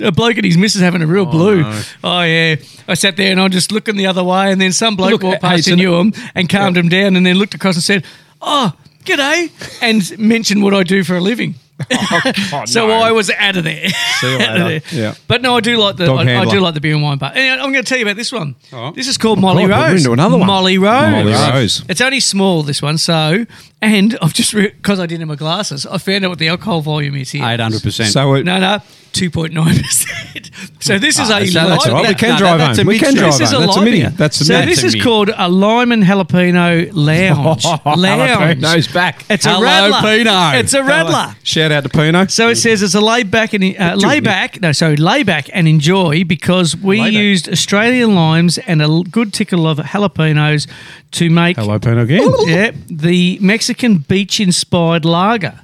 S2: A bloke and his missus having a real blue. Oh yeah, I sat there and I just looking the other way, and then some bloke
S3: Look,
S2: walked
S3: hey,
S2: past
S3: so
S2: and
S3: the-
S2: knew him and calmed him down, and then looked across and said, "Oh, g'day," and mentioned what I do for a living.
S3: Oh,
S2: so I was out of there.
S3: See you
S2: Out of
S3: later.
S2: there.
S3: uh, Yeah.
S2: But no, I do like the I,
S3: Dog
S2: I do
S3: handler.
S2: like the beer and wine bar. Anyway, I'm going to tell you about this one.
S3: All right.
S2: This is called Molly
S3: God, we're
S2: Rose.
S3: into another one.
S2: Molly Rose.
S3: Molly Rose.
S2: It's only small this one, so and I've just because I didn't have my glasses, I found out what the alcohol volume is here.
S5: Eight hundred percent.
S3: So it,
S2: No, no, two point nine percent. So this
S3: Ah,
S2: is a
S5: that's-
S2: lime.
S5: that's
S3: all right. We
S5: that-
S3: can
S5: no,
S3: drive
S5: that's a
S3: home. We can
S5: mixture.
S3: drive
S2: This
S3: home.
S2: is a
S3: That's a
S2: lime
S3: mini.
S2: beer.
S3: That's a
S2: so
S3: mini.
S2: this is
S5: mini.
S2: called a lime and jalapeno lounge. lounge.
S3: Jalapeno's back.
S2: It's a
S5: Hello,
S2: rattler.
S5: Pino.
S2: It's a rattler.
S3: Shout out to Pino.
S2: So it says it's a laid back and uh, lay back. No, sorry, lay back and enjoy because we
S3: Layback.
S2: used Australian limes and a l- good tickle of jalapenos to make
S3: Hello, Pino again.
S2: yeah, the Mexican beach inspired lager.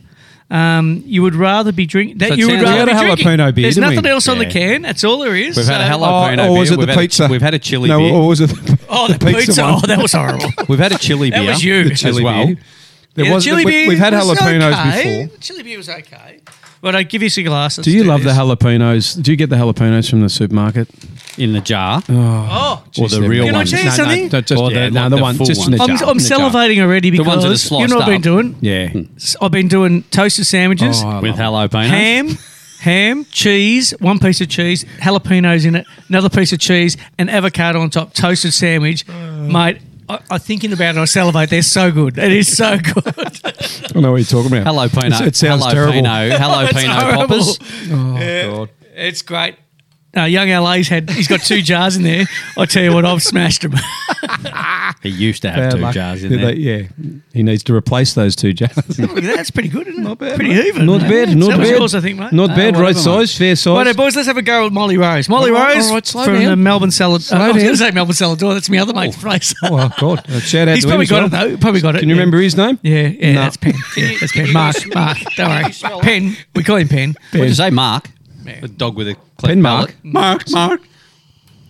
S2: Um, you would rather be drinking that.
S5: So it
S2: you would
S5: sounds- We
S2: rather
S5: had
S2: be
S3: a
S2: drinking.
S3: jalapeno beer,
S2: There's
S3: didn't we?
S2: nothing else on the
S5: Yeah.
S2: can. That's all there is.
S5: We've had a
S2: So-
S5: jalapeno
S3: or
S5: beer.
S3: was it
S5: we've
S3: the
S5: had a-
S3: pizza?
S5: we've had a chili
S3: no,
S5: beer.
S3: or was it the,
S2: Oh, the pizza!
S3: one?
S2: Oh, that was horrible.
S5: We've had a chili
S2: That
S5: beer.
S2: was you. The
S5: as
S3: chili
S5: well.
S3: beer. There
S2: Yeah,
S3: was,
S2: chili
S3: we,
S2: beer
S3: we've had
S2: was
S3: jalapenos
S2: okay.
S3: before.
S2: Chili beer was okay. But I give you some glasses.
S3: Do you love
S2: this.
S3: the jalapenos? Do you get the jalapenos from the supermarket?
S5: in the jar
S2: Oh,
S5: or the
S3: they're-
S5: real
S2: Can I
S5: ones.
S2: tell you something?
S3: No, just,
S5: Or
S3: yeah,
S5: the-
S3: no,
S5: like
S3: the
S5: the
S3: one,
S5: full
S3: just in
S5: ones.
S3: the
S2: I'm,
S3: jar.
S2: I'm
S3: in the jar.
S2: salivating already
S5: ones that are
S2: because you
S5: sliced
S2: know what I've been
S5: up.
S2: doing.
S3: Yeah.
S2: I've been doing toasted sandwiches,
S3: Oh, I
S5: with jalapenos.
S2: ham, ham, cheese, one piece of cheese, jalapenos in it, another piece of cheese, and avocado on top. Toasted sandwich,
S3: Oh.
S2: mate. I, I'm thinking about it. I salivate. They're so good. It is so good.
S3: I know what you're talking about.
S5: Hello, Pino.
S3: It's- It sounds
S5: Hello,
S3: terrible. Oh,
S5: Pino. Hello,
S2: That's
S5: Pino
S2: horrible.
S5: poppers.
S3: God.
S2: It's great. Uh, young LA's had he's got two jars in there. I tell you what, I've smashed them.
S5: He used to
S3: Bad
S5: have two
S3: luck.
S5: jars in
S3: Did
S5: there.
S3: they- yeah, he needs to replace those two jars.
S2: Look at that, that's pretty good, isn't it? Not
S3: bad,
S2: Pretty
S3: mate.
S2: even.
S3: Not
S2: Yeah,
S3: bad,
S2: so
S3: not
S2: that was
S3: bad.
S2: yours, I think, mate.
S3: Not bad, right
S5: whatever, mate.
S3: size, fair size.
S2: Righto, boys, let's have a go at Molly Rose. Molly
S3: All right,
S2: Rose
S3: all right, slow
S2: from
S3: down.
S2: the Melbourne Salad.
S3: Slow
S2: I was going
S3: down.
S2: to say Melbourne Salad Door. That's my other mate's phrase.
S3: Oh God! Uh, Shout out
S2: He's
S3: to
S2: probably
S3: him as
S2: got
S3: well.
S2: it though. Probably got it.
S3: Can you
S2: Yeah.
S3: remember his name?
S2: Yeah, yeah,
S3: No.
S2: that's Pen. Yeah, that's Pen. Mark, Mark, don't worry. Pen. We call him Pen.
S5: What'd you say, Mark? The dog with a cleft
S3: Pen Mark.
S5: palate. Mark, Mark.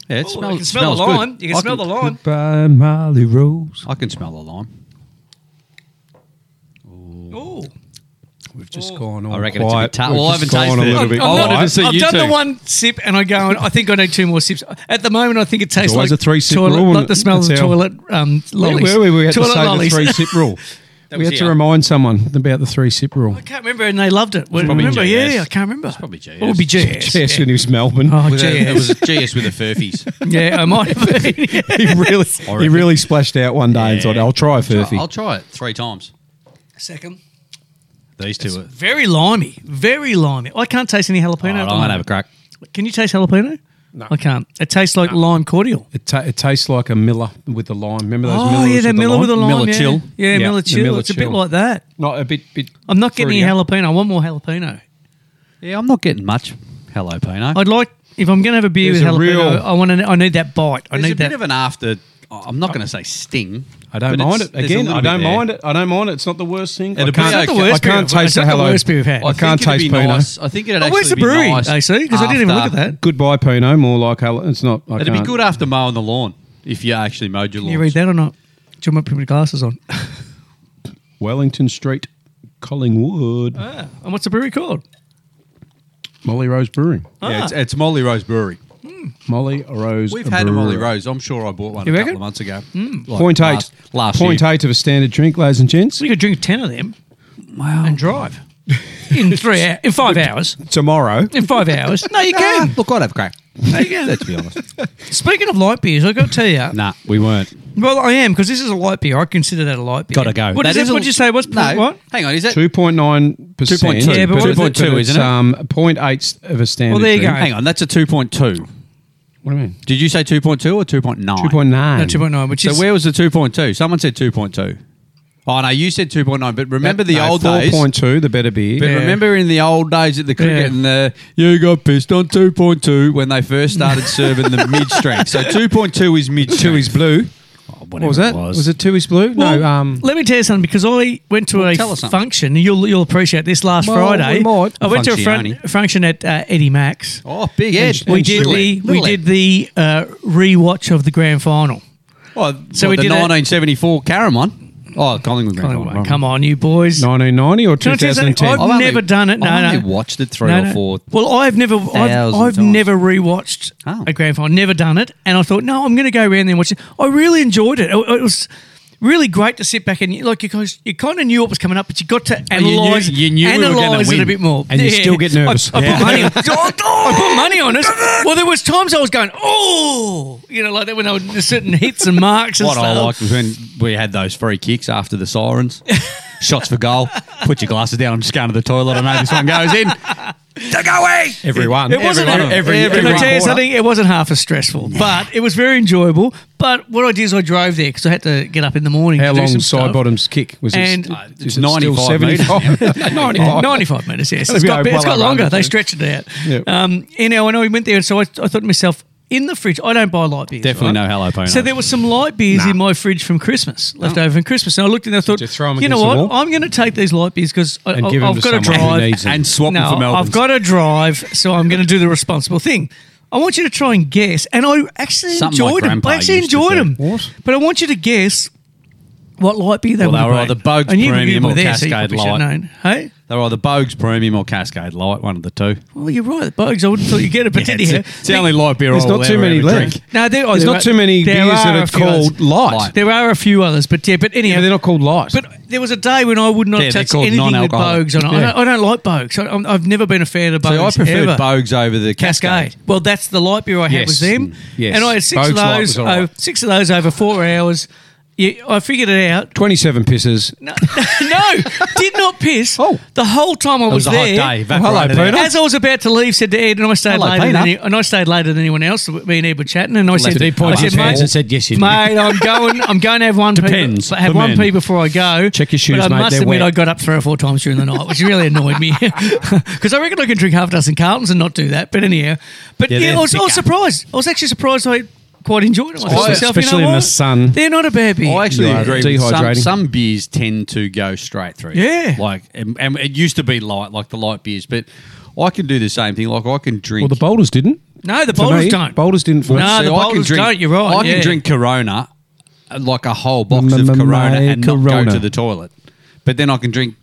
S5: Yeah, it
S2: Oh,
S5: smells,
S2: I can smell the
S5: smells good.
S2: lime. You can
S5: I
S2: smell the lime.
S3: Goodbye, Molly Rose.
S5: I can smell the lime.
S2: Oh,
S3: We've just gone on.
S5: I reckon it's a
S3: quiet.
S5: bit tart.
S3: We've
S5: Well, I
S3: just
S5: haven't
S3: gone a
S5: tasted it.
S3: little bit
S5: I
S3: quiet.
S5: wanted to see
S2: I've
S5: you
S2: done the
S5: two.
S2: one sip and I go, and I think I need two more sips. At the moment, I think it tastes
S3: always
S2: like
S3: a three-sip
S2: toilet,
S3: rule,
S2: like the
S3: isn't it?
S2: smell of
S3: That's how-
S2: toilet um,
S3: Where
S2: lollies.
S3: were we? We had to
S2: toilet
S3: say
S2: lollies.
S3: the three sip rule. we
S5: was
S3: had to
S5: here.
S3: remind someone about the three sip rule.
S2: I can't remember, and they loved it. Well,
S5: probably
S2: remember?
S5: GS.
S2: Yeah, I can't remember. It's
S5: probably GS.
S2: It would be GS.
S3: Yes, when he was Melbourne,
S2: Oh,
S5: With a- It was
S2: GS.
S5: a GS with a furfies.
S2: Yeah, I might have been.
S3: he really, he
S5: reckon.
S3: really splashed out one day and thought, "I'll try a furphy."
S5: I'll try it three times.
S2: Second.
S5: These two are.
S2: Very limey. Very limey. Oh, I can't taste any
S5: All
S2: jalapeno.
S5: right,
S2: at
S5: I'm
S2: the
S5: going to
S2: moment.
S5: have a crack.
S2: Can you taste jalapeno? No. I can't. It tastes like lime cordial.
S3: It, ta- it tastes like a Miller with the lime. Remember those?
S2: Oh,
S3: Millers
S2: yeah, that
S3: with
S2: Miller
S3: the
S2: with a lime.
S5: Miller
S2: yeah.
S5: chill.
S2: Yeah,
S3: Yeah,
S2: Miller
S3: the
S2: chill.
S3: Miller
S2: it's a bit
S3: chill.
S2: like that.
S3: Not a bit. bit
S2: I'm not getting any
S3: fruitier.
S2: jalapeno. I want more jalapeno.
S5: Yeah, I'm not getting much jalapeno.
S2: I'd like, if I'm going to have a beer
S3: There's
S2: with
S3: a
S2: jalapeno,
S3: real-
S2: I, want to, I need that bite. I
S5: There's a
S2: need
S5: bit
S2: that.
S5: of an after. I'm not going to say sting.
S3: I don't
S5: but
S3: mind
S5: it's-
S3: it.
S5: there's a
S3: Again,
S5: little
S3: I
S5: bit
S3: don't
S5: there.
S3: mind it. I don't mind it. It's not the worst thing.
S5: It'll
S3: I
S5: be
S3: can't,
S5: okay. It's not the
S3: I
S2: worst
S3: can't
S2: beer.
S3: taste
S2: It's
S3: the
S2: not the
S3: hello.
S2: worst beer we've had.
S3: I
S2: I
S3: can't
S5: think it'd
S3: taste
S5: be
S3: Pinot.
S5: nice. I think it'd
S2: Oh,
S5: actually
S2: where's the
S5: be
S2: brewery,
S5: nice
S2: AC? Because I didn't even look at
S5: after-
S2: that.
S3: Goodbye Pinot. More like hello. It's not. I
S5: It'd be
S3: can't.
S5: good after mowing the lawn if you actually mowed your
S2: Can
S5: lawn.
S2: you read that or not? Do you want to put my glasses on?
S3: Wellington Street, Collingwood,
S2: and what's the brewery called?
S3: Molly Rose Brewing.
S5: Yeah, it's, it's Molly Rose Brewery.
S3: Molly Rose.
S5: We've had a Molly
S3: Brewery.
S5: Rose. I'm sure I bought one
S2: You
S5: a
S2: reckon? Hmm.
S5: couple of months ago. Like
S3: Point eight.
S5: Last, last
S3: Point
S5: year.
S3: eight of a standard drink, ladies and gents.
S2: We could drink 10 of them
S5: Wow.
S2: and drive in three hours, in five hours.
S3: Tomorrow.
S2: In five hours. No, you can.
S5: look, I'd have a crack.
S2: There you go.
S5: Let's be honest.
S2: Speaking of light beers, I've got to tell you.
S5: nah, we weren't.
S2: Well, I am, because this is a light beer. I consider that a light beer.
S5: Gotta go.
S2: What is
S5: That
S2: it?
S5: is a-
S2: What'd you say? What's
S5: No.
S2: what?
S5: Hang on, is that?
S3: Two point nine percent.
S5: 2.2.
S2: Yeah, but what is it?
S5: 2.2, isn't it?
S3: Um, point eight of a standard.
S2: Well, there you go.
S5: Hang on, that's a 2.2.
S3: What do you mean?
S5: Did you say 2.2 or 2.9?
S3: Two point nine.
S2: No, 2.9, which
S5: So
S2: is.
S5: where was the 2.2? Someone said 2.2. Oh, no, you said 2.9, but remember the old
S3: four
S5: days.
S3: point two. The better beer.
S5: But
S2: Yeah.
S5: remember in the old days at the cricket
S2: Yeah.
S5: and the you got pissed on 2.2 when they first started serving the mid strength. So 2.2 is mid
S3: Two is blue. Oh, What was that? Was. it two is blue?
S2: Well,
S3: no. Um,
S2: let me tell you something because I went to
S5: tell
S2: a
S5: us something.
S2: function. You'll you'll appreciate this last
S3: Well,
S2: Friday.
S3: we might.
S2: I went to a fun-
S5: Functione.
S2: function at uh, Eddie Max.
S5: Oh, big Ed.
S3: we
S2: we did the we did the uh, rewatch of the grand final.
S5: Oh,
S2: so
S5: so
S2: we
S5: we the
S2: did a-
S5: 1974 Caramon. Oh, Collingwood. Grand
S2: Come
S5: Final.
S2: on, come on, you boys.
S3: 1990 or
S2: Can I tell you something?
S3: 2010?
S2: I've
S5: I've
S2: never
S5: only-
S2: done it. No,
S5: I've
S2: no.
S5: only watched it three or four
S2: Well, I've never, I've,
S5: thousand
S2: I've
S5: times.
S2: never rewatched
S5: Oh.
S2: a grand final. Never done it, and I thought, no, I'm going to go around there and watch it. I really enjoyed it. It, it was really great to sit back and like you guys, you kind of knew what was coming up, but you got to
S5: Oh, you knew-
S2: analyze,
S5: you knew we were gonna
S2: analyze it a
S5: win.
S2: bit more,
S3: And you still get nervous.
S2: I, I
S3: Yeah.
S2: put money. On, Oh, I put money on it. Well, there was times I was going, oh, you know, like that when they were certain hits and marks and
S5: What I
S2: stuff.
S5: liked was when we had those free kicks after the sirens. Shots for goal. Put your glasses down. I'm just going to the toilet. I know this one goes in. Take away.
S3: Everyone.
S2: It wasn't
S5: Everyone-
S2: a-
S5: every-
S2: Can I
S5: everyone
S2: tell you
S5: bought
S2: something? It wasn't half as stressful, but it was very enjoyable. But what I did is I drove there because I had to get up in the morning.
S3: How
S2: to do
S3: long
S2: some
S3: side
S2: stuff.
S3: bottoms kick? Was
S2: And-
S3: it,
S2: Uh,
S3: is
S5: it's
S3: it still
S5: 95
S3: 75? 95.
S2: 95 minutes, yes.
S3: That'd
S2: It's
S3: be
S2: got,
S3: well
S2: it's got
S3: over
S2: longer.
S3: 100,
S2: They
S3: yeah.
S2: stretched it out.
S3: Yeah.
S2: Um, anyhow, I know we went there, and so I, I thought to myself, in the fridge, I don't buy light beers.
S5: Definitely
S2: right?
S5: no jalapeno.
S2: So there was some light beers in my fridge from Christmas, left over from Christmas. And I looked in there and I thought,
S3: you throw 'em
S2: you know
S3: against the
S2: what?
S3: wall?
S2: I'm going to take these light beers because I've
S3: And give 'em
S2: got
S3: to
S2: to
S3: someone who
S2: drive.
S3: needs 'em.
S5: and swap them
S2: No,
S5: for Melbourne.
S2: I've got to drive, so I'm going to do the responsible thing. I want you to try and guess, and I actually
S5: Something my
S2: enjoyed them.
S5: grandpa
S2: I actually
S5: used to
S2: enjoyed
S5: do.
S2: them.
S3: What?
S2: But I want you to guess what light beer they
S5: Well, they
S2: were.
S5: were either Bogues Premium or Cascade Light.
S2: Hey,
S5: They were either Bogues Premium or Cascade Light, one of the two.
S2: well, you're right. The Bogues. I wouldn't thought you get it, but did you?
S5: It's the only light beer
S3: There's
S5: I
S3: not
S5: will
S3: too
S5: ever,
S3: many
S5: ever
S3: left.
S5: drink.
S2: No, there,
S3: There's
S2: there
S3: not too many
S2: there
S3: beers that
S2: a
S3: are
S2: few others.
S3: called light.
S5: Light.
S2: There are a few others, but yeah, but anyhow,
S3: They're not called light.
S2: But there was a day when I would not
S5: Yeah, they're
S2: touch
S5: called
S2: anything with
S5: non-alcoholic.
S2: Bogues on it. I,
S5: Yeah.
S2: don't, I don't like Bogues. I, I'm, I've never been a fan of
S5: See, I
S2: Bogues.
S5: preferred
S2: ever.
S5: Bogues over the
S2: Cascade.
S5: Cascade.
S2: Well, that's the light beer I had
S3: Yes.
S2: was them.
S3: Mm. Yes.
S2: And I had six
S3: Bogues
S2: of
S3: Light
S2: those.
S3: was all right.
S2: oh, six of those over four hours. Yeah, I figured it out.
S3: 27 pisses.
S2: No, no, did not piss.
S5: Oh.
S2: the whole time I
S5: It
S2: was,
S5: was a hot
S2: there.
S5: day.
S3: hello,
S5: evaporated out.
S3: Peter.
S2: As I was about to leave, said to Ed, and I stayed
S5: Hello,
S2: later.
S5: Peter.
S2: Than any, and I stayed later than anyone else. Me and Ed were chatting, and I said,
S6: Did he
S2: I
S6: point
S2: said,
S6: his
S2: "Mate,
S6: hands and said, yes, you did?
S2: Mate, I'm going. I'm going to have one.
S5: Depends
S2: Pee, have
S5: for
S2: one
S5: men.
S2: pee before I go.
S3: Check your shoes,
S2: But I
S3: mate,
S2: must
S3: they're
S2: admit,
S3: wet.
S2: I got up three or four times during the night, which really annoyed me because I reckon I can drink half a dozen cartons and not do that. But anyhow, but yeah,
S6: they're
S2: I, was, I was
S6: thicker.
S2: surprised. I was actually surprised. I quite enjoyed it myself. you know
S3: Especially in the
S2: what?
S3: sun.
S2: They're not a bad beer.
S5: I actually
S3: Yeah,
S5: agree. with Some,
S3: dehydrating.
S5: some beers tend to go straight through.
S2: Yeah.
S5: like and, and it used to be light, like the light beers, but I can do the same thing. Like I can drink.
S3: Well, the boulders didn't.
S2: no, the
S3: For
S2: boulders
S3: me,
S2: don't.
S3: Boulders didn't for
S2: No,
S3: us.
S2: Ah, the
S5: I can
S2: boulders don't, you're right,
S5: I
S2: yeah.
S5: can drink Corona, uh, like a whole box of
S3: Mm, mm,
S5: Corona,
S3: mm,
S5: and not
S3: Corona.
S5: go to the toilet. But then I can drink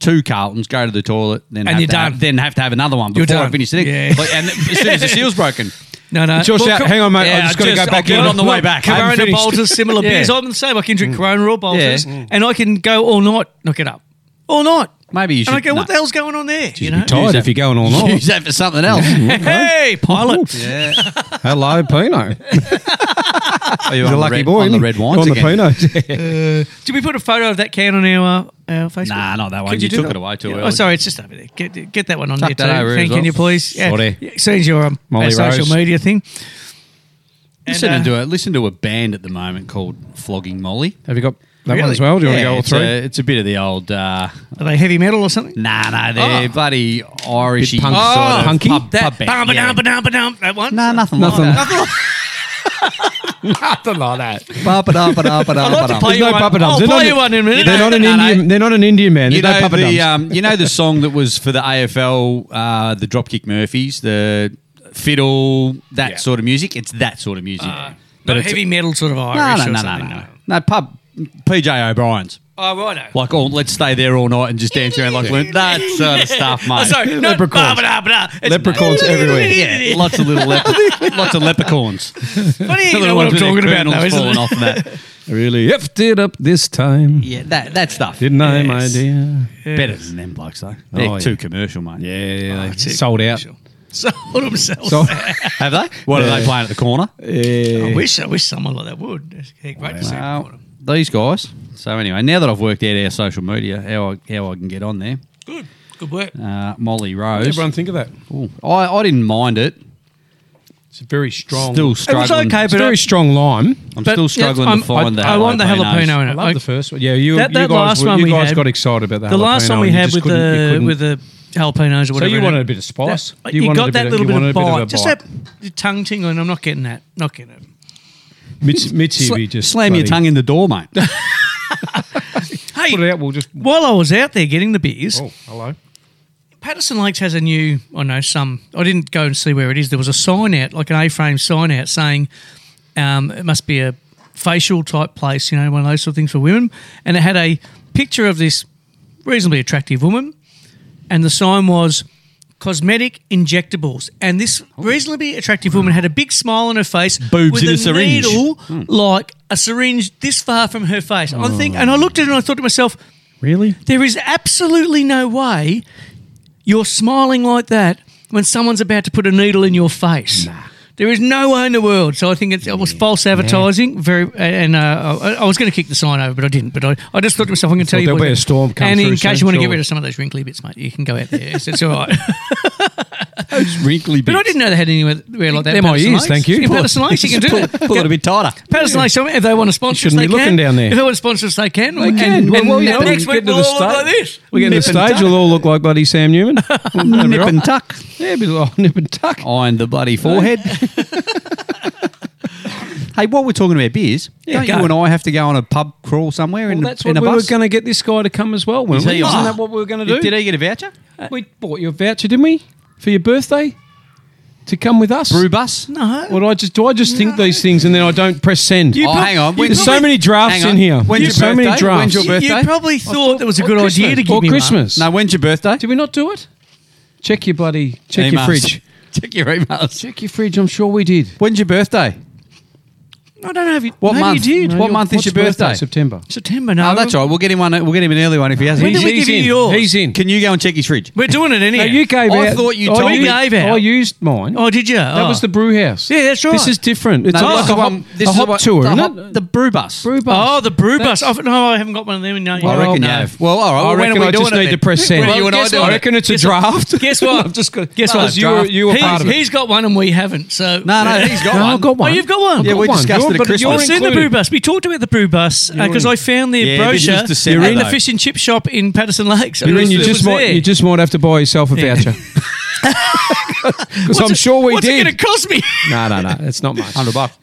S5: two Carltons, go to the toilet, then
S2: And
S5: have
S2: you're
S5: to have-
S2: done.
S5: then have to have another one
S2: You're
S5: before I
S2: done.
S5: finish the next.
S2: Yeah.
S5: Like, and as soon as the seal's broken,
S2: No, no.
S3: Josh, out-
S2: come-
S3: hang on, mate.
S2: Yeah,
S3: I've just got to go back
S5: I'll
S3: in.
S5: get it on the way back. I haven't
S2: Corona
S5: finished.
S2: Bolters, similar
S5: Yeah. Mm.
S2: beers. I'm the same. I can drink Corona or Bolters,
S5: Yeah.
S2: and I can go all night, not get up, all night.
S5: Maybe you
S2: And I
S5: should-
S2: go,
S5: no.
S2: what the hell's going on there? You know,
S3: You're tired if you're going all
S5: use
S3: night.
S5: that for something else.
S2: hey, pilot.
S5: yeah,
S3: Hello, Pino.
S5: oh, you're
S3: He's a
S5: on the
S3: lucky
S5: red,
S3: boy.
S5: on the
S3: isn't he?
S5: red wines
S3: On
S5: again.
S3: the Pino.
S2: Did we put a photo of that can on our uh, our Facebook?
S5: Nah, not that one.
S2: Could
S5: You,
S2: do
S5: took
S2: that?
S5: it away too early.
S2: Oh, sorry, it's just over there. Get, get that one on
S5: Tuck
S2: there
S5: that
S2: too.
S5: over
S2: Thank
S5: as well.
S2: you, please. Yeah.
S3: Sorry.
S2: Yeah, Seeing as you're um,
S3: Molly
S2: our social
S3: Rose.
S2: media thing.
S5: Listen
S2: And, uh,
S5: to a listen to a band at the moment called Flogging Molly.
S3: Have you got that one
S2: Really?
S3: as well? Do you
S5: Yeah,
S3: want
S5: it's
S3: to go all three?
S5: A, it's a bit of the old. Uh,
S2: Are they heavy metal or something?
S5: nah, nah,
S2: Oh.
S5: they're bloody Irishy
S3: Bit punk-
S5: sort of
S3: punky?
S5: pub,
S2: That,
S5: pub band.
S2: bum,
S5: yeah.
S2: ba-dum, ba-dum, ba-dum, that one?
S5: Nah, nothing,
S3: Nothing.
S5: like that.
S3: Nothing like that.
S2: I'd like to play
S3: There's
S2: you
S3: no
S2: one.
S3: puppet
S2: I'll
S3: They're
S2: play
S3: not-
S2: you one in a minute.
S3: They're not an
S5: No, no.
S3: Indian. They're not an Indian man.
S5: You
S3: There's no
S5: know,
S3: puppet
S5: the,
S3: dumpsters.
S5: um, you know the song that was for the AFL, uh, the Dropkick Murphys, the fiddle, that sort of music? It's that sort of music.
S2: But
S5: it's-
S2: Uh, heavy metal sort of
S5: no,
S2: Irish
S5: no,
S2: or
S5: no, no,
S2: something.
S5: no, no. No, pub, PJ O'Brien's.
S2: Oh, righto.
S5: Like, oh, let's stay there all night and just dance around like loons. that sort of stuff, mate.
S2: Oh, sorry. No,
S3: Leprechauns.
S2: blah, blah, blah, blah. It's-
S3: Leprechauns everywhere.
S5: Yeah, lots of little leper- lots of leprechauns.
S2: Funny, you
S5: Little
S2: know what I'm
S5: ones with
S2: talking
S5: their
S2: about now,
S5: kernels
S2: isn't
S5: falling
S2: it?
S5: off and that.
S3: really effed it up this time.
S5: Yeah, that that stuff.
S3: Didn't I, my dear?
S5: Better than them blokes though. They're
S3: Oh, yeah.
S5: too commercial, mate.
S3: Yeah, yeah, yeah.
S2: it.
S3: sold out.
S2: Sold themselves.
S3: Sold-
S5: Have they? What are
S3: Yeah.
S5: they playing at the corner?
S2: I wish I wish someone like that would. That's great to see.
S5: Well, these guys. So anyway, now that I've worked out our social media, how I, how I can get on there,
S2: Good. Good work.
S5: uh, Molly Rose.
S3: Everyone think of that.
S5: Ooh, I I didn't mind it.
S3: It's very strong.
S5: Still struggling.
S2: okay,
S3: it's
S2: but I-
S3: very strong lime.
S5: I'm
S2: but
S5: still
S2: yes,
S5: struggling
S2: I'm-
S5: to find
S2: I-
S5: the.
S2: I want the
S5: jalapenos.
S2: jalapeno in
S3: I
S2: it.
S3: love
S2: I-
S3: the first one. Yeah, you,
S2: That-
S3: you
S2: that
S3: guys,
S2: last
S3: were-
S2: one
S3: you
S2: we
S3: guys
S2: had-
S3: got excited about the
S2: The last
S3: jalapeno
S2: one we
S3: and you
S2: had
S3: just
S2: with
S3: couldn't- you
S2: the
S3: couldn't-
S2: with the jalapenos or
S3: So
S2: whatever.
S3: you
S2: in
S3: wanted
S2: it.
S3: a bit of spice.
S2: That-
S3: you
S2: you
S3: wanted a
S2: got
S3: bit
S2: that
S3: of-
S2: little
S3: you
S2: bit of
S3: wanted a bit of a
S2: bite. Just
S3: bite.
S2: that the tongue tingling. I'm not getting that. Not getting it.
S3: Mitch, Mitch here,
S5: Sla-
S3: we just
S5: slam your
S3: bloody-
S5: tongue in the door, mate.
S2: Hey,
S3: Put it out. We'll just.
S2: while I was out there getting the beers,
S3: Oh, hello.
S2: Patterson Lakes has a new, I know some, I didn't go and see where it is. There was a sign out, like an A frame sign out saying um, it must be a facial type place, you know, one of those sort of things for women. And it had a picture of this reasonably attractive woman, and the sign was cosmetic injectables. And this reasonably attractive woman had a big smile on her face,
S5: Oh.
S2: with
S5: Boobs in
S2: a,
S5: a syringe. Hmm.
S2: needle like a syringe this far from her face. I think,
S5: Oh.
S2: and I looked at it and I thought to myself,
S3: Really?
S2: there is absolutely no way you're smiling like that when someone's about to put a needle in your face. There is no way in the world. So I think it's, it was false advertising. Very, and uh, I, I was going to kick the sign over, but I didn't. But I, I just thought to myself, I'm going to tell you.
S3: there'll
S2: what-
S3: be a storm come
S2: And in
S3: through
S2: case
S3: soon,
S2: you want to get
S3: surely.
S2: rid of some of those wrinkly bits, mate, you can go out there. It's, it's all right.
S5: Wrinkly
S2: but I
S5: bits.
S2: didn't know they had anywhere like that.
S3: They're my
S2: Patterson
S3: ears,
S2: Lakes.
S3: thank you.
S2: In Patterson Lakes, you can do that.
S5: Pull it a bit tighter.
S2: Patterson Lakes, so if they want to sponsor us,
S3: shouldn't
S2: they
S3: be looking
S2: can.
S3: down there.
S2: If they want to sponsor us, they can. They
S3: Again,
S2: And,
S3: well,
S2: and,
S3: well, you
S2: and
S3: know,
S2: next
S3: we
S2: week
S3: get to
S2: we'll
S3: the
S2: all look
S3: sta-
S2: like this.
S3: We get to the stage, we'll all look like bloody Sam Newman. nip and tuck. Oh, Yeah, be like nip and tuck.
S5: Iron the bloody forehead. hey, while we're talking about beers, don't
S2: go.
S5: you and I have to go on a pub crawl somewhere in,
S3: Well,
S5: the-
S3: that's
S5: in
S3: what
S5: a
S3: we
S5: bus?
S3: were going to get this guy to come as well, weren't
S5: Is he
S3: we?
S5: on?
S3: Isn't that what we were going to do?
S5: Did he get a voucher?
S3: we bought you a voucher, didn't we, for your birthday to come with us?
S5: Brew bus?
S2: No.
S3: Well, I just do I just think these things and then I don't press send.
S5: oh, hang on.
S3: There's so
S5: when-
S3: many drafts
S5: hang on.
S3: in here.
S5: When's
S3: There's
S5: your
S3: so many
S5: birthday?
S3: drafts.
S5: When's your
S2: You-
S5: birthday?
S2: You probably thought that was a good idea to give
S3: or
S2: me
S3: Oh, Christmas.
S5: no, when's your birthday?
S3: Did we not do it? Check your bloody check your
S5: Emails.
S3: fridge.
S5: Check your emails.
S3: Check your fridge. I'm sure we did.
S5: When's your birthday?
S2: I don't know if you.
S5: What
S2: maybe
S5: month?
S2: You did.
S5: No, What month is
S3: What's
S5: your birthday?
S3: September.
S2: September. No,
S5: Oh, that's all right. We'll get him one. We'll get him an early one if he hasn't.
S2: When did
S5: He's-
S2: we
S3: he's
S2: give you
S3: in.
S2: yours?
S3: He's in.
S5: Can you go and check his fridge?
S2: We're doing it anyhow.
S3: No, you gave
S5: I
S3: out- Oh,
S5: thought you
S3: I
S5: told
S3: u-
S2: me- gave out.
S3: I used mine.
S2: Oh, did you?
S3: That was the brew house.
S2: Yeah, that's right.
S3: This is different. It's
S5: No,
S3: a,
S5: this
S3: like
S5: is
S3: a,
S5: the
S3: hop,
S5: hop- this
S3: a
S5: is
S3: hop
S5: what-
S3: tour,
S5: the
S3: isn't
S5: hop-
S3: it?
S5: The brew bus.
S3: brew bus.
S2: Oh, the brew bus. I've, no, I haven't got one of them. No,
S5: I reckon you have. Well, all right. Well,
S3: I
S5: when are
S3: reckon
S5: we
S3: I
S5: doing
S3: just
S5: it
S3: need
S5: then?
S3: to press send.
S5: When are you and I
S2: guess
S5: doing
S2: what?
S3: I
S5: it?
S3: reckon it's a
S2: Guess what?
S3: draft.
S2: Guess what?
S3: I've just got.
S2: Guess what?
S3: You were, you were
S2: he's,
S3: part of it.
S2: he's got one and we haven't. So
S5: No, no, he's got
S3: no,
S5: one.
S3: I've got one.
S2: Oh, you've got one.
S5: Yeah,
S2: I've
S5: we
S2: got one.
S5: discussed
S3: You're-
S5: it at
S3: but you're
S5: Christmas.
S2: I've seen the brew bus. We talked about the brew bus because
S3: in-
S2: I found their
S5: Yeah, but you
S2: brochure
S5: just said
S2: in the
S5: that.
S2: fish and chip shop in Patterson Lakes.
S3: You
S2: It
S3: mean
S2: was-
S3: you
S2: it
S3: just
S2: was
S3: might
S2: there.
S3: you just might have to buy yourself a voucher? Because
S2: What's
S3: I'm
S2: it-
S3: sure we
S2: what's
S3: did.
S2: it going to cost me?
S3: No, no, no. It's not much.
S5: Hundred bucks.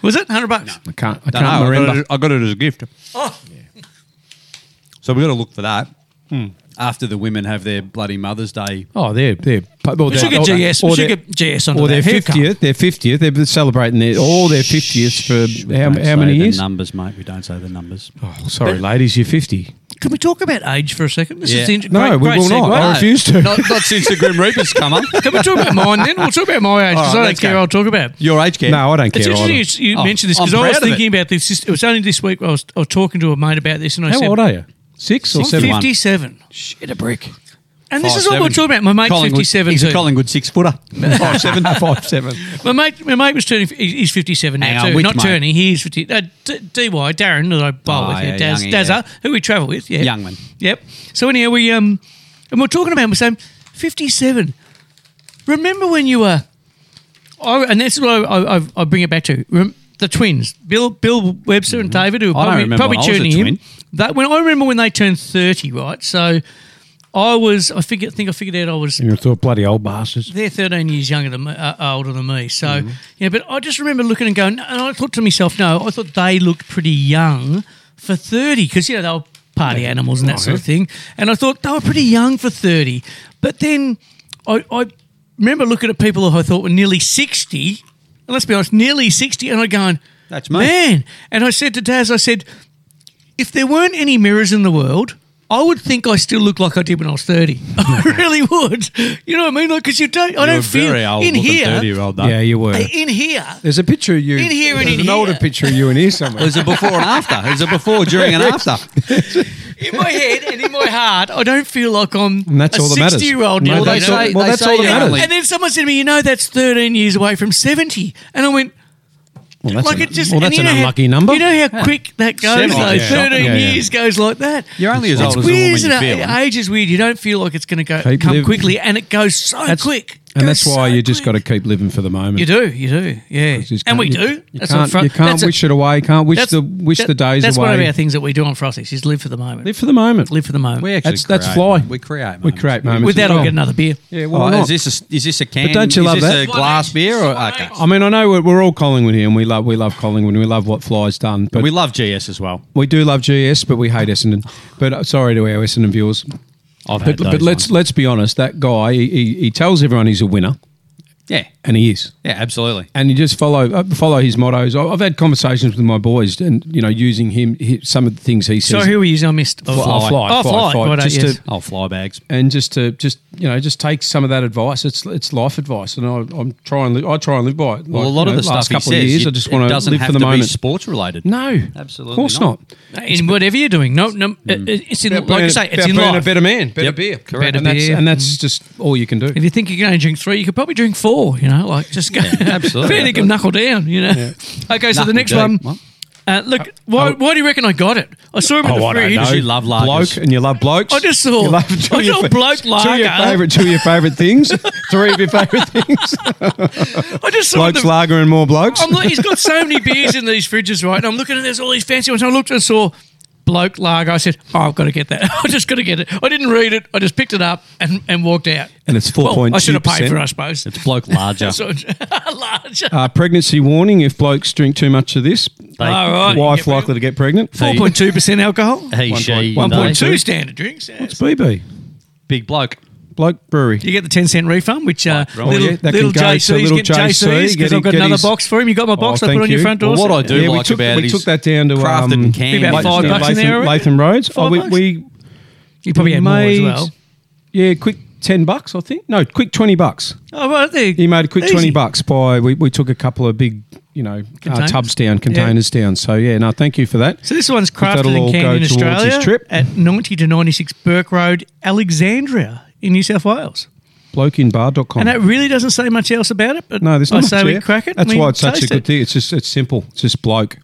S2: was it hundred bucks?
S3: I can't. I
S5: Don't know,
S3: can't
S5: I
S3: remember. Oh.
S5: got, it, I got it as a gift. Yeah. So we got to look for that
S3: Hmm.
S5: after the women have their bloody Mother's Day.
S3: Oh, they're they're well,
S2: We should
S3: they're-
S2: get GS. We
S3: or
S2: should
S3: they're-
S2: get GS onto
S3: or their
S2: that. Here we come.
S3: fiftieth. Their fiftieth. They've been celebrating their all their fiftieths for how,
S5: Don't
S3: how
S5: say
S3: many
S5: the
S3: years?
S5: Numbers, mate. We don't say the numbers.
S3: Oh, sorry, ladies, you're fifty.
S2: Can we talk about age for a second? This
S5: Yeah.
S2: is inter-
S3: No,
S2: great,
S3: we
S2: great
S3: will not.
S2: segue.
S3: I refuse to.
S5: Not, not since the Grim Reaper's come up.
S2: Can we talk about mine then? We'll talk about my age
S5: All
S3: Oh,
S5: right,
S2: because I don't
S5: let's
S2: care.
S5: go.
S2: I'll talk about.
S5: Your age care.
S3: No, I don't
S2: It's
S3: care.
S2: interesting
S3: either.
S2: you, you
S5: Oh,
S2: mentioned this because
S5: I'm
S2: I was
S5: proud of it.
S2: thinking about this. It was only this week I was, I was talking to a mate about this, and I
S3: How
S2: said,
S3: old are you? Six or
S2: I'm
S3: seven?
S2: 57.
S3: Shit, a brick.
S2: And this is what we're talking about. My mate's 57.
S5: He's
S2: too.
S5: a Collingwood six footer.
S3: Five seven. Five seven.
S2: My mate, my mate was turning. he- He's fifty-seven now.
S5: Hang
S2: too.
S5: on, which
S2: Not
S5: mate?
S2: turning. He's fifty. Uh, D- Dy Darren that I bowl
S5: Oh,
S2: with, yeah,
S5: yeah,
S2: Daz,
S5: youngie,
S2: Dazza,
S5: yeah.
S2: who we travel with, yeah,
S5: Young one.
S2: Yep. So anyhow, we um, and we're talking about him, we're saying fifty-seven. Remember when you were, I, and that's what I, I, I- I bring it back to rem, the twins, Bill, Bill Webster and David, who are
S5: Mm-hmm. I don't
S2: probably,
S5: remember
S2: probably
S5: when I was a
S2: tuning in.
S5: twin.
S2: That when I remember when they turned thirty, right? So I was, I figured, think I figured out I was
S3: You're still bloody old bastards.
S2: they're 13 years younger than me, uh, older than me. So,
S5: Mm-hmm.
S2: yeah, but I just remember looking and going, and I thought to myself, no, I thought they looked pretty young for 30 because, you know, they were party animals and that sort of thing. And I thought they were pretty young for 30. But then I, I remember looking at people who I thought were nearly 60, and let's be honest, nearly 60, and I going,
S5: That's me.
S2: Man. And I said to Daz, I said, if there weren't any mirrors in the world, I would think I still look like I did when I was 30. I really would. You know what I mean? Like, because you don't, I
S5: You're
S2: don't feel
S5: very old
S2: in
S5: looking
S2: here,
S5: 30 year old though.
S3: Yeah, you were.
S2: in here,
S3: There's a picture of you
S2: In here and
S3: there's
S2: in
S3: an
S2: here.
S3: older picture of you in here somewhere.
S5: There's a before and after. There's a before, during, and after.
S2: in my head and in my heart, I don't feel like I'm
S3: And that's
S2: a
S3: all that matters.
S2: 60 year old
S3: No,
S2: now.
S3: that's
S2: you know?
S3: all- well, that's all that
S5: you
S2: and,
S3: matters.
S5: only-
S2: and then someone said to me, you know, that's 13 years away from 70. And I went,
S3: well, that's
S2: like
S3: an,
S2: it just
S3: well,
S2: and
S3: that's
S2: you
S3: an
S2: know how-
S3: unlucky number.
S2: You know how quick that goes
S5: Seventy,
S2: though.
S5: yeah.
S2: Thirteen
S3: Yeah, yeah.
S2: years goes like that.
S5: You're only as old as
S2: It's
S5: the woman
S2: weird,
S5: you
S2: isn't it?
S5: feel. huh?
S2: Age is weird. You don't feel like it's going to go
S3: Keep
S2: come
S3: living.
S2: quickly, and it goes so quick.
S3: and
S2: Goes
S3: that's why
S2: so
S3: you just got
S2: quick.
S3: to keep living for the moment.
S2: You do, you do, yeah.
S3: You just
S2: And
S3: can't-
S2: we
S3: you-
S2: do.
S3: You
S2: That's on
S3: can't,
S2: front.
S3: you can't
S2: that's a-
S3: wish it away. Can't wish
S2: that's-
S3: the wish
S2: that-
S3: the days
S2: That's
S3: away.
S2: one of our things that we do on Frosties is live for the moment.
S3: Live for the moment.
S2: Live for the moment.
S5: We actually
S3: That's that's fly.
S5: create- We create.
S3: We create moments.
S2: With that,
S3: as
S2: I'll
S3: well.
S2: get another beer.
S3: Yeah, why
S5: Well,
S3: not?
S5: Oh, is this a, is this a can?
S3: But don't you
S5: is
S3: love
S5: this
S3: that?
S5: A glass beer or okay?
S3: I mean, I know we're, we're all Collingwood here, and we love we love Collingwood, and we love what Fly's done. But
S5: We
S3: we,
S5: love GS as well.
S3: do love GS, but we hate Essendon. But uh, sorry to our Essendon viewers.
S5: I've
S3: But, but let's let's be honest. That guy, he, he, he tells everyone he's a winner,
S5: yeah
S3: and he is.
S5: yeah absolutely.
S3: and you just follow uh, follow his mottos. I- I've had conversations with my boys, and you know, using him, hi some of the things he
S2: So
S3: says.
S2: who were you? I missed. Oh,
S3: Fly, fly,
S2: Oh,
S3: fly,
S2: fly.
S3: fly,
S2: Righto,
S3: just
S2: yes.
S3: to-
S5: Oh, fly bags.
S3: and just to just you know, just take some of that advice. It's it's life advice, and I, I'm trying. Li- I try and live by it. Like,
S5: Well, a lot
S3: you
S5: of
S3: know,
S5: the stuff
S3: last
S5: he
S3: couple
S5: says
S3: of years, I
S5: it-
S3: just
S5: it
S3: want to
S5: doesn't
S3: live
S5: have
S3: for the
S5: to
S3: moment.
S5: Be sports related.
S3: no,
S5: Absolutely
S3: of course not.
S5: not.
S2: in whatever you're doing. No, no. it- It's in like I say, it's
S3: Mm. about
S2: in
S3: being a
S2: life.
S3: better man, better
S5: Yep,
S3: beer,
S5: correct.
S3: and
S2: Better
S3: that's
S2: beer.
S3: and that's just all you can do.
S2: If you think you're going to drink three, you could probably drink four. You know, like just go.
S5: absolutely.
S2: Fairly can knuckle down. You know. Okay, so the
S5: Knuckle
S2: next
S5: down.
S2: one. Uh, look, why, why do you reckon I got it? Oh, I saw
S3: Oh,
S2: him at the fridge.
S5: know. You love lagers.
S3: bloke, and you love blokes.
S2: I just saw-
S3: You
S2: I
S3: two of
S2: saw
S3: your
S2: bloke
S3: two of your
S2: lager.
S3: favourite, two of your favourite things, three of your favourite things.
S2: I just saw
S3: blokes
S2: the.
S3: lager and more blokes.
S2: I'm like, he's got so many beers in these fridges, right? And I'm looking at there's all these fancy ones. I looked and saw bloke lager. I said, "Oh, I've got to get that. I just got to get it." I didn't read it. I just picked it up and, and walked out.
S3: and it's four
S2: Well,
S3: point two
S2: I should have paid for it, I suppose.
S5: It's bloke larger.
S2: So, larger.
S3: Uh, pregnancy warning: If blokes drink too much of this,
S2: All right.
S3: wife likely to get pregnant.
S2: Four point two percent alcohol.
S5: He, she,
S3: point-
S5: they.
S2: 1.2 standard drinks. yeah.
S3: It's BB
S5: Big bloke.
S3: bloke brewery.
S2: You get the 10 cent refund, which uh,
S5: right.
S2: little,
S3: Oh, yeah, that
S2: little
S3: can go to
S2: JC's,
S3: little
S2: get
S3: JC,
S2: JC's
S3: get
S2: because
S3: his-
S2: I've got
S3: get
S2: another
S3: his-
S2: box for him. You got my box
S3: Oh,
S2: I put
S3: thank
S2: on your
S3: you.
S2: front door.
S5: Well, what I
S2: so-
S5: do
S3: Yeah, we
S5: like
S3: took-
S5: about
S3: we
S5: it is
S3: took that down to,
S5: crafted
S3: um,
S5: and canned.
S2: About
S5: Like,
S2: five
S5: you know,
S2: bucks in
S3: Latham,
S2: there, I reckon.
S3: Latham Roads.
S2: Five
S3: Oh, we,
S2: bucks?
S3: we
S2: You probably had more as
S3: made-
S2: well.
S3: Yeah, quick ten bucks, I think. No, quick twenty bucks.
S2: Oh, right there.
S3: He made a quick
S2: Easy.
S3: twenty bucks by we, we took a couple of big, you know, uh,
S2: Containers.
S3: tubs down, containers down. So yeah, no, thank you for that.
S2: So this one's
S3: that'll
S2: crafted
S3: all
S2: and
S3: go
S2: canned in
S3: towards his
S2: Australia
S3: trip.
S2: at 90 to 96 Burke Road, Alexandria in New South Wales.
S3: Blokeinbar.com.
S2: And that really doesn't say much else about it, but
S3: no, there's
S2: I
S3: not
S2: say
S3: much
S2: we
S3: there.
S2: crack it.
S3: That's
S2: we
S3: why it's such a
S2: taste
S3: good
S2: it.
S3: thing. It's just it's simple. It's just bloke,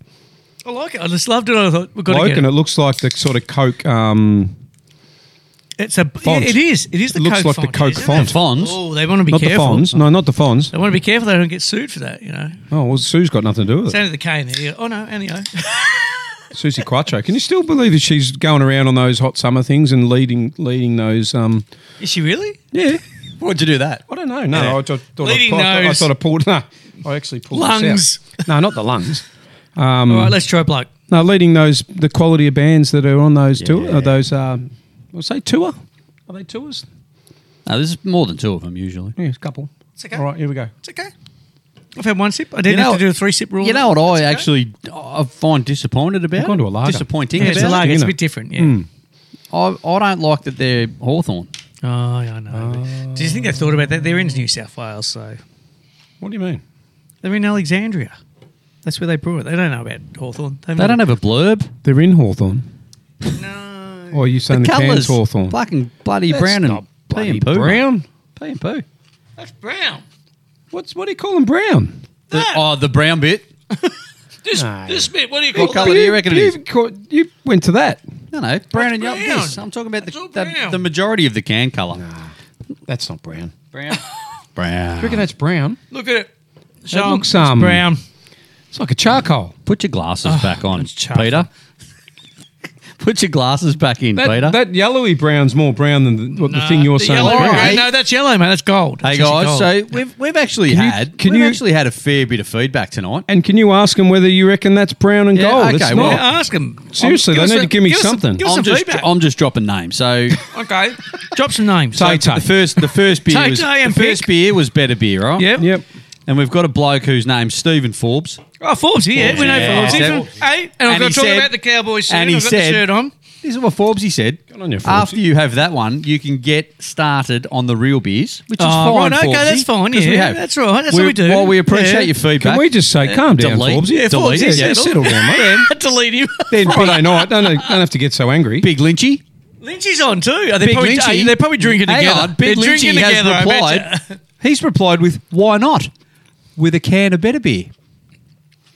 S2: I like it. I just loved it. I thought we've got
S3: bloke,
S2: to get
S3: and it
S2: it.
S3: looks like the sort of Coke. Um,
S2: It's a yeah,
S3: font.
S2: it is. It is the
S3: It looks
S2: Coke
S3: like the
S2: font,
S3: Coke
S2: isn't it?
S3: font.
S5: Fonz.
S2: Oh, they want to be
S3: not
S2: careful.
S3: the Fonz. No, not the Fonz.
S2: They want to be careful. They don't get sued for that. You know,
S3: Oh well, Sue's got nothing to do with
S2: it's
S3: it.
S2: only the K in there. Oh no, and the O.
S3: Susie Quattro. Can you still believe that she's going around on those hot summer things and leading leading those? Um,
S2: Is she really?
S3: yeah.
S5: Why'd you do that?
S3: I don't know. No,
S5: Yeah.
S3: I, just thought I,
S2: Leading
S3: I, thought- I
S2: nose.
S3: thought I pulled. No, I actually pulled this out.
S2: Lungs.
S3: No, not the lungs.
S5: Mm.
S2: All right, let's try bloke.
S3: No, leading those the quality of bands that are on those tour. Are those um, we'll say tour. Are they tours?
S5: No, there's more than two of them usually.
S3: Yeah, a couple.
S2: It's okay.
S3: All right, here we go.
S2: It's okay. I've had one sip. I didn't
S5: You know-
S2: have to do a three sip rule.
S5: You know what I
S2: That's okay.
S5: actually I find disappointed about?
S3: I've gone to a lager.
S5: Disappointing
S2: Yeah, it's a
S5: about Mm.
S2: lager. It's a
S3: innit?
S2: bit different. Yeah.
S5: it? I, I don't like that they're Hawthorn.
S2: Oh, yeah, I know.
S5: Oh.
S2: Do you think they thought about that? They're in New South Wales, so
S3: What do you mean?
S2: they're in Alexandria. That's where they brew it. They don't know about Hawthorn.
S5: They don't have a blurb.
S3: They're in Hawthorn.
S2: No.
S3: Or are you Oh, saying the, cans
S5: colours,
S3: Hawthorn?
S5: black and bloody
S3: That's
S5: brown
S3: not
S5: and pea
S3: bloody
S5: and poo.
S3: brown.
S5: pea and poo.
S2: That's brown.
S3: What's what do you call them? Brown.
S5: The, oh, the brown bit.
S2: This
S3: No.
S2: this bit. What do you
S5: What
S2: call
S5: colour
S2: it?
S5: do you reckon it is?
S3: You've caught- you went to that.
S5: No, no, brown and
S2: brown?
S5: yellow. Yes, I'm talking about the,
S2: It's all
S5: the,
S2: brown.
S5: the majority of the can colour.
S3: That's not brown. I
S5: Brown.
S3: reckon
S5: brown.
S3: that's brown.
S2: Look at it.
S3: That
S2: Sean,
S3: looks,
S2: it's
S3: um,
S2: brown.
S3: It's like a charcoal.
S5: Put your glasses back on,
S2: that's charcoal.
S5: Peter. Put your glasses back in,
S3: That,
S5: Peter.
S3: that yellowy brown's more brown than the, what the thing you're
S2: the
S3: saying.
S2: Yellow,
S3: is brown.
S2: Hey, no, that's yellow, man. That's gold.
S5: hey
S2: That's actually
S5: guys,
S2: gold.
S5: so we've we've actually
S3: you-
S5: had
S3: can
S5: we've
S3: you-
S5: actually had a fair bit of feedback tonight.
S3: And can you ask them whether you reckon that's brown and
S5: Yeah,
S3: gold?
S5: okay,
S3: it's
S5: well-
S3: not.
S2: Yeah, ask them.
S3: Seriously, they need to give me something.
S2: give us
S5: I'm
S2: some
S5: just
S2: feedback.
S5: I'm just dropping names. So
S2: okay, drop some names.
S3: Tay
S5: the
S3: Tay.
S5: first the first beer
S2: Tay
S5: was,
S2: Tay
S5: the
S2: and
S5: first
S2: Pick.
S5: beer was better beer, right?
S2: Yep.
S3: Yep.
S5: And we've got a bloke whose name's Stephen Forbes.
S2: Oh, Forbes, yeah, we know
S5: Yeah.
S2: Forbes.
S5: Yeah.
S2: Hey, and
S5: And
S2: I've got
S5: he
S2: to talk
S5: said-
S2: about the Cowboys soon.
S5: and he
S2: I've got
S5: said-
S2: the shirt on.
S5: This is what Forbes he said.
S3: on you, Forbes.
S5: After you have that one, you can get started on the real beers, which is
S2: Oh,
S5: fine.
S2: right, okay,
S5: Forbesy,
S2: that's fine,
S5: 'cause we
S2: yeah,
S5: have.
S2: that's right, that's what
S5: We-
S2: we do.
S5: While we appreciate
S2: Yeah.
S5: your feedback, Uh,
S3: Can we just say, calm down,
S5: delete.
S3: Forbes?
S5: Yeah, Forbes,
S3: yeah,
S5: yeah,
S3: settle down, mate.
S2: Delete him.
S3: Then Friday night, don't, don't have to get so angry.
S5: Big Lynchy.
S2: Lynchy's on too. Are they
S5: Big
S2: probably,
S5: Lynchy.
S2: hey, they're probably drinking
S5: Hang
S2: together.
S5: on, Big
S2: they're
S5: Lynchy
S2: drinking
S5: has
S2: together. I bet
S5: replied. He's replied with, "Why not?" With a can of better beer,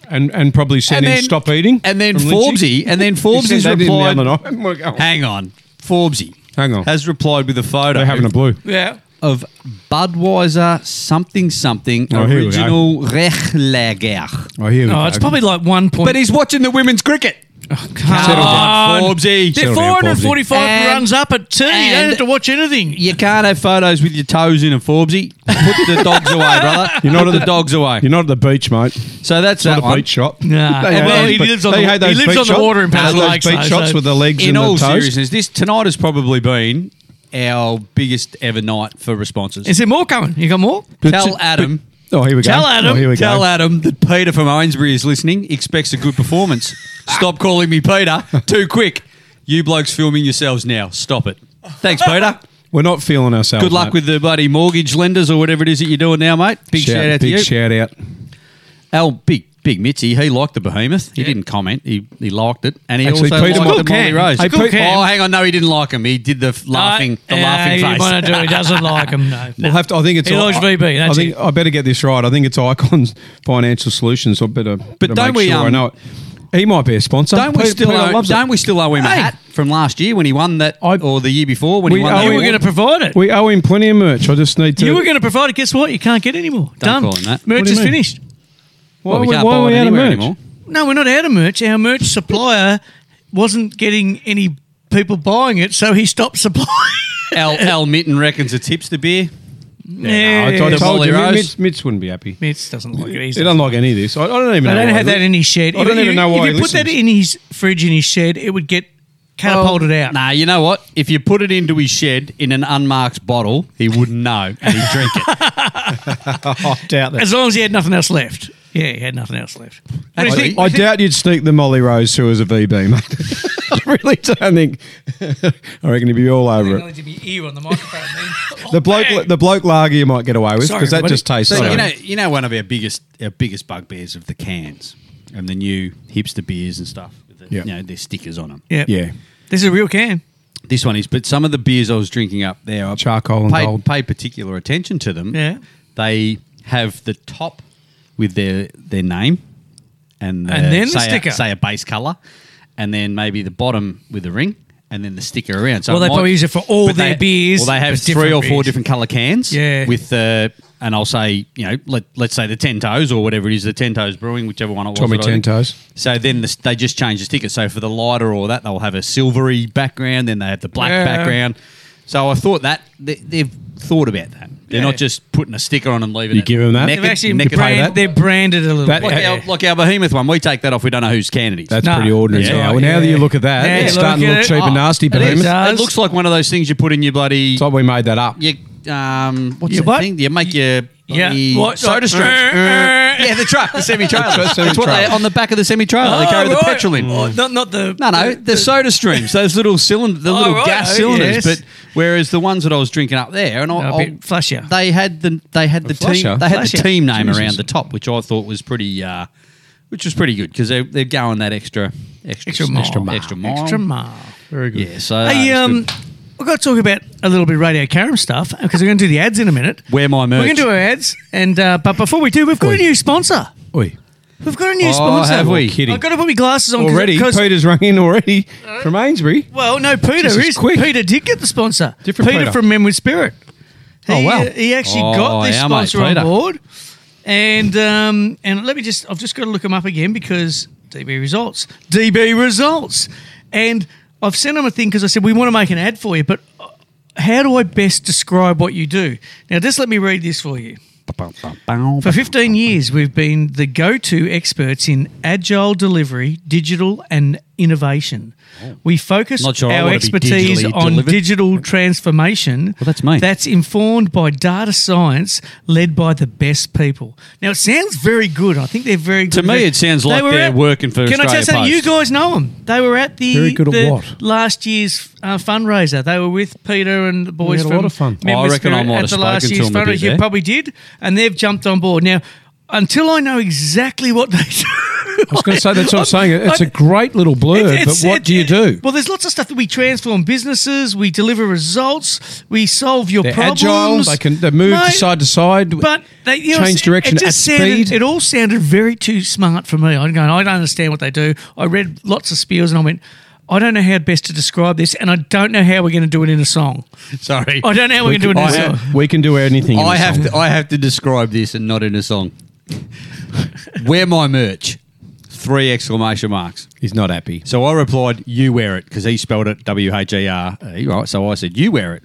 S3: And and probably send him stop eating.
S5: And then
S3: from
S5: Forbesy, and then
S3: Lynchy. He
S5: Forbes
S3: sent
S5: has
S3: that in the
S5: replied.
S3: other night. We're going,
S5: Hang on, Forbesy.
S3: Hang on.
S5: Has replied with a photo.
S3: They're having a blue.
S2: you. Yeah.
S5: of Budweiser something something
S3: Oh, here we
S5: original Rechlager.
S3: Oh, here we
S2: Oh,
S3: go.
S2: it's probably like one point.
S5: But he's watching the women's cricket.
S3: Settle
S5: Oh, on,
S3: down.
S5: Forbesy.
S2: they're
S3: Settle down, Forbes.
S2: 445
S5: And-
S2: runs up at two. You
S5: and-
S2: don't have to watch anything.
S5: You can't have photos with your toes in a Forbesy. Put the dogs away, brother.
S3: You're not
S5: Put
S3: at
S5: the
S3: the-
S5: dogs away.
S3: You're not at the beach, mate.
S5: So that's
S3: Not
S5: that
S3: a
S5: one.
S3: beach shop.
S2: Nah.
S3: They
S2: Well,
S3: hate
S2: he
S3: those-
S2: lives on
S3: they
S2: the-
S3: hate those
S2: he lives
S3: beach
S2: on the
S3: shops.
S2: water in
S3: They hate
S2: Paradise
S3: Those beach
S2: Lakes,
S3: shops
S2: so-
S3: with the legs
S5: In
S3: and
S5: all
S3: the toes.
S5: seriousness, this tonight has probably been our biggest ever night for responses.
S2: Is there more coming? You got more?
S5: Tell Adam.
S3: Oh, here we go.
S2: Tell Adam.
S3: Oh, here we
S5: Tell
S3: go.
S5: Adam that Peter from Owensbury is listening, expects a good performance. Stop calling me Peter. Too quick. You blokes filming yourselves now. Stop it. Thanks, Peter.
S3: We're not feeling ourselves.
S5: Good luck
S3: mate.
S5: with the bloody mortgage lenders or whatever it is that you're doing now, mate. Big shout, out to
S3: Big
S5: you.
S3: shout out.
S5: Al, big, big Mitzi, he liked the behemoth. He didn't comment. He, he liked it. And he
S3: Actually,
S5: also
S3: Peter
S5: liked
S3: might-
S5: the Molly
S2: Cool
S5: Rose.
S2: can. Hey, Cool Pete- can.
S5: oh, hang on. No, he didn't like him. He did the f- laughing, the
S2: Uh,
S5: laughing
S2: He,
S5: face.
S2: wanna do, he doesn't like him, no.
S3: We'll have to. I think it's.
S2: He likes VB,
S3: I,
S2: don't you?
S3: think I better get this right. I think it's Icons Financial Solutions. I better. But
S5: don't we,
S3: Sure I
S5: um,
S3: know it. He might be a sponsor.
S5: Don't we,
S3: Peter-
S5: still
S3: Peter
S5: owe,
S3: loves it.
S5: don't we still owe him a
S2: Hey.
S5: hat from last year when he won that,
S3: I-
S5: or the year before when he
S3: We
S5: won
S3: owe
S5: that?
S2: You
S3: him-
S2: Oh, were
S5: award?
S2: going to provide it.
S3: We owe him plenty of merch. I just need to.
S2: You were going to provide it. Guess what? You can't get any more. Done.
S5: Don't call him that.
S3: What
S2: Merch
S3: do you
S2: is
S3: mean?
S2: finished.
S3: Why,
S5: Well,
S3: are
S5: we
S3: we-
S5: can't
S3: why are
S5: buy
S3: we
S5: it
S3: out of
S5: anywhere
S3: merch?
S5: anymore.
S2: No, we're not out of merch. Our merch supplier wasn't getting any people buying it, so he stopped supplying.
S5: Al, Al Mitten reckons it's hipster beer.
S3: I, I
S2: Yeah.
S5: The
S3: told
S5: Molly
S3: you,
S5: Rose.
S3: Mitch, Mitch wouldn't be happy.
S2: Mitch doesn't like it.
S3: He
S2: either.
S3: doesn't like any of this. I, I don't even.
S2: I
S3: know
S2: don't
S3: why
S2: have
S3: he-
S2: that in his shed.
S3: I don't
S2: If
S3: even
S2: you-
S3: know why
S2: If
S3: he
S2: you put that
S3: listens.
S2: in his fridge in his shed, it would get catapulted out.
S5: Oh, Nah, you know what? If you put it into his shed in an unmarked bottle, he wouldn't know and he'd drink it.
S3: I doubt that.
S2: As long as he had nothing else left. Yeah, he had nothing else left. What do you
S5: Actually-
S2: think?
S3: I doubt you'd sneak the Molly Rose through as a VB, mate. really don't think. I reckon he'd be all over it.
S2: Nearly did my ear on the microphone. then.
S3: The bloke, the bloke lager you might get away with
S2: Sorry,
S3: because that
S2: everybody.
S3: just tastes.
S5: So
S3: so-
S5: you know, you know, one of our biggest our biggest bugbears of the cans and the new hipster beers and stuff. With the,
S3: Yeah.
S5: You know, their stickers on them.
S2: yeah.
S3: yeah,
S2: This is a real can.
S5: This one is, but some of the beers I was drinking up there, I
S3: Charcoal and
S5: paid,
S3: gold.
S5: paid particular attention to them.
S2: Yeah.
S5: they have the top with their their name, and,
S2: And then the
S5: say
S2: sticker.
S5: a, say a base color, and then maybe the bottom with the ring. And then the sticker around. So
S2: Well, they
S5: it might-
S2: probably use it for all
S5: but
S2: their beers,
S5: Well, they have
S2: but
S5: three or
S2: different
S5: four
S2: beers.
S5: different color cans.
S2: Yeah.
S5: With the and I'll say you know let let's say the ten toes or whatever it is the ten toes brewing whichever one it was.
S3: Tommy
S5: that I did.
S3: Ten Toes.
S5: So then the, they just change the sticker. So for the lighter or that, they'll have a silvery background. Then they have the black
S2: Yeah.
S5: background. So I thought that they, they've thought about that. They're
S2: Yeah.
S5: not just putting a sticker on and leaving
S3: You
S5: it.
S3: give 'em that?
S5: Neck
S2: They've
S5: and-
S2: actually
S5: neck and-
S2: brand, they're branded a little
S3: That-
S2: bit.
S5: like, our, like our behemoth one. We take that off. We don't know whose can it is.
S3: that's
S2: Nah.
S3: pretty ordinary
S5: Yeah.
S3: now. Well, now that you look at that,
S2: Yeah,
S3: it's
S2: look
S3: starting to
S2: at
S3: look
S2: it.
S3: cheap and
S2: Oh,
S3: nasty.
S2: it
S3: But
S2: is.
S3: it's
S2: Uh,
S5: it looks like one of those things you put in your bloody.
S3: like we made that up.
S5: your, um, what's
S2: Yeah,
S5: the
S2: what?
S5: thing? You make your
S2: Yeah.
S5: bloody
S2: What?
S5: soda
S2: What?
S5: stream.
S2: Uh, uh.
S5: yeah, the truck, the semi trailer.
S3: That's
S5: That's
S3: semi-trailer.
S5: what they on the back of the semi trailer. they carry the
S2: right.
S5: petrol in.
S2: Oh, not, not the.
S5: No, no, the, soda streams, those little cylinder, the
S2: Oh,
S5: little
S2: right.
S5: gas
S2: Oh, yes.
S5: cylinders. But whereas the ones that I was drinking up there, and I,
S2: A bit
S5: I-
S2: flashier.
S5: they had the they had the
S3: flasher?
S5: team they had
S2: Flashier.
S5: the team name
S3: Jesus.
S5: around the top, which I thought was pretty, uh, which was pretty good because they're, they're going that extra extra
S2: Extra mile.
S5: extra mile. Extra mile.
S2: Extra mile.
S3: Very good.
S5: Yeah, so
S2: Hey,
S5: uh, it's
S2: um,
S5: good.
S2: we've got to talk about a little bit of Radio Caram stuff because we're going to do the ads in a minute.
S5: Wear my merch.
S2: We're going to do our ads, and uh, but before we do, we've got a new sponsor.
S3: Oi.
S2: We've got a new
S5: Oh,
S2: sponsor.
S5: have we?
S3: Kidding.
S2: I've got to put my glasses on 'cause-
S3: Already,
S2: 'cause-
S3: Peter's rung in already from Ainsbury.
S2: well, no, Peter
S3: Jesus,
S2: is
S3: quick.
S2: Peter did get the sponsor.
S3: Different
S2: Peter,
S3: Peter.
S2: from Men with Spirit. He,
S3: Oh, wow.
S2: uh, He actually
S5: Oh,
S2: got this
S5: our mate,
S2: sponsor on
S5: Peter.
S2: board, and um, and let me just I've just got to look him up again because DB results, DB results, and I've sent him a thing because I said we want to make an ad for you, but uh, how do I best describe what you do? Now, just let me read this for you. For 15 years, we've been the go to experts in agile delivery, digital, and innovation. We focus
S5: Oh. Not sure I
S2: our
S5: wanna be
S2: expertise
S5: digitally
S2: on
S5: delivered.
S2: digital transformation.
S5: Well, that's me.
S2: That's informed by data science, led by the best people. Now, it sounds very good. I think they're very good.
S5: To me, it sounds like
S2: were
S5: they're working for
S2: Can I tell you
S5: Australia
S2: something? You
S5: Post.
S2: guys know them. They were at the,
S3: Very good at
S2: the
S3: what?
S2: last year's uh, fundraiser. They were with Peter and the boys
S3: had a
S2: from
S3: lot of fun.
S2: Men
S5: I
S2: with
S5: reckon I
S2: Spirit
S5: might
S2: at
S5: have
S2: the last
S5: spoken
S2: year's
S5: to 'em a bit
S2: fundraiser. You
S5: there.
S2: probably did, and they've jumped on board. Now, until I know exactly what they do.
S3: I was going to say that's what I'm saying. It's a great little blurb,
S2: It's-
S3: but what
S2: it's-
S3: do you do?
S2: Well, there's lots of stuff that we transform businesses, we deliver results, we solve your
S3: They're
S2: problems.
S3: agile. They can they move
S2: Mate,
S3: side to side.
S2: But they, you know,
S3: change
S2: it-
S3: direction
S2: it
S3: at
S2: just sounded,
S3: speed.
S2: It all sounded very too smart for me. I'm going. I don't understand what they do. I read lots of spiels and I went. I don't know how best to describe this, and I don't know how we're going to do it in a song.
S5: Sorry,
S2: I don't know how we're going to do it in
S5: I
S2: a song.
S5: have-
S3: we can do anything. in
S5: I
S3: this
S5: have
S3: song.
S5: to, I have to describe this and not in a song. wear my merch. Three exclamation marks.
S3: He's not happy.
S5: So I replied, "You wear it," because he spelled it W H E R E. Right. So I said, "You wear it."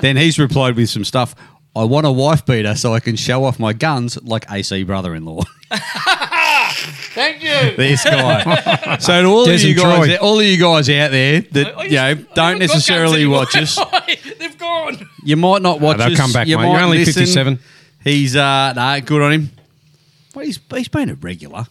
S5: then he's replied with some stuff. I want a wife beater so I can show off my guns like AC brother-in-law.
S2: Thank you.
S5: this guy. so to all
S3: Des
S5: of you
S3: and Troy.
S5: guys, all of you guys out there that you know don't necessarily watch us,
S2: They've gone.
S5: you might not watch
S3: they'll
S5: us.
S3: come back,
S5: you
S3: mate. You're
S5: might
S3: only
S5: listen.
S3: 57.
S5: He's uh, nah, good on him. Well, he's he's been a regular.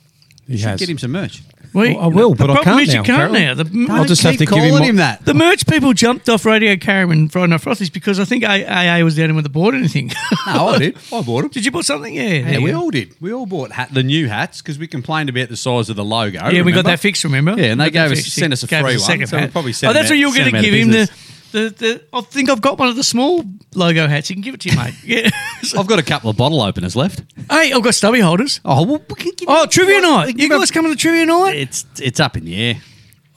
S3: He
S5: Should
S3: has.
S5: Get him some merch.
S3: Well, I will,
S2: the
S3: but I
S2: problem is
S3: can't now,
S2: You can't
S3: apparently.
S2: now. The,
S3: I'll just
S5: Keep
S3: have to give him
S5: calling him,
S3: more-
S5: that.
S2: the merch people jumped off Radio Caram and Friday Night Frothies because I think AA was the only one that bought anything.
S5: no, I did. I bought him.
S2: Did you bought something? Yeah,
S5: Yeah,
S2: there
S5: we
S2: you go.
S5: all did. We all bought hat, the new hats because we complained about the size of the logo.
S2: Yeah, we got
S5: remember?
S2: that fixed. Remember?
S5: Yeah, and
S2: We
S5: they
S2: got
S5: gave
S2: that
S5: us-
S2: fixed.
S5: sent us a
S2: Gave
S5: free one,
S2: second
S5: so we
S2: hat.
S5: probably sent
S2: Oh, that's
S5: him
S2: what
S5: out-
S2: you're
S5: sent
S2: going to give
S5: him out of
S2: him the, the the. I think I've got one of the small logo hats. You can give it to you, mate. Yeah. So-
S5: I've got a couple of bottle openers left.
S2: hey, I've got stubby holders.
S5: Oh, well, we can give
S2: Oh,
S5: you-
S2: trivia
S5: what-
S2: night! You guys coming to trivia night?
S5: It's it's up in the air.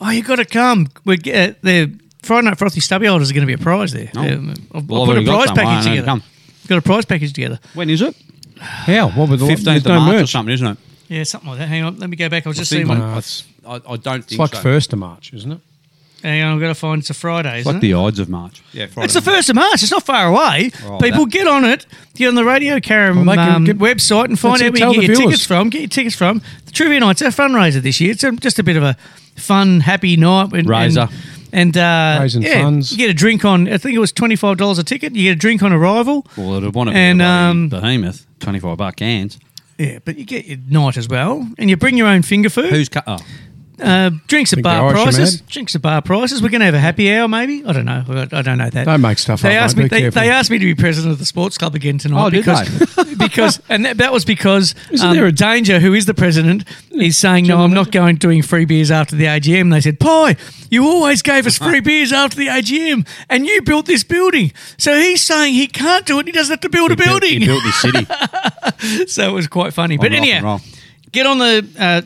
S2: Oh, you got to come. We get the Friday night frothy stubby holders are going to be a prize there. Um,
S5: Oh.
S2: Yeah, I'll,
S5: Well,
S2: I'll
S5: I've
S2: put a
S5: already got
S2: prize
S5: some. Why
S2: package
S5: don't
S2: together.
S5: you come?
S2: Got a prize package together.
S5: When is it?
S3: How? What would the
S5: Fifteenth
S3: There's
S5: of
S3: no
S5: March or
S3: merch.
S5: something, isn't it?
S2: Yeah, something like that. Hang on, let me go back. I was just
S5: Think
S2: seeing
S5: on-
S2: one.
S3: No,
S5: I,
S3: it's-
S5: I, I don't think
S3: It's like
S5: so.
S3: first of March, isn't it?
S2: Hang on, I've got to find. It's a Friday,
S5: It's
S2: isn't
S5: like
S2: it?
S5: the odds of March. Yeah, Friday.
S2: It's the first of March. It's not far away.
S5: Oh,
S2: People
S5: that-
S2: get on it. Get on the Radio Caram
S3: Well, they can
S2: um,
S3: get-
S2: website and find
S3: That's it,
S2: out where
S3: tell
S2: you get
S3: the
S2: your
S3: viewers.
S2: tickets from. Get your tickets from the Trivia Night's a fundraiser this year. It's um just a bit of a fun, happy night. And,
S5: Raiser.
S2: And, and uh,
S3: Raising
S2: yeah,
S3: funds.
S2: you get a drink on. I think it was twenty five dollars a ticket. You get a drink on arrival.
S5: Well, it'd want to be
S2: And,
S5: a bloody
S2: um,
S5: behemoth, twenty-five buck cans.
S2: Yeah, but you get your night as well, and you bring your own finger food.
S5: Who's cut? Oh,
S2: Uh, drinks at
S3: Think the
S2: bar
S3: Irish are
S2: prices.
S3: mad.
S2: Drinks at bar prices. We're going to have a happy hour, maybe. I don't know. I, I don't know that.
S3: Don't make stuff
S2: they
S3: up,
S2: Asked
S3: mate.
S2: me,
S3: Be
S2: they,
S3: careful.
S2: they asked me to be president of the sports club again tonight.
S5: Oh, did
S2: because, because and that, that was because
S3: Isn't
S2: um,
S3: there a-
S2: danger who is the president is saying no, I'm not going doing free beers after the AGM. They said, Pie, you always gave us free beers after the AGM, and you built this building. So he's saying he can't do it. He doesn't have to build a building.
S5: He built this city.
S2: so it was quite funny. But
S5: rock and
S2: anyhow,
S5: roll.
S2: get on the uh,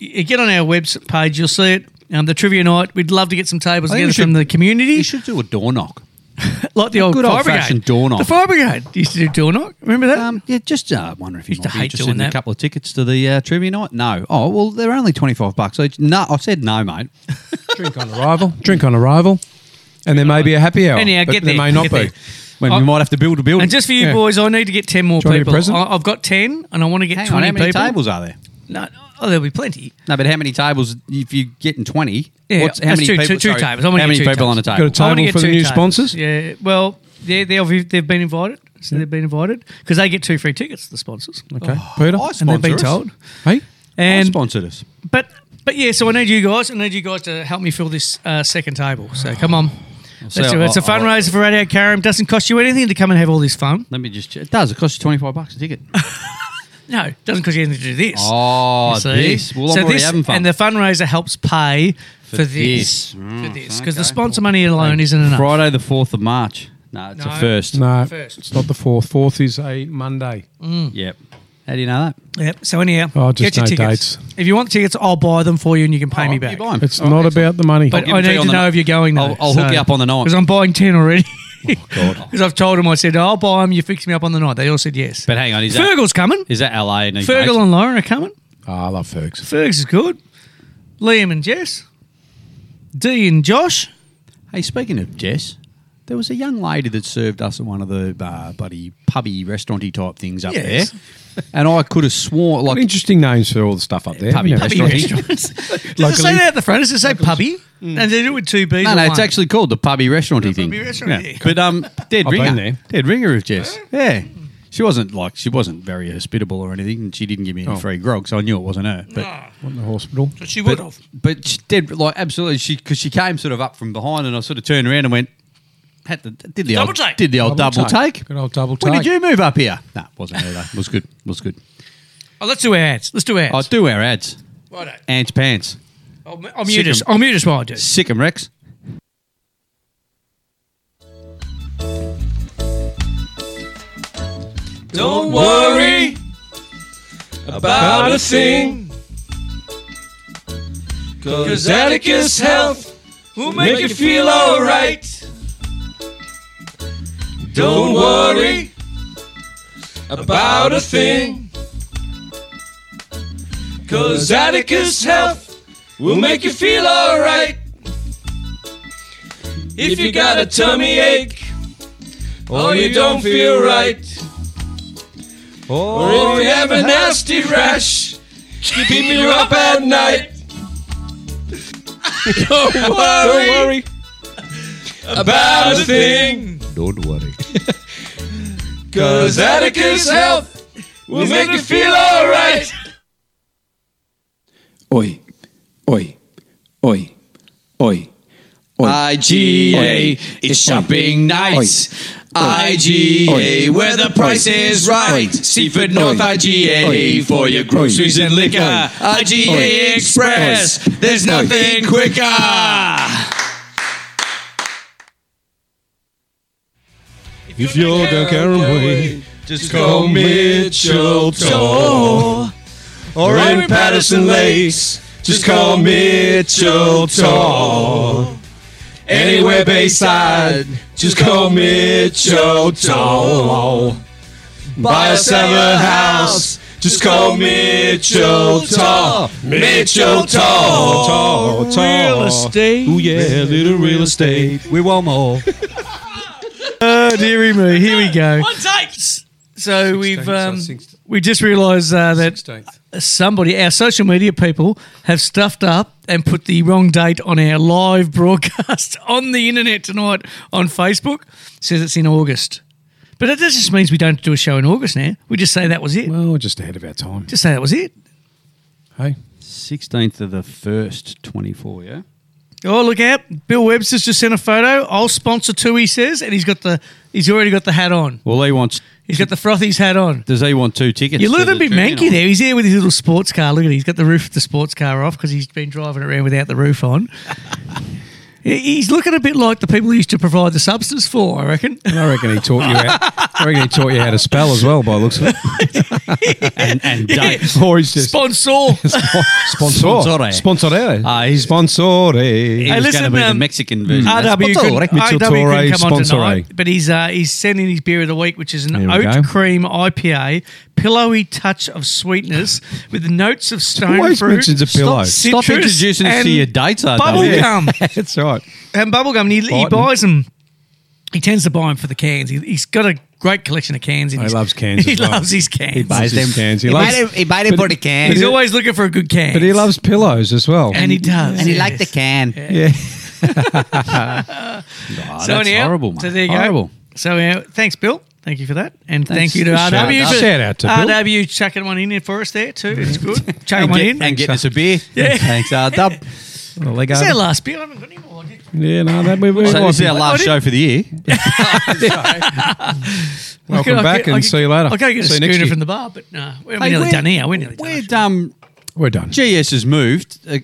S2: y- get on our website page. You'll see it. Um, the trivia night. We'd love to get some tables
S5: I think
S2: together
S5: we should-
S2: from the community,
S5: You should do a door knock.
S2: like the old
S5: good
S2: fire brigade.
S5: old-fashioned door knock.
S2: The fire brigade used to do door knock. Remember that?
S5: Um, yeah, just uh, wonder if you
S2: Used
S5: might
S2: to
S5: be
S2: hate
S5: interested
S2: doing
S5: in a
S2: that.
S5: couple of tickets to the uh, trivia night. No. Oh well, they're only twenty five bucks. So it's- no, I said no, mate.
S3: Drink on arrival. Drink on arrival. And there may be a happy hour.
S2: Anyhow,
S3: but
S2: get
S3: there
S2: there,
S3: may not
S2: get
S3: be.
S2: there.
S5: When
S2: Oh.
S5: we might have to build a building.
S2: and just for you
S3: yeah.
S2: boys, I need to get ten more
S3: Do you want a
S2: people.
S3: present?
S2: I, I've got ten, and I want to get
S5: Hang on,
S2: twenty
S5: how many
S2: people.
S5: tables are there?
S2: No, oh, there'll be plenty.
S5: No, but how many tables? If you're getting twenty,
S2: Yeah,
S5: what's, how
S2: that's
S5: many
S2: two-
S5: people?
S2: two- two
S5: sorry,
S2: tables.
S5: How
S2: I'm gonna
S5: many
S2: get two
S5: people on a
S2: tables.
S5: table?
S3: Got a
S2: I want to
S3: table
S2: get
S3: for the
S2: two
S3: new
S2: tables.
S3: sponsors?
S2: Yeah, well, they they have they've been invited, so they've been invited because they get two free tickets. The sponsors, Oh,
S3: Okay, Peter.
S5: I
S2: and they've
S5: Sponsor
S2: been
S5: us.
S2: told.
S3: Hey,
S5: I
S2: And
S5: sponsored us.
S2: but but yeah, so I need you guys. I need you guys to help me fill this uh, second table. So come on.
S5: So
S2: Let's do it. It's a
S5: Oh. I'll-
S2: fundraiser for Radio Karam. Doesn't cost you anything to come and have all this fun.
S5: Let me just check. It does. It costs you twenty five bucks a ticket.
S2: No, it doesn't cost you anything to do this.
S5: Oh,
S2: You see?
S5: this. Well, I'm already having fun.
S2: And the fundraiser helps pay for, this.
S5: this. Mm,
S2: For this. Because
S5: okay.
S2: the sponsor money alone isn't enough.
S5: Friday the fourth of March. No, it's
S2: No.
S5: a first.
S3: no,
S2: First.
S3: it's not the fourth. Fourth is a Monday.
S5: Yep. How do you know that?
S2: Yep. So anyhow,
S3: Oh, just
S2: get your
S3: no
S2: tickets.
S3: dates.
S2: If you want tickets, I'll buy them for you and you can pay
S5: Oh,
S2: me
S5: you
S2: back.
S5: buy 'em.
S3: It's
S5: Oh,
S3: not
S5: excellent.
S3: about the money.
S2: But
S5: give
S2: I
S5: them to
S2: need
S5: you
S2: to
S5: on the
S2: know
S5: night.
S2: if you're going.
S5: I'll- I'll hook you up on the night. Oh,
S2: because I'm buying ten already.
S5: God.
S2: Because I've told them, I said I'll buy them. You fix me up on the night. They all said yes.
S5: But hang on, is that
S2: Fergal's coming.
S5: is that LA and East
S2: Fergal
S5: Lakes?
S2: and Lauren are coming.
S3: Oh, I love Fergs.
S2: Ferg's is good. Liam and Jess. D and Josh.
S5: Hey, speaking of Jess, there was a young lady that served us at one of the uh, bloody pubby restauranty type things up
S2: Yes.
S5: there, and I could have sworn like
S3: Interesting names for all the stuff up there.
S5: Pubby
S3: Yeah.
S5: Pubby
S2: Pubby
S5: restaurant.
S2: restaurants. Does it say that at the front? Does it say pubby? And they do it with two B's.
S5: No,
S2: and
S5: no,
S2: one.
S5: it's actually called the pubby restauranty thing.
S2: pubby restaurant, yeah.
S5: But um, dead
S3: I've
S5: ringer,
S3: been there.
S5: dead ringer with Jess. Yeah, she wasn't like she wasn't very hospitable or anything, and she didn't give me any
S3: Oh.
S5: free grog, so I knew it wasn't her. But
S3: What in the hospital?
S2: But she would have.
S5: but, but she did like absolutely she because she came sort of up from behind, and I sort of turned around and went. Had the, did the
S2: Double
S5: old
S2: take.
S5: did the old double, take.
S3: Good old double
S5: When did
S3: take.
S5: you move up here? No, it wasn't her. though. It was good. It was good.
S2: Oh, let's do ads. Let's do ads.
S5: I do wear ads.
S2: Righto.
S5: Ants pants.
S2: I'll, I'll mute us.
S5: Sick 'em.
S2: I'll mute us while I do.
S5: Sick 'em, Rex.
S1: Don't worry about a thing. Cause Atticus Health will make you feel alright. Don't worry about a thing. Cause Atticus Health will make you feel alright. If you got a tummy ache or you don't feel right. Or if you have a nasty rash, keeping you up at night. Don't worry, about a thing. Don't worry. Cause Atticus Health will make you feel alright.
S6: Oi, oi, oi, oi, oi.
S1: IGA is shopping nights. IGA, where the price is right. Seaford North IGA for your groceries and liquor. IGA Express, there's nothing quicker.
S3: If you're the Karen way,
S1: Just call Mitchell Tor. Or in Patterson Lakes, just call Mitchell Tor. Anywhere Bayside, just call Mitchell Tor. Buy or sell a house, just call Mitchell Tor. Mitchell Tor.
S3: Tor, Tor.
S2: Real
S5: Oh.
S2: estate.
S3: Ooh, yeah, little real estate.
S5: We want more.
S2: Oh, dearie me. Here we go. So we've um,
S3: sixteenth.
S2: we just realised uh, that
S3: 16th.
S2: somebody, our social media people, have stuffed up and put the wrong date on our live broadcast on the internet tonight on Facebook. Says it's in August, but that just means we don't do a show in August now. We just say that was it.
S3: Well, we're just ahead of our time.
S2: Just say that was it.
S3: Hey,
S5: Sixteenth of the first, twenty-four. Yeah.
S2: Oh, look out! Bill Webster's just sent a photo. I'll sponsor two. He says, and he's got the he's already got the hat on.
S5: Well, he wants.
S2: He's got the frothy's hat on.
S5: Does he want two tickets?
S2: You look
S5: to
S2: at a bit
S5: Tribune
S2: manky
S5: or-
S2: there. He's there with his little sports car. Look at it. He's got the roof of the sports car off because he's been driving it around without the roof on. He- he's looking a bit like the people he used to provide the substance for. I reckon.
S3: I reckon he taught you. How, I reckon he taught you how to spell as well, by the looks of it.
S5: And, and dates.
S3: Or he's just
S2: Sponsor.
S3: sponsor,
S5: Sponsore.
S3: sponsor,
S5: Ah, he's-
S3: sponsor.
S5: He was
S2: listen,
S5: going to be the
S2: um,
S5: Mexican version. of that.
S3: RW
S5: Sponsor,
S3: couldn't-
S5: right?
S3: Mitchell
S2: RW
S3: Torre,
S2: couldn't come on
S3: sponsor.
S2: tonight, uh, but he's uh, he's sending his beer of the week, which is an
S3: Here we
S2: oat
S3: go.
S2: cream IPA, pillowy touch of sweetness with notes of stone
S3: Always
S2: fruit.
S3: mentions a pillow.
S5: Stop
S2: citrus,
S5: introducing us to
S2: and
S5: your dates, RW.
S2: Bubblegum
S3: That's right.
S2: and bubblegum. He, he
S3: Biting.
S2: buys them. He tends to buy them for the cans. He, he's got a great collection of cans. In
S3: He
S2: his,
S3: loves cans
S2: He
S3: as well.
S2: loves his cans. He
S3: buys them. Cans. He, loves,
S4: He made it for the can.
S2: He's always looking for a good can.
S3: but he loves pillows as well.
S2: and he does,
S4: And he
S2: yes.
S4: liked the can.
S3: yeah.
S5: Ah,
S2: So
S5: that's
S2: anyhow,
S5: horrible, mate.
S2: So there you
S5: horrible.
S2: go. So uh, thanks, Bill. Thank you for that, and thank you to
S3: Shout
S2: RW.
S3: out-
S2: for-
S3: shout out to Bill.
S2: RW chucking one in there for us there too. It's good. chucking
S5: And
S2: one
S5: get,
S2: in.
S5: and
S2: Is
S5: get us a beer. Yeah. Thanks, uh, RW.
S3: Little leg
S2: that
S3: over.
S2: last beer? I haven't got any more. I did-
S3: Yeah, no, that we we
S5: So
S3: might
S5: this is
S3: be-
S5: our last
S2: I
S5: show for the year.
S2: I could-
S3: Welcome
S2: I
S3: back
S2: could- I
S3: and
S2: could-
S3: see you later.
S2: I'll go get a
S3: see you next
S2: schooner
S3: year.
S2: from the bar, but no, we're nearly done here. We're nearly
S5: Where
S2: done.
S5: um,
S3: We're done.
S5: GS has moved uh,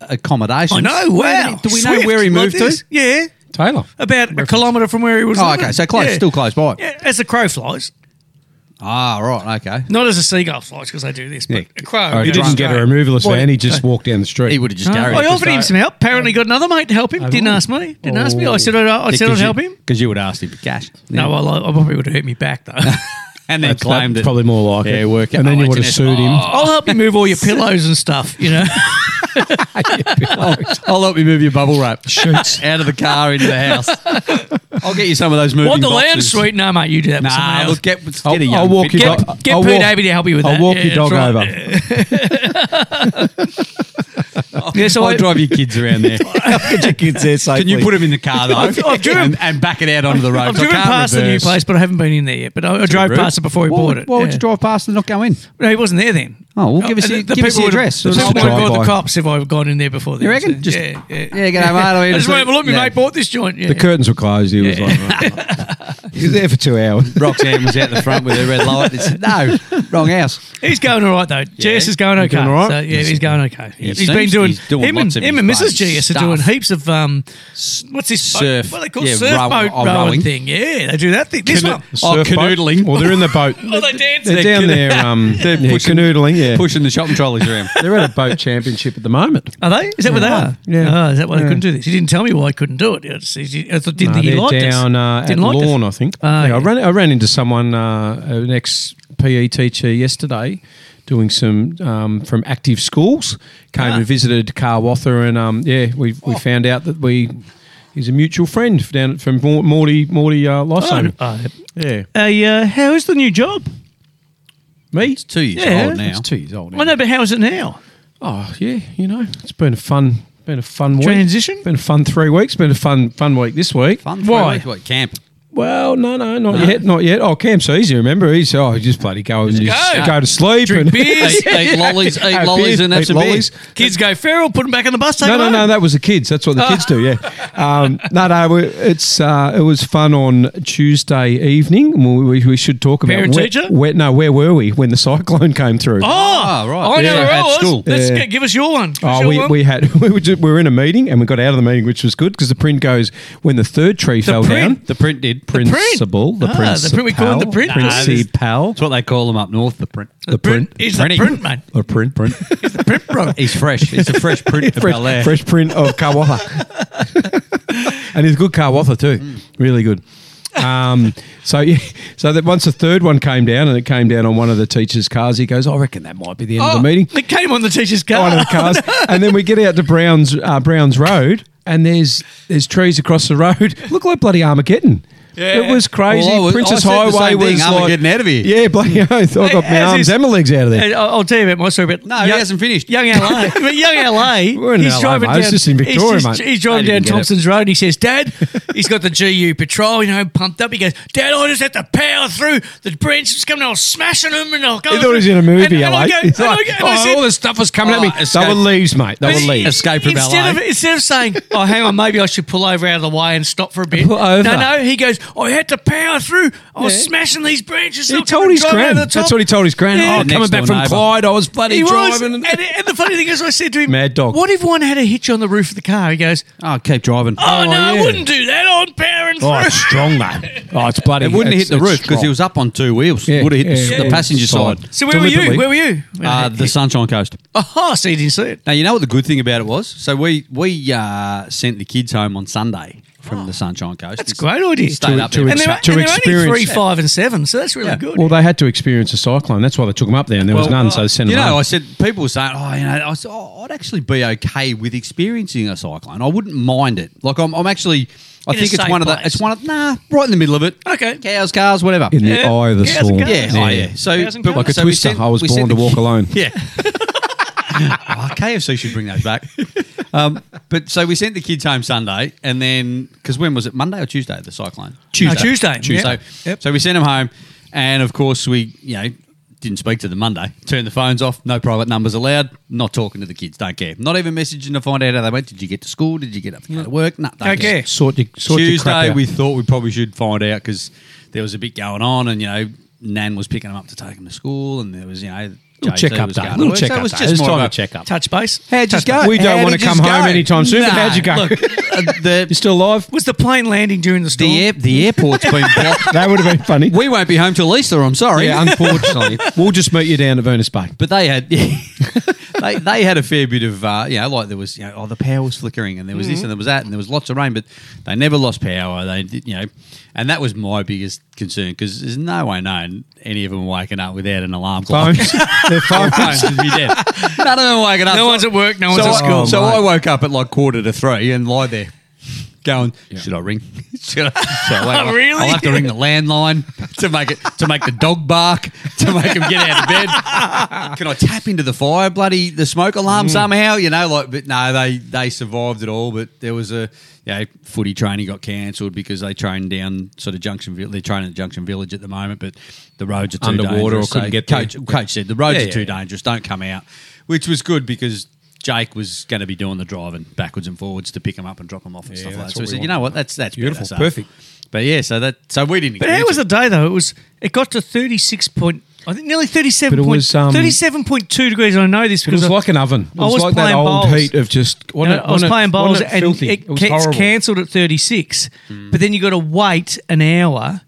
S5: accommodations.
S2: I know.
S5: Where
S2: Oh, Wow.
S5: did he- Do we
S2: Swift,
S5: know where he
S2: like
S5: moved
S2: this.
S5: to?
S2: Yeah,
S3: Taylor.
S2: about a kilometre from where he was.
S5: Oh,
S2: living.
S5: okay. So close,
S2: Yeah.
S5: still close by.
S2: Yeah, as the crow flies,
S5: Ah, right. Okay.
S2: not as a seagull flies because they do this, but
S5: Yeah.
S2: a crow.
S3: Oh, he
S2: goes
S3: didn't get a
S2: straight.
S3: removalist van. He just walked down the street.
S5: He would have just
S2: No,
S5: carried.
S2: I Oh, offered him some help. Apparently, got another mate to help him. Didn't
S3: Oh.
S2: ask me. Didn't ask me. I said I'd, I said I'd help him.
S5: because Oh. you would ask him for cash.
S2: No, well, I, I probably would have hurt me back though.
S5: and then
S3: That's
S5: claimed
S3: that's
S5: that
S3: probably more like
S5: Yeah,
S3: it.
S5: work it.
S3: and then
S5: Oh,
S3: you would have
S5: HNS.
S3: sued him.
S2: I'll help you move all your pillows and stuff. You know,
S5: I'll, I'll help you move your bubble wrap. Shoots out of the car into the house. I'll get you some of those moving
S2: want the lounge
S5: boxes.
S2: suite? No, mate, you do that. with someone
S5: Nah,
S2: else.
S5: look, get, let's
S3: I'll,
S5: get a young
S3: I'll walk
S5: fit-
S3: your
S2: Get,
S3: dog.
S2: get
S3: I'll
S2: Pete
S3: walk-
S2: Davey to help you with that.
S3: I'll walk
S2: Yeah,
S3: your
S2: that's
S3: dog
S2: right.
S3: over.
S2: Yeah, so
S5: I'll
S2: I,
S5: drive your kids around there. Can you put them in the car though?
S2: I've driven-
S5: and, and back it out onto the road.
S2: I've driven past the new place, but I haven't been in there yet. But I, I drove
S5: rude.
S2: past it before he
S5: Why,
S2: bought
S5: would,
S2: it.
S5: why would
S2: yeah.
S5: you drive past and not go in?
S2: No, he wasn't there then.
S5: Oh, well, give us
S2: and
S5: your- give us
S2: people would've-
S5: your address.
S2: The
S5: Just
S2: people would have
S3: drive
S2: called the
S3: by.
S2: cops if I've gone in there before. Then,
S5: You reckon?
S2: So,
S5: Just-
S2: yeah, yeah.
S5: Yeah, get over. I
S2: I just
S5: just
S2: want to look. Me
S5: yeah.
S2: mate bought this joint. Yeah.
S3: The curtains were closed. He was like, right. he was there for two hours.
S5: Roxanne was out the front with her red light. It's, no, wrong house.
S2: He's going all right though. GS is going okay.
S3: doing all right?
S2: So, yeah, he's going okay.
S5: It
S2: he's been
S5: seems
S2: doing,
S5: he's doing
S2: him and,
S5: lots of
S2: him
S5: his
S2: and Mrs.
S5: boat
S2: GS are
S5: stuff.
S2: doing heaps of um, what's this boat?
S5: Surf.
S2: What they call
S5: Yeah,
S2: surf
S5: row-
S2: boat
S5: oh,
S2: rowing,
S5: rowing.
S2: thing. Yeah, they do that thing. This one.
S3: Surf
S5: Oh,
S3: boat.
S5: canoodling.
S3: Well, they're in the boat.
S2: Oh, they're dancing.
S3: They're down there. Um, they're
S5: pushing-
S3: canoodling. Yeah,
S5: Pushing the shopping trolleys around.
S3: they're at a boat championship at the moment.
S2: Are they? Is that where they are?
S3: Yeah.
S2: Oh, is that why they
S3: Yeah.
S2: couldn't do this? He didn't tell me why he couldn't do it. It's- he- I didn't
S3: No,
S2: think he
S3: Uh, they're
S2: liked
S3: down
S2: us.
S3: uh, at
S2: didn't like
S3: Lawn,
S2: us.
S3: I think.
S2: Ah,
S3: yeah,
S2: yeah.
S3: I ran I ran into someone, uh, an ex PE teacher yesterday, doing some um, from active schools. Came and visited Carwatha, and um, yeah, we we found out that we he's a mutual friend down at- from Mor- Morty Morty uh, Lysome.
S2: Oh,
S3: yeah,
S2: Hey, uh, how is the new job?
S3: me.
S5: It's two years
S2: Yeah.
S5: old now.
S3: It's two years old.
S2: I
S3: Now.
S2: know, but how is it now?
S3: Oh yeah, you know, it's been a fun. Been a fun week.
S2: Transition?
S3: Been a fun three weeks. Been a fun fun week this week.
S5: Fun.
S2: Why?
S5: Why? What, camp.
S3: Well, no, no, not yet, not yet. Oh, Camp's easy. Remember, he's oh, he just bloody go and just
S2: go.
S3: go, to sleep and
S2: Beers.
S5: Eat, eat lollies, eat
S3: Have
S5: lollies,
S3: beers,
S5: and have
S3: eat
S5: some
S3: lollies.
S5: lollies.
S2: Kids go feral, put them back in the bus. Take
S3: No,
S2: them
S3: no, no.
S2: home.
S3: That was the kids. That's what the kids do. Yeah. Um, no, no. we- It's uh, it was fun on Tuesday evening. We, we, we should talk about
S2: Parent
S3: where-
S2: teacher?
S3: where- no, where were we when the cyclone came through?
S2: Oh,
S5: Ah, right.
S2: I know
S5: Yeah,
S2: where I
S5: at
S2: was.
S5: school.
S2: Let's
S3: Yeah.
S2: get, give us your one. Give us
S3: Oh,
S2: your
S3: we,
S2: one.
S3: we had we were, just, we were in a meeting and we got out of the meeting, which was good because the print goes when the third tree fell
S2: print?
S3: down.
S5: The print did.
S3: The principal, the
S2: Ah, the
S3: principal,
S2: print, we call it the print. Nah, this-
S3: principal,
S5: That's what they call them up north. The print.
S3: the print,
S2: is the
S5: Printing.
S2: print, mate.
S3: the print, print,
S2: Print, bro.
S5: He's fresh. It's a fresh print of Bel Air.
S3: fresh, fresh print of Kawatha, and he's a good Kawatha too,
S5: Mm.
S3: really good. Um, so yeah, so that once the third one came down and it came down on one of the teachers' cars, he goes, "I reckon that might be the end
S5: Oh.
S3: of the meeting."
S2: Oh,
S3: Oh,
S2: It came on the teacher's car.
S3: one of the cars, and then we get out to Browns uh, Browns Road, and there's there's trees across the road. Look like bloody Armageddon. It was crazy.
S5: Well, I was-
S3: Princess
S5: I said
S3: Highway
S5: the same thing.
S3: was
S5: I'm
S3: like
S5: getting out of here.
S3: Yeah, bloody oath. I got my
S2: As
S3: arms
S2: is-
S3: and my legs out of there.
S2: And I'll, I'll tell you about my story. But
S5: No, he hasn't finished.
S2: Young LA, but young LA,
S3: We're in
S2: he's
S3: LA,
S2: driving
S3: mate.
S2: down.
S3: It's just in Victoria,
S2: he's,
S3: mate.
S2: he's driving
S5: They
S2: down
S5: didn't get it.
S2: Thompson's Road. And he says, "Dad, he's got the GU patrol, you know, pumped up." He goes, "Dad, I just have to power through. The branch is coming. I was smashing him, and I'll go."
S3: He thought he was in a movie,
S2: And, and
S3: LA.
S2: I go,
S3: He's
S2: and I
S3: like,
S2: go- and I
S3: "Oh,
S2: said-
S3: all this stuff was coming at me.
S5: Oh, escape.
S3: They were leaves, mate. They
S2: but
S3: were
S2: he-
S3: leaves.
S5: Escape from
S2: instead
S5: LA.
S2: Of, instead of saying, "Oh, hang on, maybe I should pull over out of the way and stop for a bit,"
S3: Pull over.
S2: no, no, he goes, "I had to power through. I was
S3: Yeah.
S2: smashing these branches."
S3: He told his gran. That's what he told his gran.
S2: Yeah.
S3: Oh,
S5: Next
S3: coming back
S5: door
S3: from
S5: neighbour.
S3: Clyde, I was bloody
S2: He was,
S3: driving.
S2: and, and the funny thing is, I said to him,
S3: Mad dog.
S2: What if one had a hitch on the roof of the car?" He goes,
S5: Oh, keep driving.
S2: Oh, no,
S3: yeah.
S2: I wouldn't do that. I'm powering
S3: Oh,
S2: through.
S3: it's strong though. Oh, it's bloody.
S5: It wouldn't
S3: it's-
S5: have hit the
S3: it's
S5: roof because he
S3: strong.
S5: was up on two wheels.
S3: Yeah,
S5: would have hit the-
S3: yeah,
S5: the
S3: yeah.
S5: passenger
S3: Side.
S5: side.
S2: So where were you?
S3: Deliberately.
S2: Where were you?
S5: Uh, the Sunshine Coast.
S2: oh, so you didn't see it.
S5: Now you know what the good thing about it was. So we we uh, sent the kids home on Sunday from
S3: Oh.
S5: the Sunshine Coast.
S2: That's a great idea.
S5: Stayed up
S3: To-
S5: there.
S3: to
S2: And they're,
S3: to
S2: and they're only three,
S3: experience-
S2: five, and seven, so that's really
S5: Yeah.
S2: good.
S3: Well, they had to experience a cyclone. That's why they took him up there, and there was
S5: Well, uh,
S3: none, so they sent
S5: you
S3: him
S5: know,
S3: home.
S5: I said people were saying, "Oh, you know," I said, oh, "I'd actually be okay with experiencing a cyclone. I wouldn't mind it. Like I'm, I'm actually, I
S2: In a
S5: think it's
S2: safe
S5: one of the,
S2: place.
S5: it's one of, nah, right in the middle of it.
S2: Okay.
S5: cows, cars, whatever.
S3: in the
S2: Yeah.
S3: eye of the
S2: Yeah, it's a
S3: storm.
S2: car.
S5: yeah,
S2: Yeah.
S5: oh, yeah. So,
S2: Cows and
S5: but,
S2: cars.
S3: like a
S5: so we
S3: twister.
S5: sent-
S3: I was
S5: we
S3: born
S5: sent
S3: to
S5: the-
S3: walk alone.
S5: Yeah. oh, KFC should bring those back. Um, but so we sent the kids home Sunday, and then because when was it? Monday or Tuesday? The cyclone.
S2: Tuesday. Tuesday,
S5: Tuesday.
S2: yeah. Yep.
S5: So we sent them home, and of course we, you know, didn't speak to them Monday. Turned the phones off. No private numbers allowed. Not talking to the kids. Don't care. Not even messaging to find out how they went. Did you get to school? Did you get up to go to work? No, don't
S2: Don't care.
S3: Sort your sort your crap
S5: Tuesday,
S3: out.
S5: we thought we probably should find out because there was a bit going on, and you know, Nan was picking him up to take him to school, and there was you know,
S3: Little
S5: JZ
S3: check-up
S5: was
S3: day.
S5: going to
S3: Little
S5: work.
S3: check-up
S5: So it was
S3: day.
S5: just
S3: It's
S5: more
S3: time
S5: of
S3: to
S5: a-
S3: check up.
S2: Touch base.
S5: How'd you
S2: Touch
S5: go?
S2: base.
S3: We don't
S5: How
S3: want to
S5: did yous
S3: come home
S5: go?
S3: anytime soon. But
S5: No.
S3: how'd you go?
S5: Look, uh, the,
S3: you still alive?
S2: Was the plane landing during the storm?
S5: the, air, the airport's been blocked.
S3: That would have been funny.
S5: we won't be home till Easter, I'm sorry.
S3: yeah, unfortunately, we'll just meet you down at Venice Bay.
S5: but they had they, they had a fair bit of uh, you know like there was you know oh the power was flickering and there was this and there was that and there was lots of rain but they never lost power they did you know and that was my biggest concern because there's no way known any of them were waking up without an alarm clock
S3: Phones. Their
S5: All
S3: phones.
S5: phones would be dead. None of them were waking up
S2: No one's at work, no one's
S5: so
S2: at
S5: I-
S2: school.
S5: so I woke up at like quarter to three and lie there going should I ring should I, should I wait?
S2: Really?
S5: I'll have to ring the landline to make it to make the dog bark to make him get out of bed can I tap into the fire bloody the smoke alarm somehow you know like but no they they survived it all but there was a you know footy training got cancelled because they trained down sort of Junction Village they're training at Junction Village at the moment but the roads are too
S3: Underwater or
S5: dangerous.
S3: couldn't
S5: So
S3: get there.
S5: coach, coach said the roads
S3: Yeah,
S5: are too
S3: yeah, yeah.
S5: dangerous dangerous. Don't come out, which was good because Jake was going to be doing the driving backwards and forwards to pick him up and drop him off and stuff like that.
S3: that's
S5: So we
S3: what we
S5: said, you
S3: want.
S5: know what, that's that's better."
S3: Beautiful.
S5: So-
S3: Perfect.
S5: But yeah, so that so we didn't.
S2: But how was the day though? It was it got to thirty six point I think nearly thirty seven
S3: But it
S2: point
S3: was, um,
S2: thirty seven point two degrees. and I know this
S3: It
S2: because
S3: was
S2: I-
S3: like an oven. It
S2: I
S3: was,
S2: was
S3: like that
S2: playing
S3: old
S2: bowls.
S3: heat of just.
S2: No,
S3: wasn't it-
S2: I was
S3: wasn't it-
S2: playing bowls
S3: wasn't it
S2: and
S3: filthy?
S2: it,
S3: was
S2: gets
S3: horrible.
S2: cancelled at 36.
S5: Mm.
S2: But then you got to wait an hour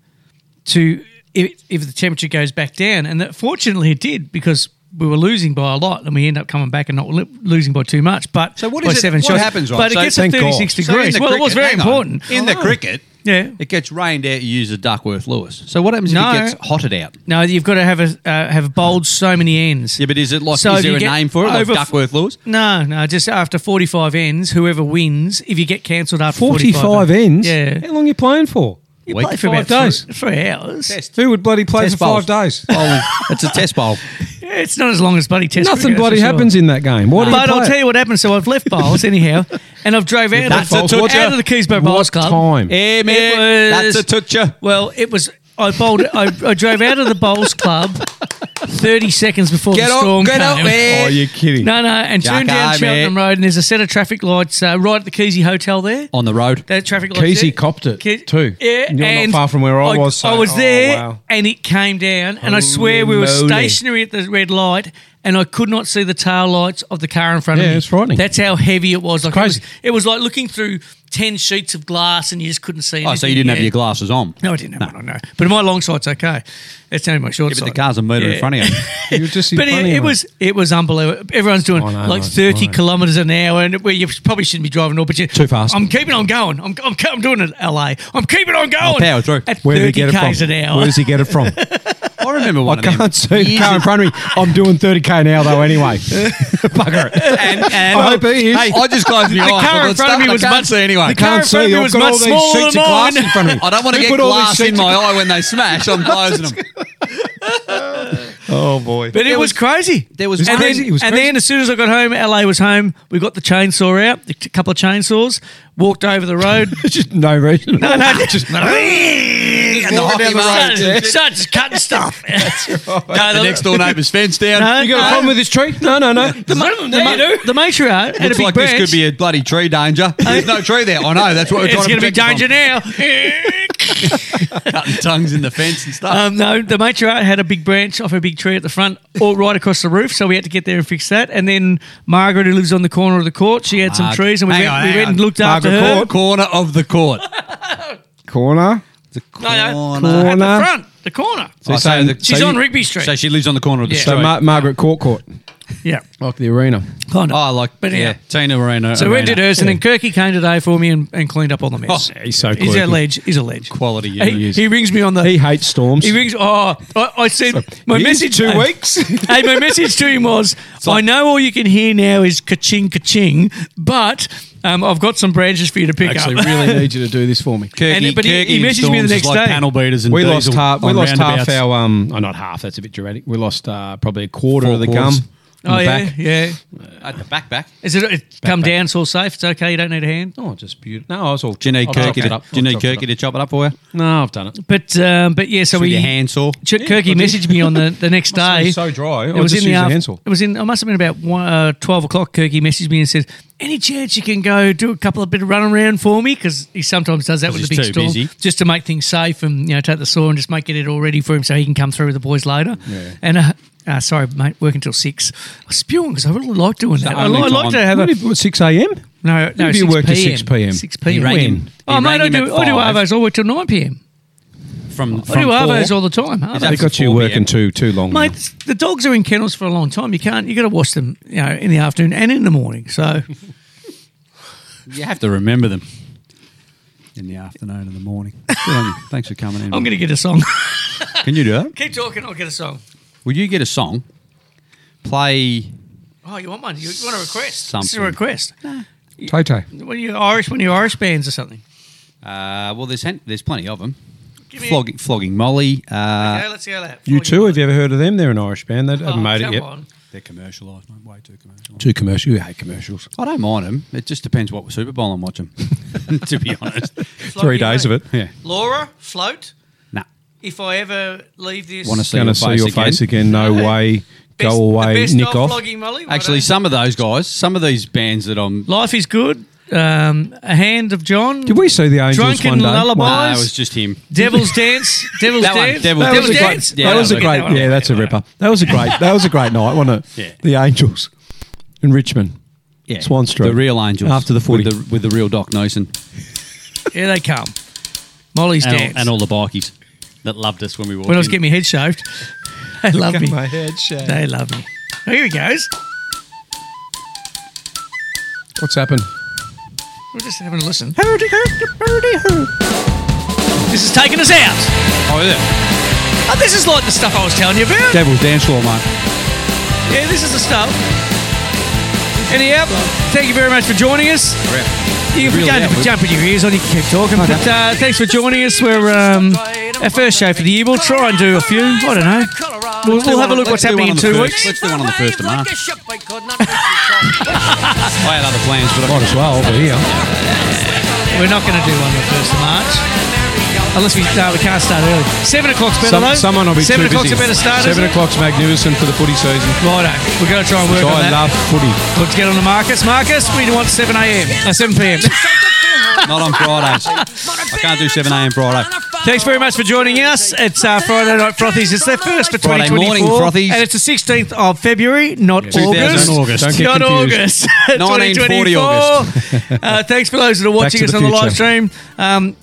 S2: to if, if the temperature goes back down. And that, fortunately, it did because we were losing by a lot and we end up coming back and not li- losing by too much. But
S5: So what
S2: by
S5: is it-
S2: seven
S5: what
S2: shots.
S5: happens, right?
S2: But it
S5: So
S2: gets to
S3: thank God.
S2: 36
S5: So in
S2: degrees.
S5: the
S2: well, it was
S5: cricket-
S2: very
S5: hang on.
S2: important.
S5: in the
S2: Oh.
S5: cricket.
S2: Yeah.
S5: it gets rained out. You use the Duckworth Lewis. So what happens
S2: No.
S5: if it gets hotted out?
S2: No, you've got to have a uh, have bowled so many ends.
S5: Yeah, but is it like
S2: So
S5: is
S2: if
S5: there
S2: you
S5: a
S2: get
S5: name for it? Like
S2: over-
S5: Duckworth Lewis.
S2: No, no, just after 45 ends, whoever wins, if you get cancelled after 45,
S3: 45 ends.
S2: Yeah.
S3: How long you playing for?
S2: You
S5: Week?
S2: play for
S3: Five
S2: about
S3: days.
S2: Three, three hours.
S5: Test.
S3: Who would bloody play
S5: Test
S3: for five
S5: bowls.
S3: days?
S2: Oh,
S5: Bowling. it's a test bowl.
S2: Yeah, It's not as long as bloody test.
S3: Nothing
S2: cricket, that's
S3: bloody
S2: for sure.
S3: happens in that game. What do
S2: But
S3: you
S2: I'll
S3: play?
S2: tell you what happened. So I've left bowls anyhow, and I've drove out
S3: That's
S2: of
S3: a
S2: the,
S3: toucher.
S2: out of the Keys Bay
S3: What
S2: Bowls Club.
S3: time?
S2: It was-
S5: That's a toucher.
S2: Well, it was. I bowled. I, I drove out of the bowls club thirty seconds before
S5: Get
S2: the
S5: up,
S2: storm
S5: get up,
S2: came.
S5: man.
S3: Oh, you're kidding.
S2: No, no, and
S5: Yuck,
S2: turned down
S5: aye,
S2: Cheltenham
S5: mate.
S2: Road, and there's a set of traffic lights uh, right at the Keezy Hotel there.
S5: On the road.
S2: That traffic lights.
S3: Keezy
S2: there.
S3: copped it
S2: Ke-
S3: too.
S2: Yeah,
S3: You're not
S2: and
S3: far from where I was, so-
S2: I was
S3: oh,
S2: there,
S3: wow.
S2: and it came down, and I swear we
S3: Holy
S2: were
S3: moly.
S2: stationary at the red light, and I could not see the tail lights of the car in front of
S3: Yeah,
S2: me.
S3: it's frightening.
S2: That's how heavy it was. Like
S3: crazy.
S2: It, was, it was like looking through ten sheets of glass, and you just couldn't see.
S5: Oh, so
S2: anything.
S5: you didn't have
S2: Yeah.
S5: your glasses on.
S2: No, I didn't have one. I know, but my long sight's okay. It's only my short
S5: Yeah, but
S2: sight.
S5: the car's a meter in
S2: Yeah.
S5: front of you.
S3: You're just in
S2: But
S3: front of
S2: it, it
S3: him.
S2: was it was unbelievable. Everyone's doing
S3: I know,
S2: like
S3: mate.
S2: thirty
S3: I know.
S2: kilometres an hour, and where you probably shouldn't be driving. All, but you
S3: Too fast.
S2: I'm keeping on going. I'm, I'm, I'm doing it, LA. I'm keeping on going.
S5: power through.
S2: At
S3: Where did he
S2: thirty
S3: get it
S2: k's
S3: from?
S2: an hour.
S3: Where does he get it from?
S5: I remember one
S3: I
S5: of them. E
S3: can't see the
S5: Years
S3: car in front of me. I'm doing 30k now though anyway. Bugger it.
S5: And, and
S3: I hope he is.
S5: Hey, I just closed my
S2: The
S5: eyes.
S2: car
S5: for
S2: in front of
S5: start.
S2: me
S5: I
S2: was
S5: can't
S2: much-
S5: see anyone.
S2: the car in
S3: Can't
S2: front of
S3: see.
S2: me
S3: I've
S2: was
S3: got
S2: much
S3: all these
S2: smaller
S3: sheets
S2: than
S3: of glass
S2: mine.
S3: in front of me.
S5: I don't want to
S3: Who
S5: get
S3: put all these
S5: glass in
S3: sheets
S5: my
S3: of-
S5: eye when they smash. I'm closing them.
S3: Oh boy.
S2: But it, was, crazy.
S5: there was
S2: and
S5: crazy-
S2: Then,
S5: it was
S2: and
S5: crazy.
S2: then as soon as I got home, LA was home. We got the chainsaw out, a couple of chainsaws, walked over the road.
S3: just no reason.
S2: no, no, just
S5: And the hockey mask.
S2: started, started just cutting stuff. Uh, No,
S5: The next door neighbour's fence down.
S2: No,
S3: You got a problem with this tree? No, no, no.
S2: the, ma- the, ma- the matriarch had a
S5: Looks
S2: big
S5: like
S2: branch.
S5: this could be a bloody tree danger. There's no tree there. I know. That's what we're
S2: it's
S5: trying
S2: going to be
S5: protect it
S2: danger
S5: from.
S2: now.
S5: Cutting tongues in the fence and stuff.
S2: um, no, the matriarch had a big branch off a big tree at the front, all right across the roof. So we had to get there and fix that. And then Margaret, who lives on the corner of the court, she had some
S5: Marg-
S2: trees, and we,
S5: Hang
S2: went,
S5: on,
S2: we
S5: hang
S2: went and
S5: on.
S2: looked after
S3: Margaret
S2: her.
S3: Court?
S5: corner of the court.
S3: Corner.
S2: No, no,
S5: Corner.
S2: at the
S3: Corner.
S2: front, the corner.
S5: Oh, so the-
S2: She's
S5: so
S2: on
S5: you-
S2: Rigby Street.
S5: So she lives on the corner of the
S2: Yeah.
S5: street.
S3: So Ma- Margaret Courtcourt,
S2: yeah,
S3: like the arena.
S2: kind of.
S5: oh, like
S2: But
S5: yeah,
S2: yeah.
S5: Tina Arena.
S2: so we
S5: Arena.
S2: did hers, and then Kirky came today for me and, and cleaned up all the mess.
S3: Oh, he's so
S2: he's a
S3: quirky.
S2: ledge. He's a ledge.
S5: Quality, yeah, he
S2: He,
S5: is.
S2: he rings me on the.
S3: He hates storms.
S2: He rings. Oh, I, I said my
S3: Here's
S2: message.
S3: two
S2: hey,
S3: weeks.
S2: hey, my message to him was, I know all you can hear now is ka-ching, ka-ching, but um, I've got some branches for you to pick
S3: Actually,
S2: up.
S3: really need you to do this for me.
S5: Kirky,
S2: and- but he-
S5: Kirky
S2: he
S5: and
S2: messaged me the
S5: Storms is
S2: next
S5: like
S2: day.
S5: Panel beaters and
S3: We lost
S5: diesel
S3: half. We
S5: on
S3: lost half
S5: roundabouts.
S3: our um. Oh, not half. That's a bit dramatic. We lost uh, probably a quarter
S5: Four
S3: of the
S5: quarters.
S3: gum. in
S2: oh
S3: the
S2: yeah,
S3: back.
S2: yeah.
S5: At the back, back.
S2: Is it? it come down. It's all safe. It's okay. You don't need a hand.
S3: Oh, just beautiful. No, I was all.
S5: Do you need
S3: I've
S5: Kirky?
S3: chopped it
S5: To,
S3: up.
S5: do you need
S3: I've chopped it
S5: Kirky to chop it up for you?
S3: up. No, I've done it.
S2: But um, but yeah. So
S5: With
S2: we
S5: your handsaw.
S2: Ch- Kirky messaged me on the, the next
S3: Must
S2: day.
S3: be so dry.
S2: It
S3: I
S2: was
S3: just
S2: in the
S3: use a
S2: af-
S3: handsaw.
S2: It was in. It must have been about one, uh, twelve o'clock. Kirky messaged me and said, "Any chance you can go do a couple of bit of run around for me? Because he sometimes does that with a
S5: he's
S2: big
S5: too
S2: storm,
S5: busy.
S2: just to make things safe and you know take the saw and just make it all ready for him so he can come through with the boys later." And uh, uh, sorry, mate, work until six. I was spewing because I really like doing that. I,
S5: only
S2: li- I like
S5: time.
S2: to have
S3: What
S2: a
S3: if- what, six a.m.
S2: no no
S3: if you
S2: six
S3: worked
S2: p.m.
S3: at 6 p.m.?
S2: Six p.m.
S5: He rang him-
S2: Oh
S5: he
S2: mate,
S5: rang
S2: I
S5: him
S2: do.
S5: at
S2: I do
S5: five.
S2: arvos all work till nine p.m.
S5: From,
S2: I
S5: from
S2: do
S5: four.
S2: arvos all the time. Arvos.
S3: They got you
S5: 4
S3: working
S5: p.m.
S3: too too long.
S2: Mate,
S3: now.
S2: th- the dogs are in kennels for a long time. You can't. You got to wash them, you know, in the afternoon and in the morning. So
S5: You have to remember them. In the afternoon and the morning. Good on you. Thanks for coming in.
S2: I'm going to get a song.
S5: Can you do that?
S2: Keep talking. I'll get a song.
S5: Will you get a song? Play.
S2: Oh, you want one? You, you want a request? This is a
S5: Something.
S2: request.
S3: Toto.
S2: When you Irish, when you Irish bands or something.
S5: Uh, well, there's hen- there's plenty of them.
S2: Give me-
S5: Flogging, flogging Molly. Uh,
S2: okay, let's go that.
S3: You too. Have you ever heard of them? They're an Irish band. They
S2: Oh,
S3: haven't made it
S2: come
S3: yet.
S2: on.
S5: They're commercialised, mate. Way too commercialised.
S3: Too commercial. You hate commercials.
S5: I don't mind them. It just depends what Super Bowl I'm watching. to be honest,
S3: Three
S2: Flogging
S3: days
S2: Molly.
S3: of it.
S5: yeah.
S2: Laura, float.
S5: Nah.
S2: If I ever leave this,
S5: Want to see,
S3: Gonna
S5: your,
S3: see
S5: face
S3: your
S5: again.
S3: face again. No way.
S2: best-
S3: Go
S2: the
S3: away.
S2: best
S3: Nick
S2: of
S3: off.
S2: Flogging Molly. why
S5: Actually,
S2: don't-
S5: some of those guys, some of these bands that I'm.
S2: life is good. Um, a hand of John.
S3: Did we see the Angels
S2: Drunken
S3: one day?
S2: Lullaby.
S5: Nah,
S2: Boys.
S5: it was just him.
S2: Devil's Dance. Devil's
S5: That one,
S2: Dance.
S5: Devil's
S3: That was, a
S5: Devil's Dance?
S3: great,
S5: Yeah,
S3: that was a
S5: that
S3: great.
S2: one.
S3: Yeah, that's a ripper. That was a great. That was a great night, wasn't it?
S5: Yeah.
S3: The Angels, and Richmond.
S5: Yeah.
S3: Swan Street.
S5: The real Angels.
S3: After the 40.
S5: With the, with the real Doc Nosen.
S2: Here they come. Molly's
S5: And all,
S2: Dance.
S5: and all the bikies that loved us when we walked
S2: when I was
S5: in.
S2: getting my head shaved, they love me.
S3: head shaved.
S2: They love me. Oh, here he goes.
S3: What's happened?
S2: We're just having a listen. This is taking us out.
S5: oh, yeah.
S2: Oh, this is like the stuff I was telling you about.
S5: Devil's Dance Floor, mate.
S2: Yeah, this is the stuff. Anyhow, thank you very much for joining us. If we
S5: Really
S2: don't
S5: out,
S2: have a
S5: we-
S2: jump in your ears on, you can keep talking. But uh, thanks for joining us. We're um, our first show for the year. We'll try and do a few. I don't know. We'll, we'll have a look what's
S5: Let's do
S2: happening in
S5: one on the
S2: two
S5: first.
S2: weeks.
S5: Let's do one on the 1st of March. I had other plans, but I
S3: Might as well over here.
S2: We're not going to do one on the first of March. Unless we, no, we can't start early. Seven o'clock's better
S3: Some,
S2: though.
S3: someone will be
S2: Seven
S3: too
S2: o'clock's
S3: busy.
S2: a better start. isn't
S3: Seven
S2: it?
S3: o'clock's magnificent for the footy season.
S2: Righto. We're going to try and work
S3: Which
S2: on
S3: I
S2: that.
S3: love footy.
S2: Let's get on to Marcus. Marcus, we want seven a.m. Uh, seven p.m.
S5: not on Fridays. I can't do 7am Friday.
S2: Thanks very much for joining us. It's uh, Friday Night Frothies. It's their first for
S5: Friday
S2: 2024.
S5: morning frothies.
S2: And it's the 16th of February, not August.
S5: 2000 August.
S3: Don't get
S2: Not
S3: confused.
S2: August.
S5: 1940
S2: August. uh, thanks for those that are watching
S3: to
S2: us
S3: the
S2: on the
S3: future.
S2: live stream. Um,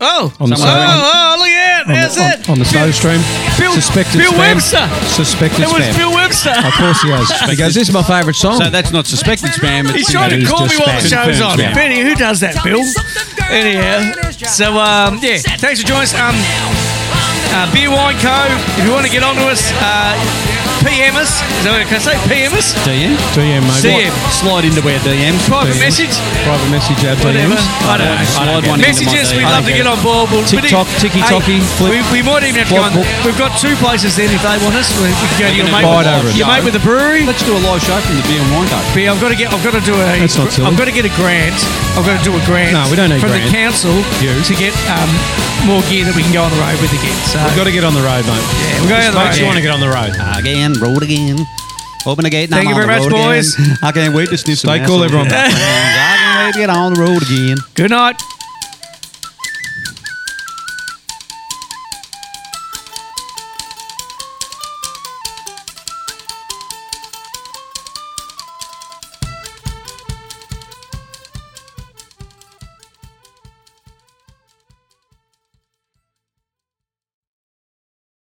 S2: oh,
S3: On the
S2: oh,
S3: side.
S2: oh, look at that. That's
S3: on,
S2: it.
S3: on, on the snow stream.
S2: Bill-
S3: suspected
S2: Bill
S3: spam.
S2: Webster.
S3: Suspected
S2: That was
S3: spam.
S2: Bill Webster.
S3: Of course he has. He goes, "This is my favourite song."
S5: So that's not suspected spam. It's
S2: He's trying to
S3: He's
S2: call me
S3: just
S2: while the
S3: spam.
S2: show's on.
S5: Spam.
S2: Benny, who does that, Bill? Anyhow, so um, yeah, thanks for joining us. Um, Uh, Beer Wine Co. If you want to get onto us, uh, PM us. Is that what I can say? PM us.
S5: DM?
S3: DM,
S2: DM.
S3: mate.
S5: Slide into our DMs.
S2: Private
S5: please.
S2: message.
S3: Private message, ab
S2: Whatever.
S3: DMs.
S2: I don't know.
S5: Slide one into my
S2: Messages,
S5: DM.
S2: we'd love to get on board. We'll
S3: TikTok, tiki-toki, flip,
S2: we, we might even have to go
S3: flop,
S2: on. We've got two places then if they want us. We, we can go to your
S5: We're
S2: mate,
S5: gonna
S3: divide over
S2: with,
S3: it.
S2: your mate with the brewery.
S5: Let's do a live show from the Beer and Wine Cup.
S2: But I've got to get. I've got to do a.
S3: That's not silly.
S2: I've got to get a grant. I've got to do a grant.
S3: No, we don't need
S2: from
S3: grant.
S2: the council
S3: You.
S2: to get um, more gear that we can go on the road with again. So
S3: We've got to get on the road, mate.
S2: yeah, we're going on the road.
S3: Mate, you want to get on the road.
S5: Again, road again. Open the gate. now
S2: Thank
S5: I'm
S2: you
S5: on
S2: very
S5: the
S2: much,
S5: road
S2: boys.
S5: again. I can't wait to sniff some
S3: Stay cool, everyone.
S5: assholes. I can't wait to get on the road again.
S2: Good night.